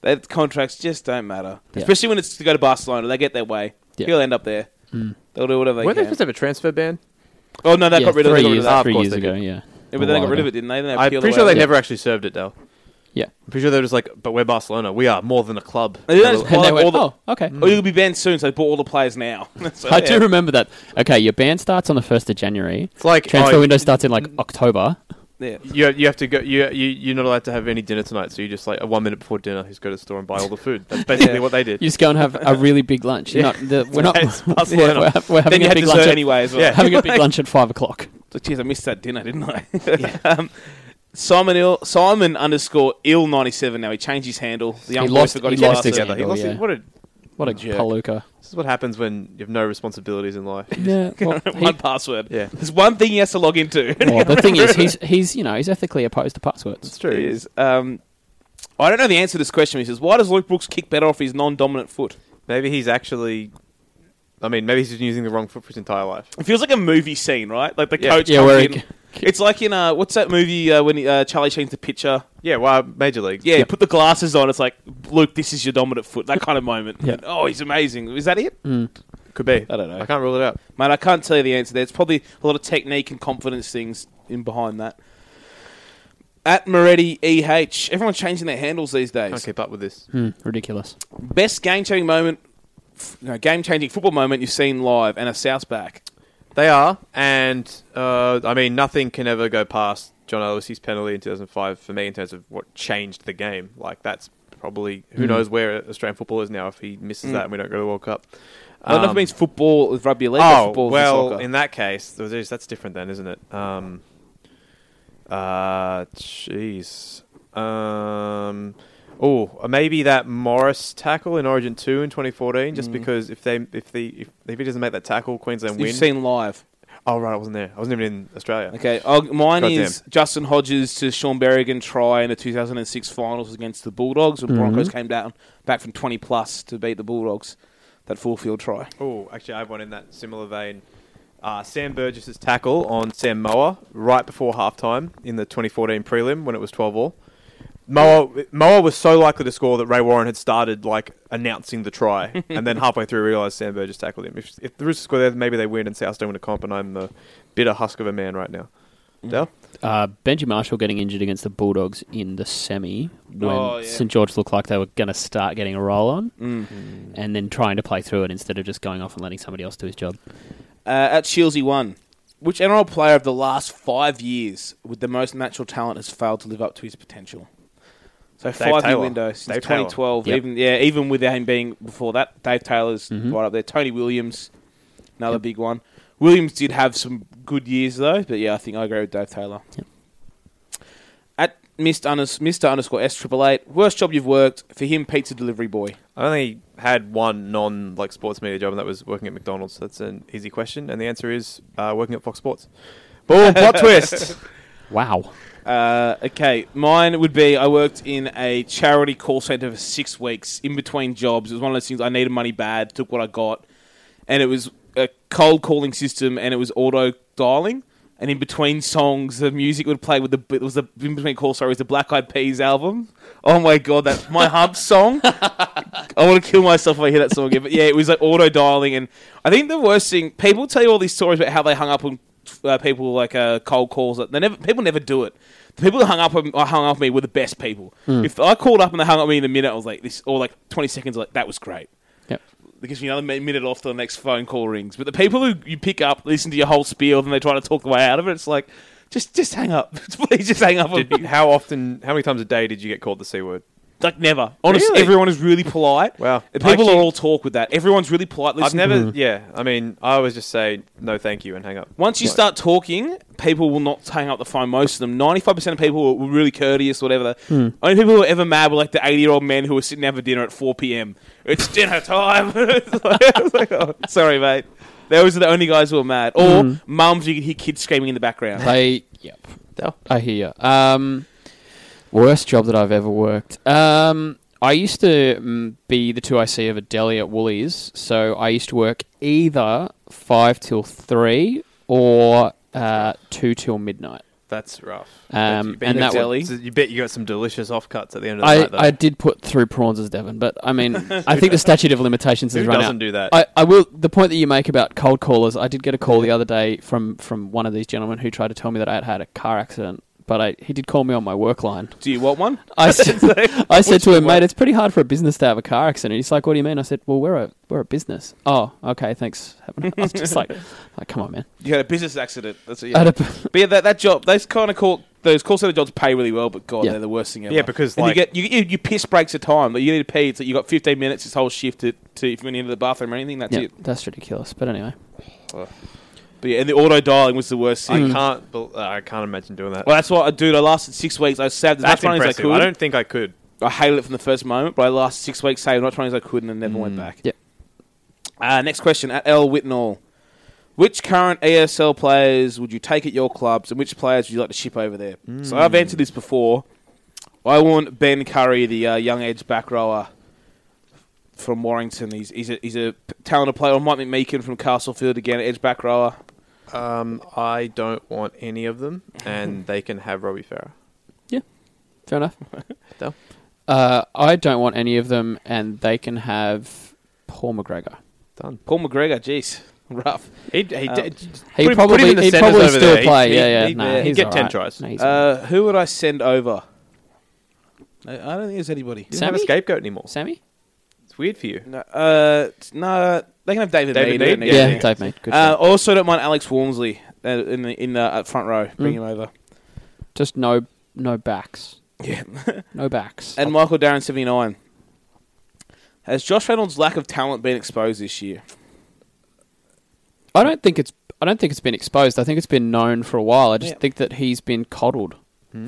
S3: that contracts just don't matter,
S4: Yeah.
S3: especially when it's to go to Barcelona. They get their way.
S4: Yeah. Mm.
S3: He'll end up there. They'll do whatever they
S2: Weren't they
S3: can.
S2: supposed to have a transfer ban?
S3: oh no, they
S4: yeah,
S3: got rid of, they got
S4: three
S3: rid of
S4: years,
S3: that.
S2: of
S4: three
S2: course
S4: years
S2: they
S4: ago.
S2: did.
S4: Yeah,
S3: Yeah, but then they
S4: A
S3: got
S4: while
S3: rid of
S4: ago.
S3: it, didn't they? Then they
S2: I'm
S3: peeled
S2: pretty
S3: away
S2: sure they
S3: all the-
S2: never actually served it, though.
S4: Yeah,
S2: I'm pretty sure they were just like, but we're Barcelona. We are more than a club.
S3: And then they just
S2: Well,
S3: bought
S4: and they
S3: up
S4: went,
S3: all the-
S4: oh, okay.
S3: Oh, you'll be banned soon, so they bought all the players now. So,
S4: I do
S3: yeah.
S4: remember that. Okay, your ban starts on the first of January.
S2: It's like
S4: Transfer
S2: oh,
S4: window starts in like October.
S8: Yeah.
S2: You, you have to go. You, you you're not allowed to have any dinner tonight. So you just like uh, one minute before dinner, he's go to the store and buy all the food. That's basically what they did.
S4: You just go and have a really big lunch. You're not, the, we're not.
S2: It's
S4: we're,
S2: Barcelona.
S4: we're having
S3: Then you
S4: a
S3: had
S4: big
S3: dessert
S4: lunch. At,
S3: anyway as well.
S2: Yeah.
S4: having a big lunch at five o'clock.
S3: So, Jeez, I missed that dinner, didn't I? um, Simon Ill, Simon underscore Ill ninety seven. Now he changed his handle. The young
S4: He
S3: boy
S4: lost-
S3: forgot
S4: he
S3: his
S4: lost
S3: last
S4: his
S3: name.
S4: handle.
S2: He
S4: Oh,
S2: lost it.
S4: yeah.
S2: What a,
S4: What a
S2: Jerk.
S4: palooka.
S2: this is what happens when you have no responsibilities in life.
S4: Yeah. Well, he-
S3: One password.
S2: Yeah.
S3: there's one thing he has to log into.
S4: well, the thing is, he's he's you know he's ethically opposed to
S2: It's
S4: passwords.
S2: true.
S3: It is. Um, I don't know the answer to this question. He says, "Why does Luke Brooks kick better off his non-dominant foot?"
S2: Maybe he's actually. I mean, maybe he's just using the wrong foot for his entire life.
S3: It feels like a movie scene, right? Like the
S2: Yeah.
S3: coach
S4: Yeah,
S3: comes
S4: where
S3: in.
S4: he-
S3: It's like in uh, what's that movie uh, when he, uh, Charlie Sheen's the pitcher?
S2: Yeah, well, major leagues.
S3: Yeah,
S4: Yep.
S3: put the glasses on. It's like Luke, this is your dominant foot. That kind of moment.
S4: Yeah.
S3: Oh, he's amazing. Is that it?
S2: could be.
S3: I don't know.
S2: I can't rule it out.
S3: Mate, I can't tell you the answer there. It's probably a lot of technique and confidence things in behind that. At Moretti EH, everyone's changing their handles these
S2: I can't
S3: days.
S2: keep up with this.
S4: Hmm, ridiculous.
S3: Best game changing moment, f- no, game changing football moment you've seen live, and a South back.
S2: They are, and uh, I mean, nothing can ever go past John Ellis's penalty in 2005 for me in terms of what changed the game. Like that's probably
S3: Hmm.
S2: who knows where Australian football is now if he misses that and we don't go to the World Cup.
S3: I don't know if
S2: Um,
S3: Hmm. it means football with rugby league. or
S2: Oh
S3: football with
S2: well,
S3: soccer.
S2: in that case, th- there's- that's different then, isn't it? Um, uh, jeez. Um, oh, uh, maybe that Morris tackle in Origin Two in 2014. Just because if they if the if, if he doesn't make that tackle, Queensland
S3: Hmm. you've
S2: win.
S3: seen live.
S2: oh right, I wasn't there. I wasn't even in Australia.
S3: Okay, i mine
S2: Goddamn.
S3: is Justin Hodges to Sean Berrigan try in the 2006 finals against the Bulldogs when Broncos
S2: Mm-hmm.
S3: came down back from 20 plus to beat the Bulldogs. That full field try.
S2: Oh, actually, I have one in that similar vein. Uh, Sam Burgess's tackle on Sam Moa right before halftime in the 2014 prelim when it was 12 all. Moa, Moa was so likely to score that Ray Warren had started like announcing the try, and then halfway through realised Sam Burgess tackled him. If, if the Roosters score there, maybe they win, and South don't win a comp, and I'm the bitter husk of a man right now. Dell?
S4: Uh, Benji Marshall getting injured against the Bulldogs in the semi when
S3: Oh, yeah.
S4: St George looked like they were going to start getting a roll on,
S3: Mm.
S4: and then trying to play through it instead of just going off and letting somebody else do his job.
S3: Uh, at Shieldsy 1, which NRL player of the last five years with the most natural talent has failed to live up to his potential? So five year
S2: Taylor.
S3: window since
S2: Dave Taylor.
S3: 2012.
S4: Yep.
S3: Even yeah, even with him being before that, Dave Taylor's
S2: Mm-hmm.
S3: right up there. Tony Williams, another big one. Williams did have some good years though, but yeah, I think I agree with Dave Taylor.
S4: Yep.
S3: At Mr. Unders- Mr. Underscore S Triple Eight, worst job you've worked for him, pizza delivery boy.
S2: I only had one non like sports media job, and that was working at McDonald's. That's an easy question, and the answer is uh, working at Fox Sports. Boom! Plot twist.
S4: Wow.
S3: Uh, okay, mine would be I worked in a charity call center for six weeks in between jobs. It was one of those things I needed money bad, took what I got, and it was a cold calling system, and it was auto dialing. And in between songs, the music would play with the it was the in between call sorry it was the Black Eyed Peas album. Oh my god, that's my hump song. I want to kill myself if I hear that song again. But yeah, it was like auto dialing, and I think the worst thing people tell you all these stories about how they hung up on uh, people like uh, cold calls. They never people never do it. The people that hung up on, or hung up on me were the best people.
S2: Hmm.
S3: If I called up and they hung up on me in a minute, I was like this, or like twenty seconds, like that was great.
S4: Yep.
S3: It gives me another mi- minute off till the next phone call rings. But the people who you pick up, listen to your whole spiel, then they try to talk the way out of it. It's like just just hang up, please, just hang up on
S2: Did,
S3: me.
S2: how often? How many times a day did you get called the c word?
S3: Like never. Honestly,
S2: Really?
S3: everyone is really polite.
S2: Wow.
S3: And people
S2: Actually-
S3: are all talk with that. Everyone's really polite.
S2: I've
S3: Listen,
S2: never.
S4: Hmm.
S2: Yeah, I mean, I always just say no, thank you, and hang up.
S3: Once you
S2: Like,
S3: start talking, people will not hang up the phone. Most of them, ninety-five percent of people were really courteous, whatever. Only people who were ever mad were like the eighty-year-old men who were sitting down for dinner at four p.m. It's dinner time. It's like- I was like, "Oh, sorry, mate. Those are the only guys who were mad, or mums. You could hear kids screaming in the background.
S4: They. Yep. I hear you. Um, worst job that I've ever worked. Um, I used to mm, be the 2IC of a deli at Woolies, so I used to work either 5 till 3 or uh, 2 till midnight.
S2: That's rough.
S4: Um,
S2: You bet
S4: and
S2: you got
S4: that
S2: some- You bet you got some delicious offcuts at the end of the
S4: I,
S2: night. Though.
S4: I did put through prawns as Devon, but I mean, I think the statute of limitations has
S2: Who
S4: run
S2: doesn't
S4: out.
S2: do that?
S4: I, I will. The point that you make about cold callers, I did get a call the other day from from one of these gentlemen who tried to tell me that I had had a car accident, but I, he did call me on my work line.
S3: Do you want one?
S4: I said, I said to him, mate, it's pretty hard for a business to have a car accident. He's like, what do you mean? I said, well, we're a we're a business. Oh, okay, thanks. I was just like, like, come on, man.
S3: You had a business accident. That's what you
S4: I
S3: had.
S4: had a-
S3: But yeah, that, that job, those kind of call, those call center jobs pay really well, but God,
S4: Yeah.
S3: they're the worst thing ever.
S2: Yeah, because,
S3: And
S2: like-
S3: you get you, you, you piss breaks of time. Like you need to pee. It's like you got 15 minutes this whole shift to, to if you went into the bathroom or anything. That's
S4: Yeah,
S3: it.
S4: that's ridiculous. But anyway,
S3: But yeah, and the auto dialing was the worst
S2: I
S3: thing.
S2: can't. bel I can't imagine doing that.
S3: Well, that's what I do. I lasted six weeks. I saved as
S2: That's
S3: much money as I
S2: impressive.
S3: could.
S2: I, don't think I could.
S3: I hated it from the first moment, but I lasted six weeks, saved as much money as I could, and then never
S2: Mm.
S3: went back.
S4: Yep.
S3: Uh, next question at L Whitnall. Which current ESL players would you take at your clubs, and which players would you like to ship over there? So I've
S2: Mm.
S3: answered this before. I want Ben Curry, the uh, young edge back rower from Warrington. He's he's a, he's a p- talented player. I might be Meakin from Castlefield again, edge back rower.
S2: Um, I don't want any of them, and they can have Robbie Farah.
S4: fair enough.
S2: Dale?
S4: uh, I don't want any of them, and they can have Paul McGregor.
S2: Done. Um,
S3: Paul McGregor, jeez, rough.
S2: He, he did.
S4: He
S2: Put him-
S4: probably
S2: put him in the
S4: he
S2: centres
S4: probably
S2: over
S4: still
S2: there. He-
S4: play.
S2: he-
S4: yeah, yeah.
S2: he'd-
S4: nah,
S2: he'd
S4: he's
S2: get 10
S4: alright.
S2: tries.
S4: Nah, he's alright.
S3: Uh, who would I send over? I I don't think there's anybody.
S2: Doesn't have a
S4: Sammy?
S2: scapegoat anymore.
S4: Sammy?
S2: It's weird for you.
S3: No, uh, no, they can have David.
S2: David
S3: Mead, they
S2: Mead,
S3: don't need
S4: Yeah,
S2: yeah,
S3: him.
S2: yeah.
S4: Dave, mate. Good
S3: Uh,
S4: shout.
S3: also, don't mind Alex Walmsley uh, in the in the uh, front row.
S4: Mm.
S3: Bring him over.
S4: Just no, no backs.
S3: Yeah.
S4: No backs.
S3: and Michael Darren seventy nine. Has Josh Reynolds' lack of talent been exposed this year?
S4: I don't think it's. I don't think it's been exposed. I think it's been known for a while. I just
S3: Yeah.
S4: think that he's been coddled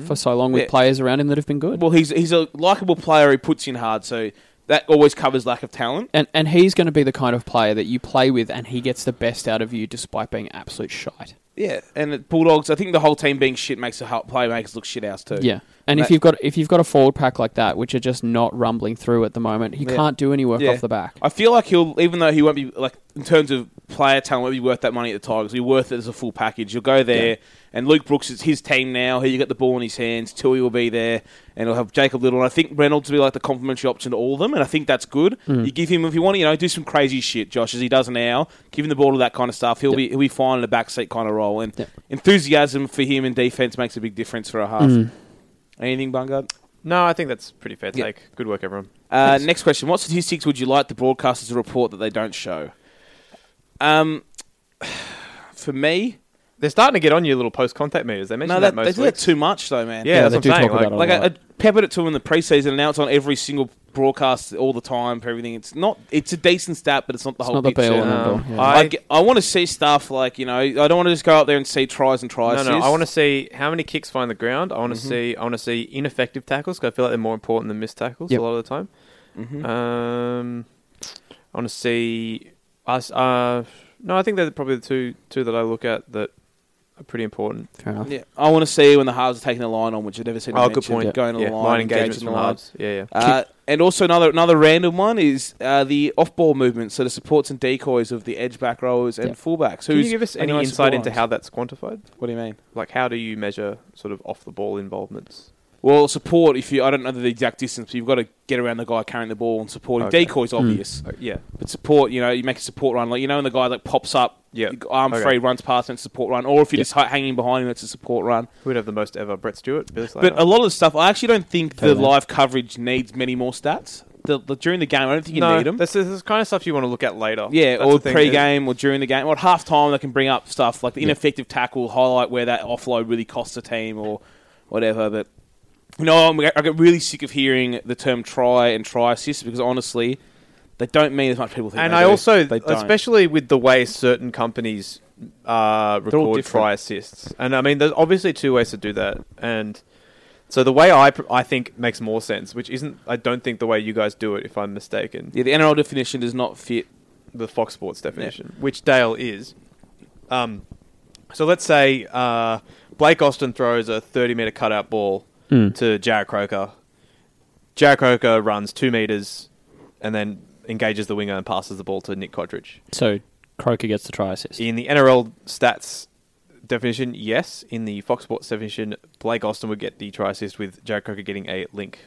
S4: for so long with
S3: Yeah.
S4: players around him that have been good.
S3: Well, he's he's a likable player. He puts in hard, so that always covers lack of talent.
S4: and and he's going to be the kind of player that you play with, and he gets the best out of you despite being absolute shite.
S3: Yeah, and the Bulldogs. I think the whole team being shit makes the whole playmakers look shit house too.
S4: Yeah. And if
S3: That-
S4: you've got if you've got a forward pack like that, which are just not rumbling through at the moment, he
S3: Yeah.
S4: can't do any work
S3: Yeah.
S4: off the back.
S3: I feel like he'll, even though he won't be like in terms of player talent, won't be worth that money at the Tigers. He'll be worth it as a full package. You'll go there, and Luke Brooks is his team now. He got the ball in his hands. Tui will be there, and he'll have Jacob Little. And I think Reynolds will be like the complimentary option to all of them, and I think that's good.
S4: Mm-hmm.
S3: You give him if you want, you know, do some crazy shit, Josh, as he does now. Give him the ball to that kind of stuff. He'll be he'll be fine in the backseat kind of role, and
S4: Yep.
S3: enthusiasm for him in defense makes a big difference for a half.
S4: Mm.
S3: Anything, Bungard?
S2: No, I think that's pretty fair
S3: Yeah.
S2: take. Good work, everyone.
S3: Uh, next question: What statistics would you like the broadcasters to report that they don't show? Um, for me,
S2: They're starting to get on your little post contact meters. They mentioned
S3: no,
S2: that,
S3: that, they
S2: most
S3: do that
S2: weeks.
S3: too much, though, man.
S2: yeah,
S4: Yeah,
S2: that's
S4: they
S2: what
S4: do
S2: I'm saying.
S4: talk about
S2: Like,
S4: it a
S3: like
S4: lot.
S3: I, I peppered it to them in the preseason, and now it's on every single broadcast all the time for everything. It's not. It's a decent stat, but it's not the whole
S4: not the
S3: picture.
S4: be-all and
S2: Um,
S4: end-all, yeah.
S2: I-
S3: Like, I want to see stuff like you know. I don't want to just go out there and see tries and tries.
S2: no, no. I want to see how many kicks find the ground. I want to see. I want to see ineffective tackles. 'cause I feel like they're more important than missed tackles
S4: Yep.
S2: a lot of the time. Mm-hmm. Um, I want to see us. Uh, no, I think they're probably the two two that I look at that are pretty important.
S4: Fair enough.
S3: Yeah, I want to see when the halves are taking the line on, which I've never seen.
S2: Oh,
S3: mentioned,
S2: good point.
S3: Going to
S2: yeah,
S3: the line,
S2: engagements
S3: engaging the
S2: from
S3: line.
S2: halves. Yeah, yeah.
S3: Uh, and also another another random one is uh, the off-ball movement, so the supports and decoys of the edge back rowers and
S4: Yeah.
S3: fullbacks. Who's
S2: Can you give us
S3: are
S2: any
S3: nice
S2: insight into
S3: supporters?
S2: how that's quantified?
S3: What do you mean?
S2: Like, how do you measure sort of off the ball involvements?
S3: Well, support. If you, I don't know the exact distance, but you've got to get around the guy carrying the ball and supporting.
S2: Okay.
S3: Decoys obvious,
S2: Uh, yeah,
S3: but support. You know, you make a support run, like you know, when the guy like pops up,
S2: Yeah.
S3: you- arm
S2: Okay.
S3: free, runs past and support run, or if you're just just hi- hanging behind him, it's a support run.
S2: who'd have the most ever? Brett Stewart, Billy Slater.
S3: But a lot of the stuff, I actually don't think the
S4: Totally.
S3: live coverage needs many more stats. The, the, during the game, I don't think you
S2: no,
S3: need them.
S2: This is, this is kind of stuff you want to look at later.
S3: Yeah,
S2: That's
S3: or
S2: the thing, is-
S3: pre-game or during the game or at halftime they can bring up stuff like the ineffective tackle, highlight where that offload really costs the team or whatever. But you know, I'm, I get really sick of hearing the term try and try assist because honestly, they don't mean as much people think.
S2: And
S3: they
S2: I
S3: do.
S2: also,
S3: they don't.
S2: especially with the way certain companies uh, record
S3: different.
S2: try assists, and I mean, there's obviously two ways to do that, and so the way I pr- I think makes more sense, which isn't I don't think the way you guys do it, if I'm mistaken,
S3: yeah, the NRL definition does not fit.
S2: the Fox Sports definition, which Dale is. Um, so let's say uh, Blake Austin throws a 30 meter cutout ball to Jarrett Croker. Jarrett Croker runs two meters and then engages the winger and passes the ball to Nick Codridge.
S4: So Croker gets the try assist.
S2: In the NRL stats definition, yes. In the Fox Sports definition, Blake Austin would get the try assist with Jared Croker getting a link.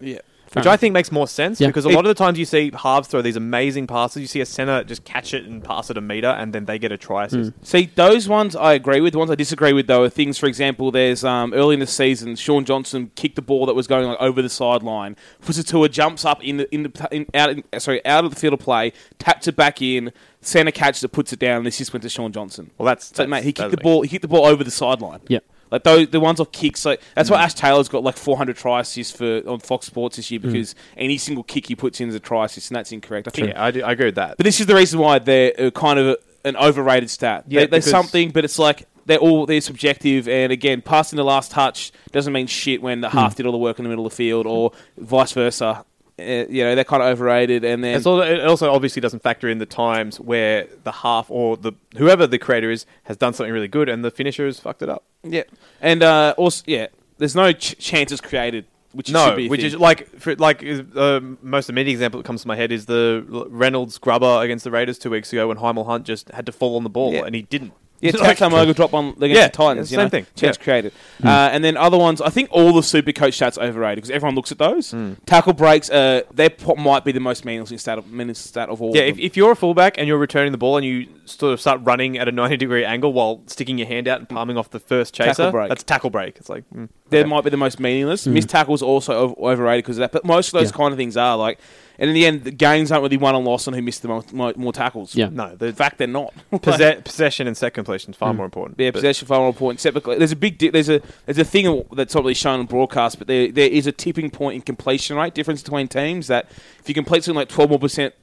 S3: Yeah.
S2: Which
S4: enough.
S2: I think makes more sense
S4: Yeah.
S2: because a
S4: It-
S2: lot of the times you see halves throw these amazing passes. You see a center just catch it and pass it a meter, and then they get a try assist.
S3: See, those ones I agree with. The ones I disagree with, though, are things, for example, there's um, early in the season, Sean Johnson kicked the ball that was going like, over the sideline. Fusatua jumps up in the, in the in, out in, sorry out of the field of play, taps it back in, Santa catches it, puts it down, and the assist went to Sean Johnson.
S2: Well, that's,
S3: So,
S2: that's
S3: mate, he kicked
S2: that's
S3: the
S2: amazing.
S3: ball. He kicked the ball over the sideline.
S4: Yeah.
S3: Like those, the ones off kicks. Like that's why Ash Taylor's got like 400 try assists for on Fox Sports this year because any single kick he puts in is a try assist, and that's incorrect. I think
S2: Yeah, I, do, I agree with that.
S3: but this is the reason why they're uh, kind of an overrated stat.
S2: Yeah,
S3: they, they're
S2: because-
S3: something, but it's like they're all they're subjective. And again, passing the last touch doesn't mean shit when
S2: Hmm.
S3: the half did all the work in the middle of the field, or vice versa. Uh, you know, they're kind of overrated. And then
S2: It's also, it also obviously doesn't factor in the times where the half or the whoever the creator is has done something really good and the finisher has fucked it up.
S3: yeah, and uh, also yeah, there's no ch- chances created, which
S2: No,
S3: should be a
S2: which
S3: thing.
S2: is like for, like is, uh, most immediate example that comes to my head is the L- Reynolds grubber against the Raiders two weeks ago when Heimel Hunt just had to fall on the ball
S3: Yeah.
S2: and he didn't.
S3: Yeah,
S2: Like-
S3: Tatum Ogle drop on against
S2: Yeah,
S3: the Titans.
S2: yeah,
S3: you know,
S2: same thing.
S3: Chance
S2: Yeah. Hmm.
S3: created. Uh, and then other ones, I think all the super coach stats are overrated because everyone looks at those.
S2: Hmm.
S3: Tackle breaks, uh, they po- might be the most meaningless stat of, meaningless stat of all.
S2: Yeah,
S3: of
S2: if,
S3: them.
S2: if you're a fullback and you're returning the ball and you sort of start running at a 90 degree angle while sticking your hand out and palming off the first chaser,
S3: Tackle break.
S2: that's tackle break. It's like, mm,
S3: they
S2: okay.
S3: might be the most meaningless. Missed tackles also over- overrated because of that. But most of those
S4: Hmm. Yeah.
S3: kind of things are like, and in the end, the games aren't really won or lost on who missed the mo- mo- more tackles.
S4: Yeah.
S2: no,
S3: in
S2: the
S3: fact, they're not. Like-
S2: posse- possession and set completion is far more important.
S3: Yeah,
S2: But-
S3: possession final point. Typically, there's a big di- there's a there's a thing that's not really shown on broadcast, but there there is a tipping point in completion rate difference between teams. That if you complete something like twelve more percent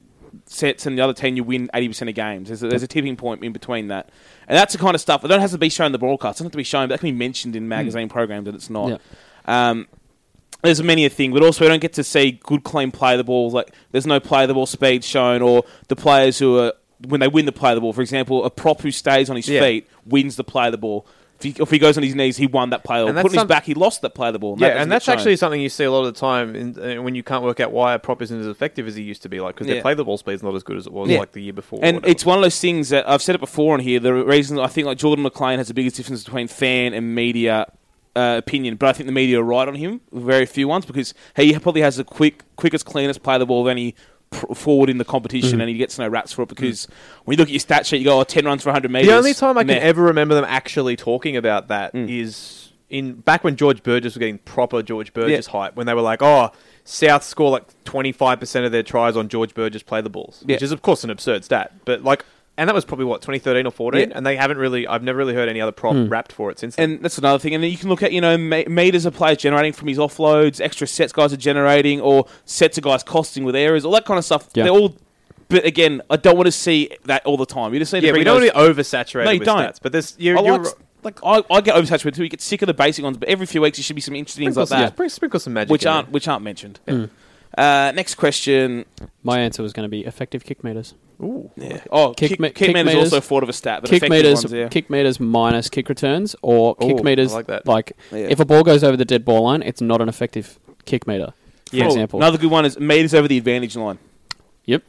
S3: sets and the other team, you win eighty percent of games. There's a, there's a tipping point in between that, and that's the kind of stuff that don't have to be shown in the broadcast. It doesn't have to be shown, but that can be mentioned in magazine
S4: Hmm.
S3: programs, and it's not. Um, there's many a thing, but also we don't get to see good clean play of the ball. Like there's no play of the ball speed shown, or the players who are when they win the play of the ball. For example, a prop who stays on his
S2: Yeah.
S3: feet wins the play of the ball. If he, if he goes on his knees, he won that play. Or
S2: And
S3: put
S2: that's
S3: on his
S2: some-
S3: back, he lost that play of the ball.
S2: Yeah,
S3: that doesn't
S2: and that's
S3: get shown.
S2: actually something you see a lot of the time in, uh, when you can't work out why a prop isn't as effective as he used to be, like because
S3: Yeah.
S2: their play the ball speed's not as good as it was
S3: Yeah.
S2: like the year before. or
S3: And
S2: whatever.
S3: it's one of those things that I've said it before on here. The reason I think like Jordan McLean has the biggest difference between fan and media uh, opinion, but I think the media are right on him. Very few ones because he probably has the quick, quickest, cleanest play of the ball of any pr- forward in the competition,
S2: Mm.
S3: and he gets no raps for it because when you look at your stat sheet, you go, "Oh, 10 runs for 100 meters."
S2: the only time I can
S3: Meh. Mm.
S2: ever remember them actually talking about that is in back when George Burgess was getting proper George Burgess hype when they were like, "Oh, South score like twenty five percent of their tries on George Burgess play the balls," which
S3: Yeah.
S2: is of course an absurd stat, but like. And that was probably what 2013 or 14,
S3: Yeah. Hmm.
S2: and they haven't really. I've never really heard any other prop rapped for it since. Then.
S3: and that's another thing. And then you can look at you know ma- meters a player generating from his offloads, extra sets guys are generating, or sets a guys costing with errors, all that kind of stuff.
S4: Yeah.
S3: They're all. But again, I don't want to see that all the time. You just need to
S2: yeah,
S3: bring
S2: we don't want
S3: those-
S2: to be oversaturated
S3: No, you
S2: with
S3: don't.
S2: stats, but this you're,
S3: I
S2: you're
S3: like, like I, I get oversaturated too. You get sick of the basic ones, but every few weeks there should be some interesting things
S2: sprinkle, some,
S3: like that,
S2: sprinkle- sprinkle some magic,
S3: which
S2: in there.
S3: aren't which aren't mentioned. Uh, next question.
S4: My answer was going to be effective kick meters.
S3: Yeah. Oh, kick,
S4: Kick
S3: kick,
S4: me- kick
S3: meters
S4: meters.
S3: also thought of a stat, but
S4: kick
S3: effective
S4: meters,
S3: ones, yeah.
S4: kick meters minus kick returns, or
S2: Ooh,
S4: kick meters
S2: I like that.
S4: if a ball goes over the dead ball line, it's not an effective kick meter. For
S3: Oh,
S4: example,
S3: Another good one is meters over the advantage line.
S4: yep,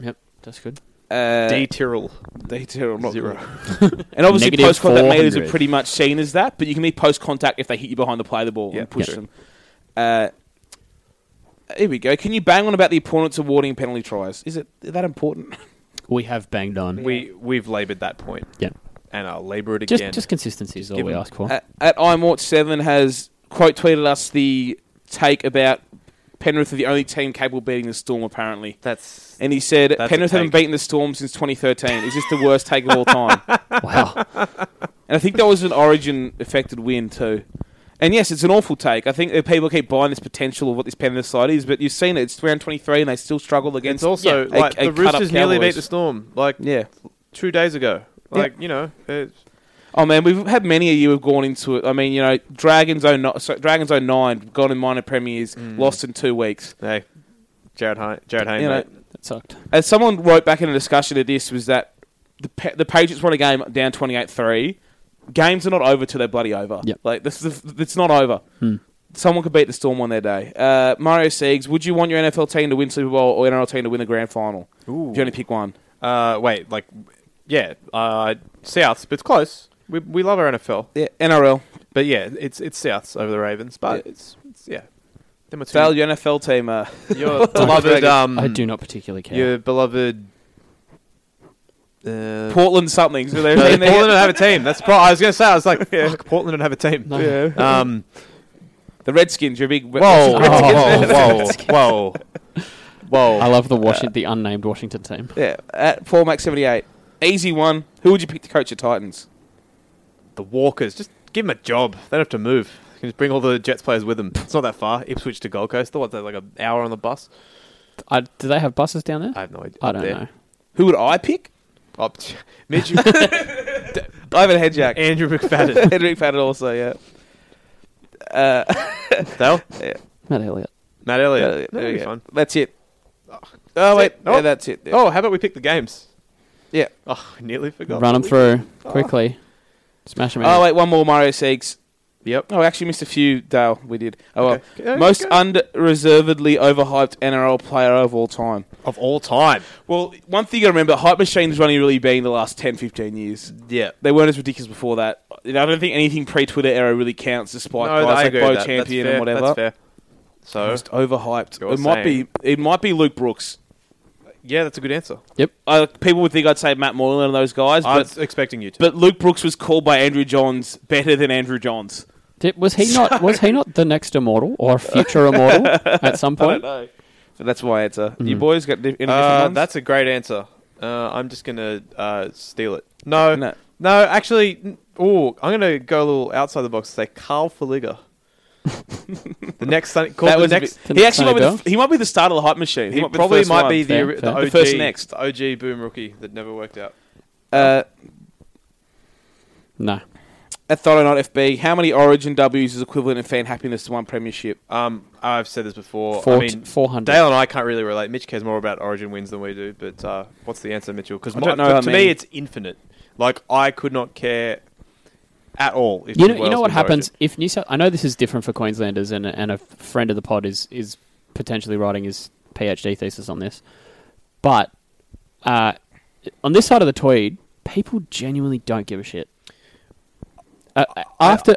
S4: yep, that's good.
S3: Uh,
S2: D Tyrrell.
S3: data or not
S2: Zero.
S3: good. And obviously,
S4: Negative
S3: post contact meters are
S1: 400.
S3: pretty much seen as that, but you can be post contact if they hit you behind the play of the ball
S2: Yeah,
S3: and push
S4: true.
S3: them. Uh, here we go. Can you bang on about the opponents awarding penalty tries? Is it that important?
S4: We have banged on.
S2: We we've laboured that point,
S4: yeah,
S2: and I'll labour it
S4: just
S2: again.
S4: just consistency is all
S2: give
S4: we
S2: him-
S4: ask for.
S3: Uh, at imort7 has quote tweeted us the take about Penrith are the only team capable of beating the Storm, apparently.
S2: That's
S3: And he said,
S2: That's a
S3: Penrith haven't
S2: take.
S3: beaten the Storm since 2013. Is this the worst take of all time?
S4: wow,
S3: And I think that was an origin affected win too. And yes, it's an awful take. I think that people keep buying this potential of what this Penrith side is, but you've seen it. It's round 23 and they still struggled against
S2: it's also
S3: yeah, a-
S2: like
S3: a
S2: the
S3: cut-up
S2: Roosters nearly beat
S3: Cowboys.
S2: the Storm like
S3: Yeah.
S2: two days ago. Like you know, it's,
S3: Oh man, we've had many a year we've gone into it. I mean, you know, Dragons 09, so- Dragons 09 gone in minor premiers,
S2: Mm.
S3: lost in two weeks.
S2: hey, Jared Hay, Jared Hayne,
S3: You know,
S2: mate.
S4: that sucked.
S3: as someone wrote back in a discussion of this was that the Pa- the Patriots won a game down 28-3. Games are not over till they're bloody over.
S4: Yep.
S3: Like this is it's not over. Someone could beat the Storm on their day. Uh, Mario Siegs, would you want your NFL team to win Super Bowl or your NRL team to win the grand final?
S2: Ooh.
S3: If you only pick one.
S2: Uh, wait, like yeah, uh, Souths, but it's close. We we love our NFL,
S3: Yeah, NRL.
S2: but yeah, it's it's Souths over the Ravens, but
S3: Yeah.
S2: it's, it's yeah. Them are two-
S3: Dale, your NFL team. Uh,
S2: your
S3: Dragons.
S2: beloved, um,
S4: I do not particularly care.
S2: your beloved. Uh,
S3: Portland something. So they're
S2: No,
S3: in there.
S2: Portland don't have a team. That's pro- I was going to say. I was like, fuck, Portland don't have a team. Um,
S3: the Redskins. You're a big.
S2: whoa, whoa, whoa, whoa, whoa,
S4: I love the Washington, the unnamed Washington team.
S3: Yeah, at Paul Mac 78. Easy one. Who would you pick to coach your Titans?
S2: The Walkers. Just Give them a job. They don't have to move. You can just bring all the Jets players with them. It's not that far. Ipswich to Gold Coast. What's that, like an hour on the bus?
S4: I, do they have buses down there?
S2: I have no idea.
S4: I
S2: Up
S4: don't
S2: there.
S4: know.
S2: Who would I pick? Oh, t- Mitch.
S3: Ivan Hedjak.
S2: Andrew McFadden.
S3: Henrik Fadden also, yeah.
S2: Dale?
S4: Matt Elliott.
S2: Matt Elliott.
S3: Uh, there
S2: That'd
S3: you
S2: be
S3: go.
S2: fun.
S3: That's it. Oh, wait.
S2: it.
S3: Yeah,
S2: Oh.
S3: that's it. Yeah.
S2: Oh, how about we pick the games?
S3: Yeah.
S2: Oh, I nearly forgot.
S4: Run them through
S2: Oh.
S4: quickly. Smash them out.
S3: Oh, wait, one more Mario Siegs.
S2: Yep.
S3: Oh, I actually missed a few, Dale. We did. Oh, well.
S2: Okay. Okay,
S3: Most
S2: okay.
S3: unreservedly overhyped NRL player of all time.
S2: Of all time.
S3: Well, one thing I remember, Hype Machine's only really been the last 10, 15 years.
S2: Yeah.
S3: They weren't as ridiculous before that. I don't think anything pre-Twitter era really counts, despite
S2: No, I
S3: guys like
S2: agree with
S3: Bo
S2: that. That's
S3: Champion
S2: fair.
S3: and whatever.
S2: That's fair. So,
S3: Most overhyped.
S2: You're
S3: it might be.
S2: saying.
S3: It might be Luke Brooks.
S2: yeah, that's a good answer.
S3: I, people would think I'd say Matt Moylan and those guys,
S2: I
S3: but
S2: was expecting you to.
S3: but Luke Brooks was called by Andrew Johns better than Andrew Johns.
S4: Did, was he not? Was he not the next immortal or future immortal at some point?
S3: know. So that's my answer.
S2: Hmm.
S3: You boys got di- any different
S2: Uh,
S3: ones?
S2: that's a great answer. Uh, I'm just gonna uh, steal it. No,
S3: No.
S2: no, actually, oh, I'm gonna go a little outside the box and say Carl Feliger. the next Sunday, called
S3: that
S2: the
S3: was a
S2: next.
S3: bit-
S4: the
S3: he actually might be
S4: Sunny
S3: the, f- he might be the start of the hype machine.
S2: He
S3: might be the
S2: probably
S3: first
S2: might
S3: one.
S2: be
S4: Fair,
S2: the,
S4: fair.
S2: the
S4: The
S2: OG
S3: first next.
S2: the OG boom rookie that never worked out.
S3: Uh,
S4: No.
S3: at Thought FB, how many Origin Ws is equivalent in fan happiness to one premiership?
S2: Um, I've said this before.
S4: Four-
S2: I mean,
S4: 400.
S2: Dale and I can't really relate. Mitch cares more about Origin wins than we do. But uh, what's the answer, Mitchell? Because
S3: I don't know how
S2: to,
S3: many.
S2: me, it's infinite. Like I could not care at all. If
S4: You know,
S2: Wales
S4: you know what
S2: wins
S4: happens
S2: Origin.
S4: if New South. I know this is different for Queenslanders, and and a friend of the pod is is potentially writing his PhD thesis on this, but uh, on this side of the Tweed, people genuinely don't give a shit. Uh, after,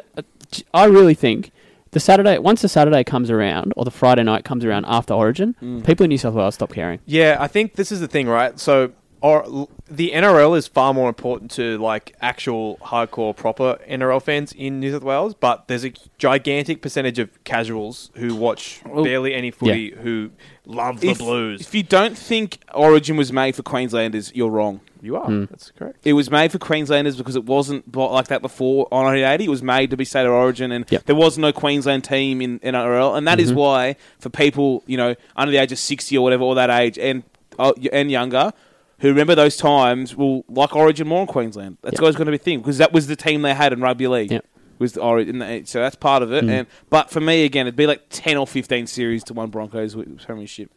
S4: I really think the Saturday once the Saturday comes around or the Friday night comes around after Origin, people in New South Wales stop caring.
S2: Yeah, I think this is the thing, right? So, or l- the NRL is far more important to like actual hardcore proper NRL fans in New South Wales, but there's a gigantic percentage of casuals who watch barely any footy who love the
S3: if,
S2: Blues.
S3: If you don't think Origin was made for Queenslanders, you're wrong.
S2: you are,
S4: Hmm.
S2: that's correct.
S3: It was made for Queenslanders because it wasn't bo- like that before on 1980. It was made to be state of origin, and
S4: Yep. Mm-hmm.
S3: there was no Queensland team in NRL, and that is why for people you know under the age of 60 or whatever, or that age, and uh, and younger, who remember those times, will like Origin more in Queensland. That's
S4: Yep.
S3: always going to be a thing because that was the team they had in rugby league.
S4: Yep. Mm.
S3: Was the origin, and so that's part of it. And but for me, again, it'd be like ten or fifteen series to one Broncos with premiership.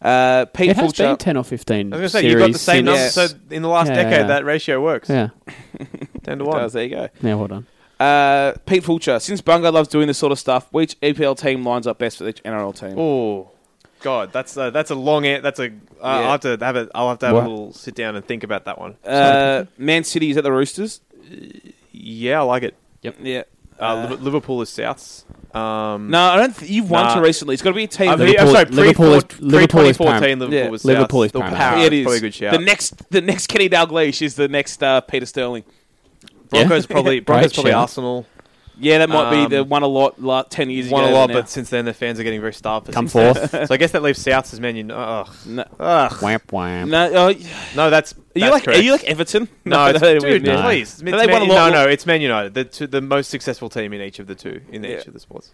S3: Uh, Pete
S4: It has
S3: Fulcher,
S4: been ten or fifteen.
S2: I was going to say
S4: series
S2: you got the same number.
S3: since-
S2: So in the last
S4: Yeah,
S2: decade,
S4: yeah.
S2: that ratio works.
S4: Yeah.
S2: ten to
S3: Does,
S2: one.
S3: there you go.
S4: Now hold on.
S3: Uh, Pete Fulcher, since Bungo loves doing this sort of stuff, which EPL team lines up best for each NRL team?
S2: Oh, God, that's a, that's a long. an- That's a. Uh, I'll have to have a. I'll have to have
S4: What?
S2: a little sit down and think about that one.
S3: uh, Man City is at the Roosters.
S2: Yeah, I like it.
S3: Yeah.
S2: Uh, Liv- Liverpool is Souths. Um,
S3: No, I don't. Th- you've won
S2: Nah.
S3: to recently. It's got to be a team.
S2: I
S3: that-
S2: mean, I'm
S4: Liverpool-
S2: sorry, pre-
S4: Liverpool is-
S2: pre-
S4: Liverpool is
S2: 2014,
S4: paramount.
S2: Liverpool
S3: Yeah.
S2: was
S4: Liverpool
S2: Souths.
S4: is
S2: The
S4: paramount.
S2: power,
S3: Yeah, it is.
S2: Probably a good shout.
S3: The next, the next Kenny Dalglish is the next uh, Peter Sterling.
S2: Broncos probably Broncos
S4: Great
S2: probably
S4: shout.
S2: Arsenal
S3: Yeah, that might
S2: Um,
S3: be the one a lot. Like, ten years
S2: won a
S3: ago.
S2: lot,
S3: now.
S2: but since then their fans are getting very starved.
S4: Come
S2: since
S4: forth.
S2: then. so I guess that leaves Souths as Man United. Ugh.
S3: no,
S2: Ugh.
S4: Wamp wamp.
S3: no, uh,
S2: No, uh, that's, that's
S3: are you like?
S2: correct.
S3: Are you like Everton?
S2: No, it's,
S3: they
S2: dude,
S3: wouldn't.
S4: no.
S2: please. It's
S3: But
S2: Man-
S3: they won a lot
S2: No,
S3: more-
S2: no, it's Man United, the two, the most successful team in each of the two in
S3: Yeah.
S2: each of the sports.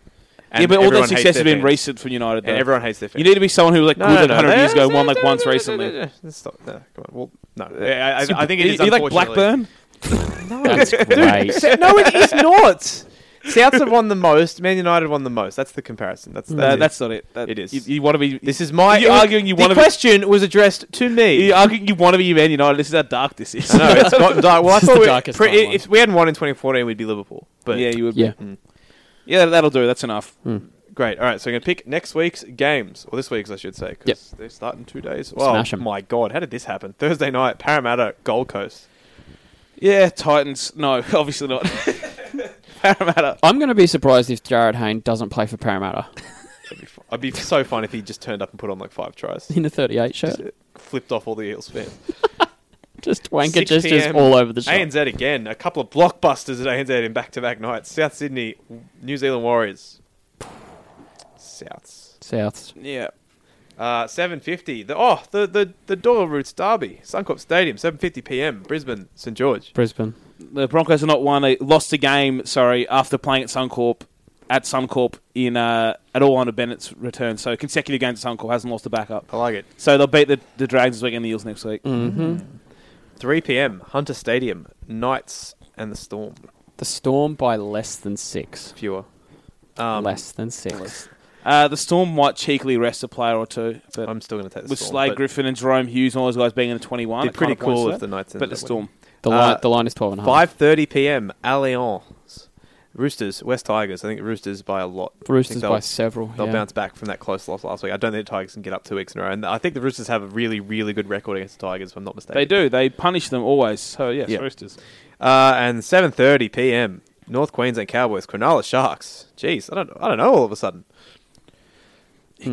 S2: And
S3: Yeah, but all their
S2: everyone hates
S3: success has been
S2: fans.
S3: recent from United. Though.
S2: And everyone hates their fans.
S3: you need to be someone who was like
S2: No,
S3: good
S2: no,
S3: at
S2: no,
S3: 100
S2: no,
S3: years
S2: no,
S3: ago, and
S2: no,
S3: won
S2: no,
S3: like
S2: no,
S3: once
S2: no, no,
S3: recently.
S2: no, no, no. Stop. No, come on. Well, no. I, I, I think it
S3: you,
S2: is.
S3: you like
S2: unfortunately-
S3: Blackburn?
S4: That's great.
S2: no, it is not. Souths have won the most. Man United won the most. That's the comparison. That's
S3: Uh,
S2: that's, it.
S3: that's not it. That-
S2: It is.
S3: You, you want to be.
S2: This is my.
S3: You're arguing you
S2: the
S3: wanna be-
S2: question was addressed to me.
S3: You arguing you want to be Man United. This is how dark this is.
S2: I know it's gotten dark. Well, I
S4: This is
S2: thought
S4: the
S2: we,
S4: darkest
S2: pre-
S4: timeline.
S2: if we hadn't won in 2014, we'd be Liverpool. But
S3: yeah, you would.
S4: Yeah.
S3: yeah, that'll do. That's enough.
S2: great. All right, so we're gonna pick next week's games, or this week's, I should say, because
S4: Yep.
S2: they start in two days. Well,
S4: Smash 'em.
S2: my God, how did this happen? Thursday night, Parramatta, Gold Coast.
S3: Yeah, Titans. No, obviously not. Parramatta.
S4: I'm going to be surprised if Jared Hayne doesn't play for Parramatta
S2: I'd be so fun if he just turned up and put on like five tries, uh,
S4: in a 38 shirt.
S2: flipped off all the Eels fans.
S4: Just wanker
S2: 6
S4: gestures
S2: PM.
S4: all over the shop.
S2: ANZ again. A couple of blockbusters at ANZ in back-to-back nights. South Sydney, New Zealand Warriors. Souths.
S4: Souths.
S3: Yeah.
S2: Uh, 750. The, oh, the, the, the Doyle Roots Derby. Suncorp Stadium, 7.50pm. Brisbane, St. George.
S4: Brisbane.
S3: the Broncos are not one. They lost a game, sorry, after playing at Suncorp, at Suncorp in uh, at all under Bennett's return. So consecutive games at Suncorp hasn't lost a backup.
S2: I like it.
S3: So they'll beat the, the Dragons this week and the Eels next week.
S2: 3 p.m. Hunter Stadium, Knights and the Storm.
S4: The Storm by less than six.
S2: Fewer. Um,
S4: less than six.
S3: Uh, the Storm might cheekily rest a player or two, but
S2: I'm still going to take the
S3: with
S2: Storm,
S3: Slade
S2: but
S3: Griffin and Jerome Hughes and all those guys being in the 21,
S2: Be
S3: it
S2: pretty
S3: kinda points
S2: cool
S3: to
S2: if
S3: that.
S2: the Knights
S3: But
S2: ended
S3: the
S2: up
S3: Storm.
S4: The,
S2: Uh,
S4: line, the line is 12 and a half.
S2: 5:30 p.m. Allianz, Roosters, West Tigers. I think Roosters by a lot. I
S4: Roosters
S2: think they'll-
S4: by several.
S2: They'll
S4: yeah.
S2: bounce back from that close loss last week. I don't think the Tigers can get up two weeks in a row. And I think the Roosters have a really, really good record against the Tigers, if I'm not mistaken.
S3: They do. They punish them always. So, yes,
S2: Yeah.
S3: Oh, Roosters.
S2: Uh, and 7:30 p.m. North Queensland Cowboys, Cronulla Sharks. Jeez, I don't, I don't know. All of a sudden,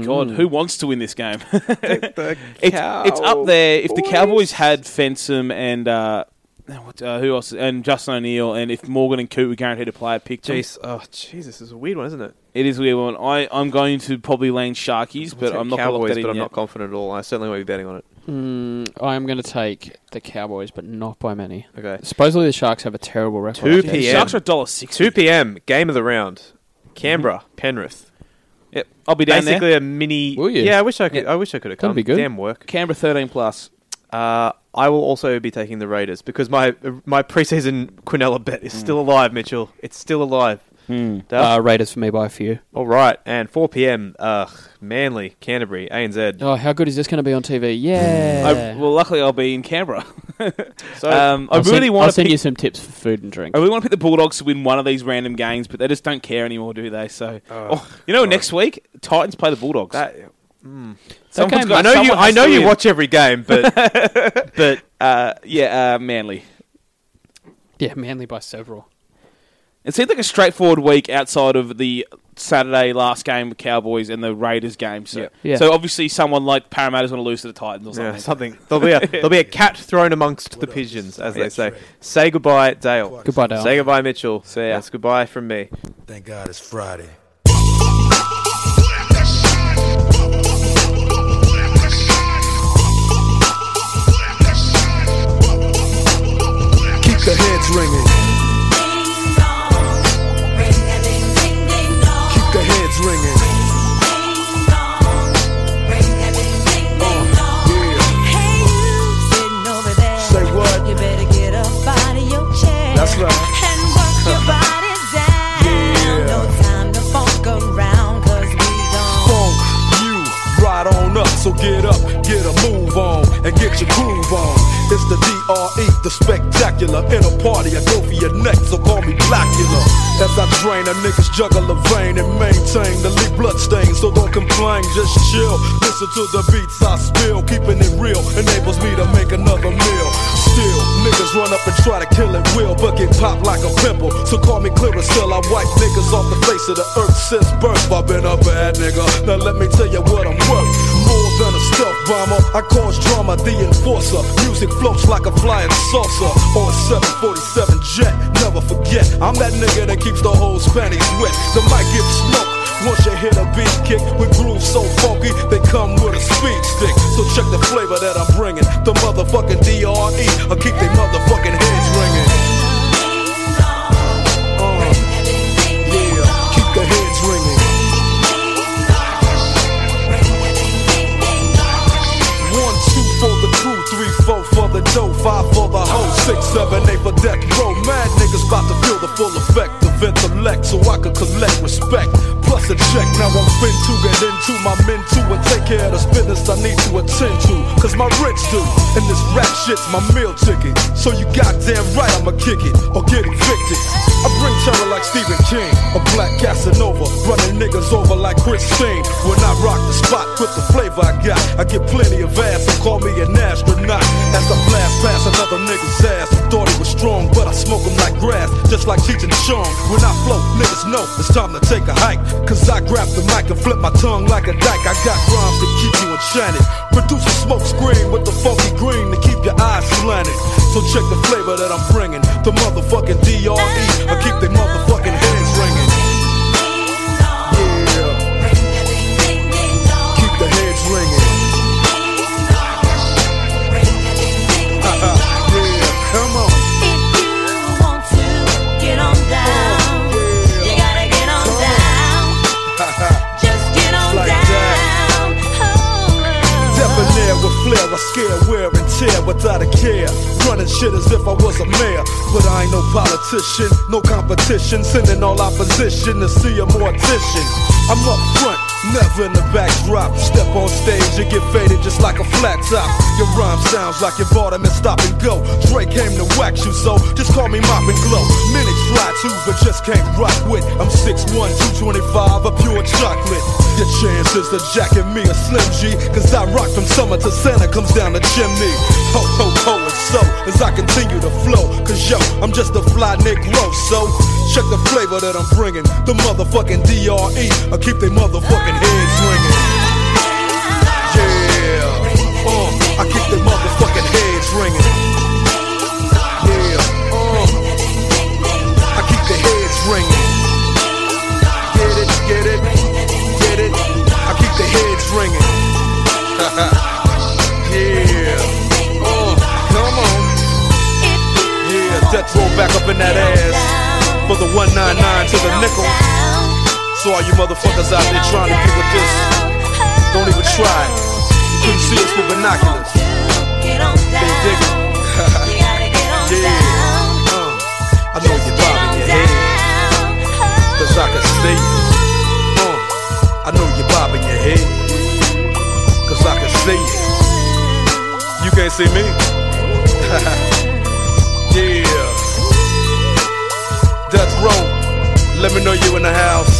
S3: God, who wants to win this game?
S2: The
S3: Mm. It's, it's up there. If the
S2: Cowboys.
S3: Cowboys had Fensom and uh, what, uh, who else? And Justin O'Neill, and if Morgan and Coote were guaranteed to play, pick them.
S2: Jeez, oh jeez, this is a weird one, isn't it?
S3: It is a weird one. I I'm going to probably land Sharkies, but
S2: Take
S3: I'm not going to lock
S2: Cowboys,
S3: that
S2: but
S3: in
S2: I'm
S3: yet.
S2: not confident at all. I certainly won't be betting on it.
S4: I am going to Mm, take the Cowboys, but not by many.
S2: Okay.
S4: Supposedly the Sharks have a terrible record.
S2: 2
S4: after this.
S2: p.m.
S3: Sharks are dollar six.
S2: 2 p.m. Game of the round, Canberra, Penrith.
S3: Yep, I'll be down
S2: Basically
S3: there.
S2: a mini.
S4: Mm-hmm. Will you?
S2: Yeah, I wish I could. I wish I could have come.
S4: That'd be good.
S2: Damn work.
S3: Canberra thirteen plus.
S2: Uh, I will also be taking the Raiders because my my preseason Quinella bet is still alive, Mitchell. It's still alive.
S4: Mm. Uh, Raiders for me by a few.
S2: All right, and 4 p.m. Ugh, Manly, Canterbury, ANZ.
S4: Oh, how good is this going to be on TV? Yeah.
S3: I, well, luckily I'll be in Canberra.
S2: So
S3: um, I
S4: I'll
S3: really
S4: send,
S3: want
S4: I'll
S3: to
S4: send
S3: pick.
S4: you some tips for food and drink.
S3: I really want to pick the Bulldogs to win one of these random games, but they just don't care anymore, do they? So, oh, you know, next week Titans play the Bulldogs.
S2: that,
S3: Someone's
S4: game-
S3: got-
S2: I know you.
S3: someone
S2: I
S3: has
S2: know
S3: to
S2: you
S3: win.
S2: watch every game, but but
S3: Uh, yeah, uh, Manly.
S4: yeah, Manly by several.
S3: It seemed like a straightforward week outside of the Saturday last game with Cowboys and the Raiders game. So,
S4: Yeah.
S3: so obviously someone like Parramatta's going to lose to the Titans or something.
S2: yeah, something there'll be a there'll be a cat thrown amongst the pigeons, as they say. Say goodbye, Dale.
S4: Goodbye, Dale.
S2: Say goodbye, Mitchell. Say That's goodbye from me.
S7: Thank God it's Friday. Keep the heads ringing. Keep the heads ringing. Say what?
S10: You better get up out of your chair
S7: That's right.
S10: and work your body down.
S7: Yeah.
S10: No time to funk around, cause we gone.
S7: funk you right on up. So get up, get a move on, and get your groove on. It's the DRE, the spectacular. In a party, I go for your neck, so call me Blackula. As I drain, a niggas juggle a vein and maintain the leak blood stain. So don't complain, just chill. Listen to the beats I spill, keeping it real enables me to make another meal. Still, niggas run up and try to kill it will, but get popped like a pimple. So call me clearer still. I wipe niggas off the face of the earth since birth. I've been a bad nigga. Now let me tell you what I'm worth. More than a stealth bomber, I cause drama, the enforcer. Music floats like a flying saucer on a 747 jet. Never forget, I'm that nigga that keeps the whole panties wet. The mic gives smoke. Once you hit a beat kick with grooves so funky, they come with a speed stick. So check the flavor that I'm bringing. The motherfucking DRE, I'll keep they motherfucking heads ringing. Uh, yeah, keep the heads ringing. One, two for the crew, three, four for the dough, five for the hoe, six, seven, eight for death row. Mad niggas about to feel the full effect of intellect so I can collect respect. Plus a check, now I'm fin to get into my men too and take care of this business I need to attend to. Cause my rent's due, and this rap shit's my meal ticket. So you goddamn right I'ma kick it or get evicted. I bring terror like Stephen King, a black Casanova, running niggas over like Christine. When I rock the spot with the flavor I got, I get plenty of ass, so call me an astronaut. As I blast past another nigga's ass, I thought he was strong, but I smoke him like grass, just like Cheech and Chong. When I flow, niggas know it's time to take a hike, cause I grab the mic and flip my tongue like a dyke. I got rhymes to keep you enchanted, produce a smoke screen with the funky green to keep your eyes slanted. So check the flavor that I'm bringing, the motherfucking DRE, E. I keep they motherfucking heads ringing. Yeah, keep the heads ringing. yeah, come on.
S10: If you
S7: shit as if I was a mayor. But I ain't no politician, no competition. Sending all opposition to see a mortician. I'm up front, never in the backdrop. Step on stage, you get faded just like a flat top. Your rhyme sounds like you bought 'em at stop and go. Drake came to whack you, so just call me Mop and Glow. Minutes fly too, but just can't rock with. I'm 6'1, 225, a pure chocolate. Your chances to jacket me a Slim G, cause I rock from summer to Santa comes down the chimney. Ho, ho, ho, and so as I continue to flow, cause yo, I'm just a fly Negro, so check the flavor that I'm bringing. The motherfucking DRE, I keep they motherfucking heads ringing. Yeah, uh, I keep they motherfucking heads ringing. Yeah, uh, I keep the heads ringing. Get it, get it, get it. I keep the heads ringing. yeah, uh, come on. Yeah, death roll back up in that ass. For the 199 to the nickel. So all you motherfuckers out there trying to get with this, don't even try. it. You couldn't see us with binoculars. They dig it. yeah. Uh, I know you're bobbing your head. Cause I can see you. Uh, I know you're bobbing your head. Cause I can see you. You can't see me. yeah. Death Row, let me know you in the house.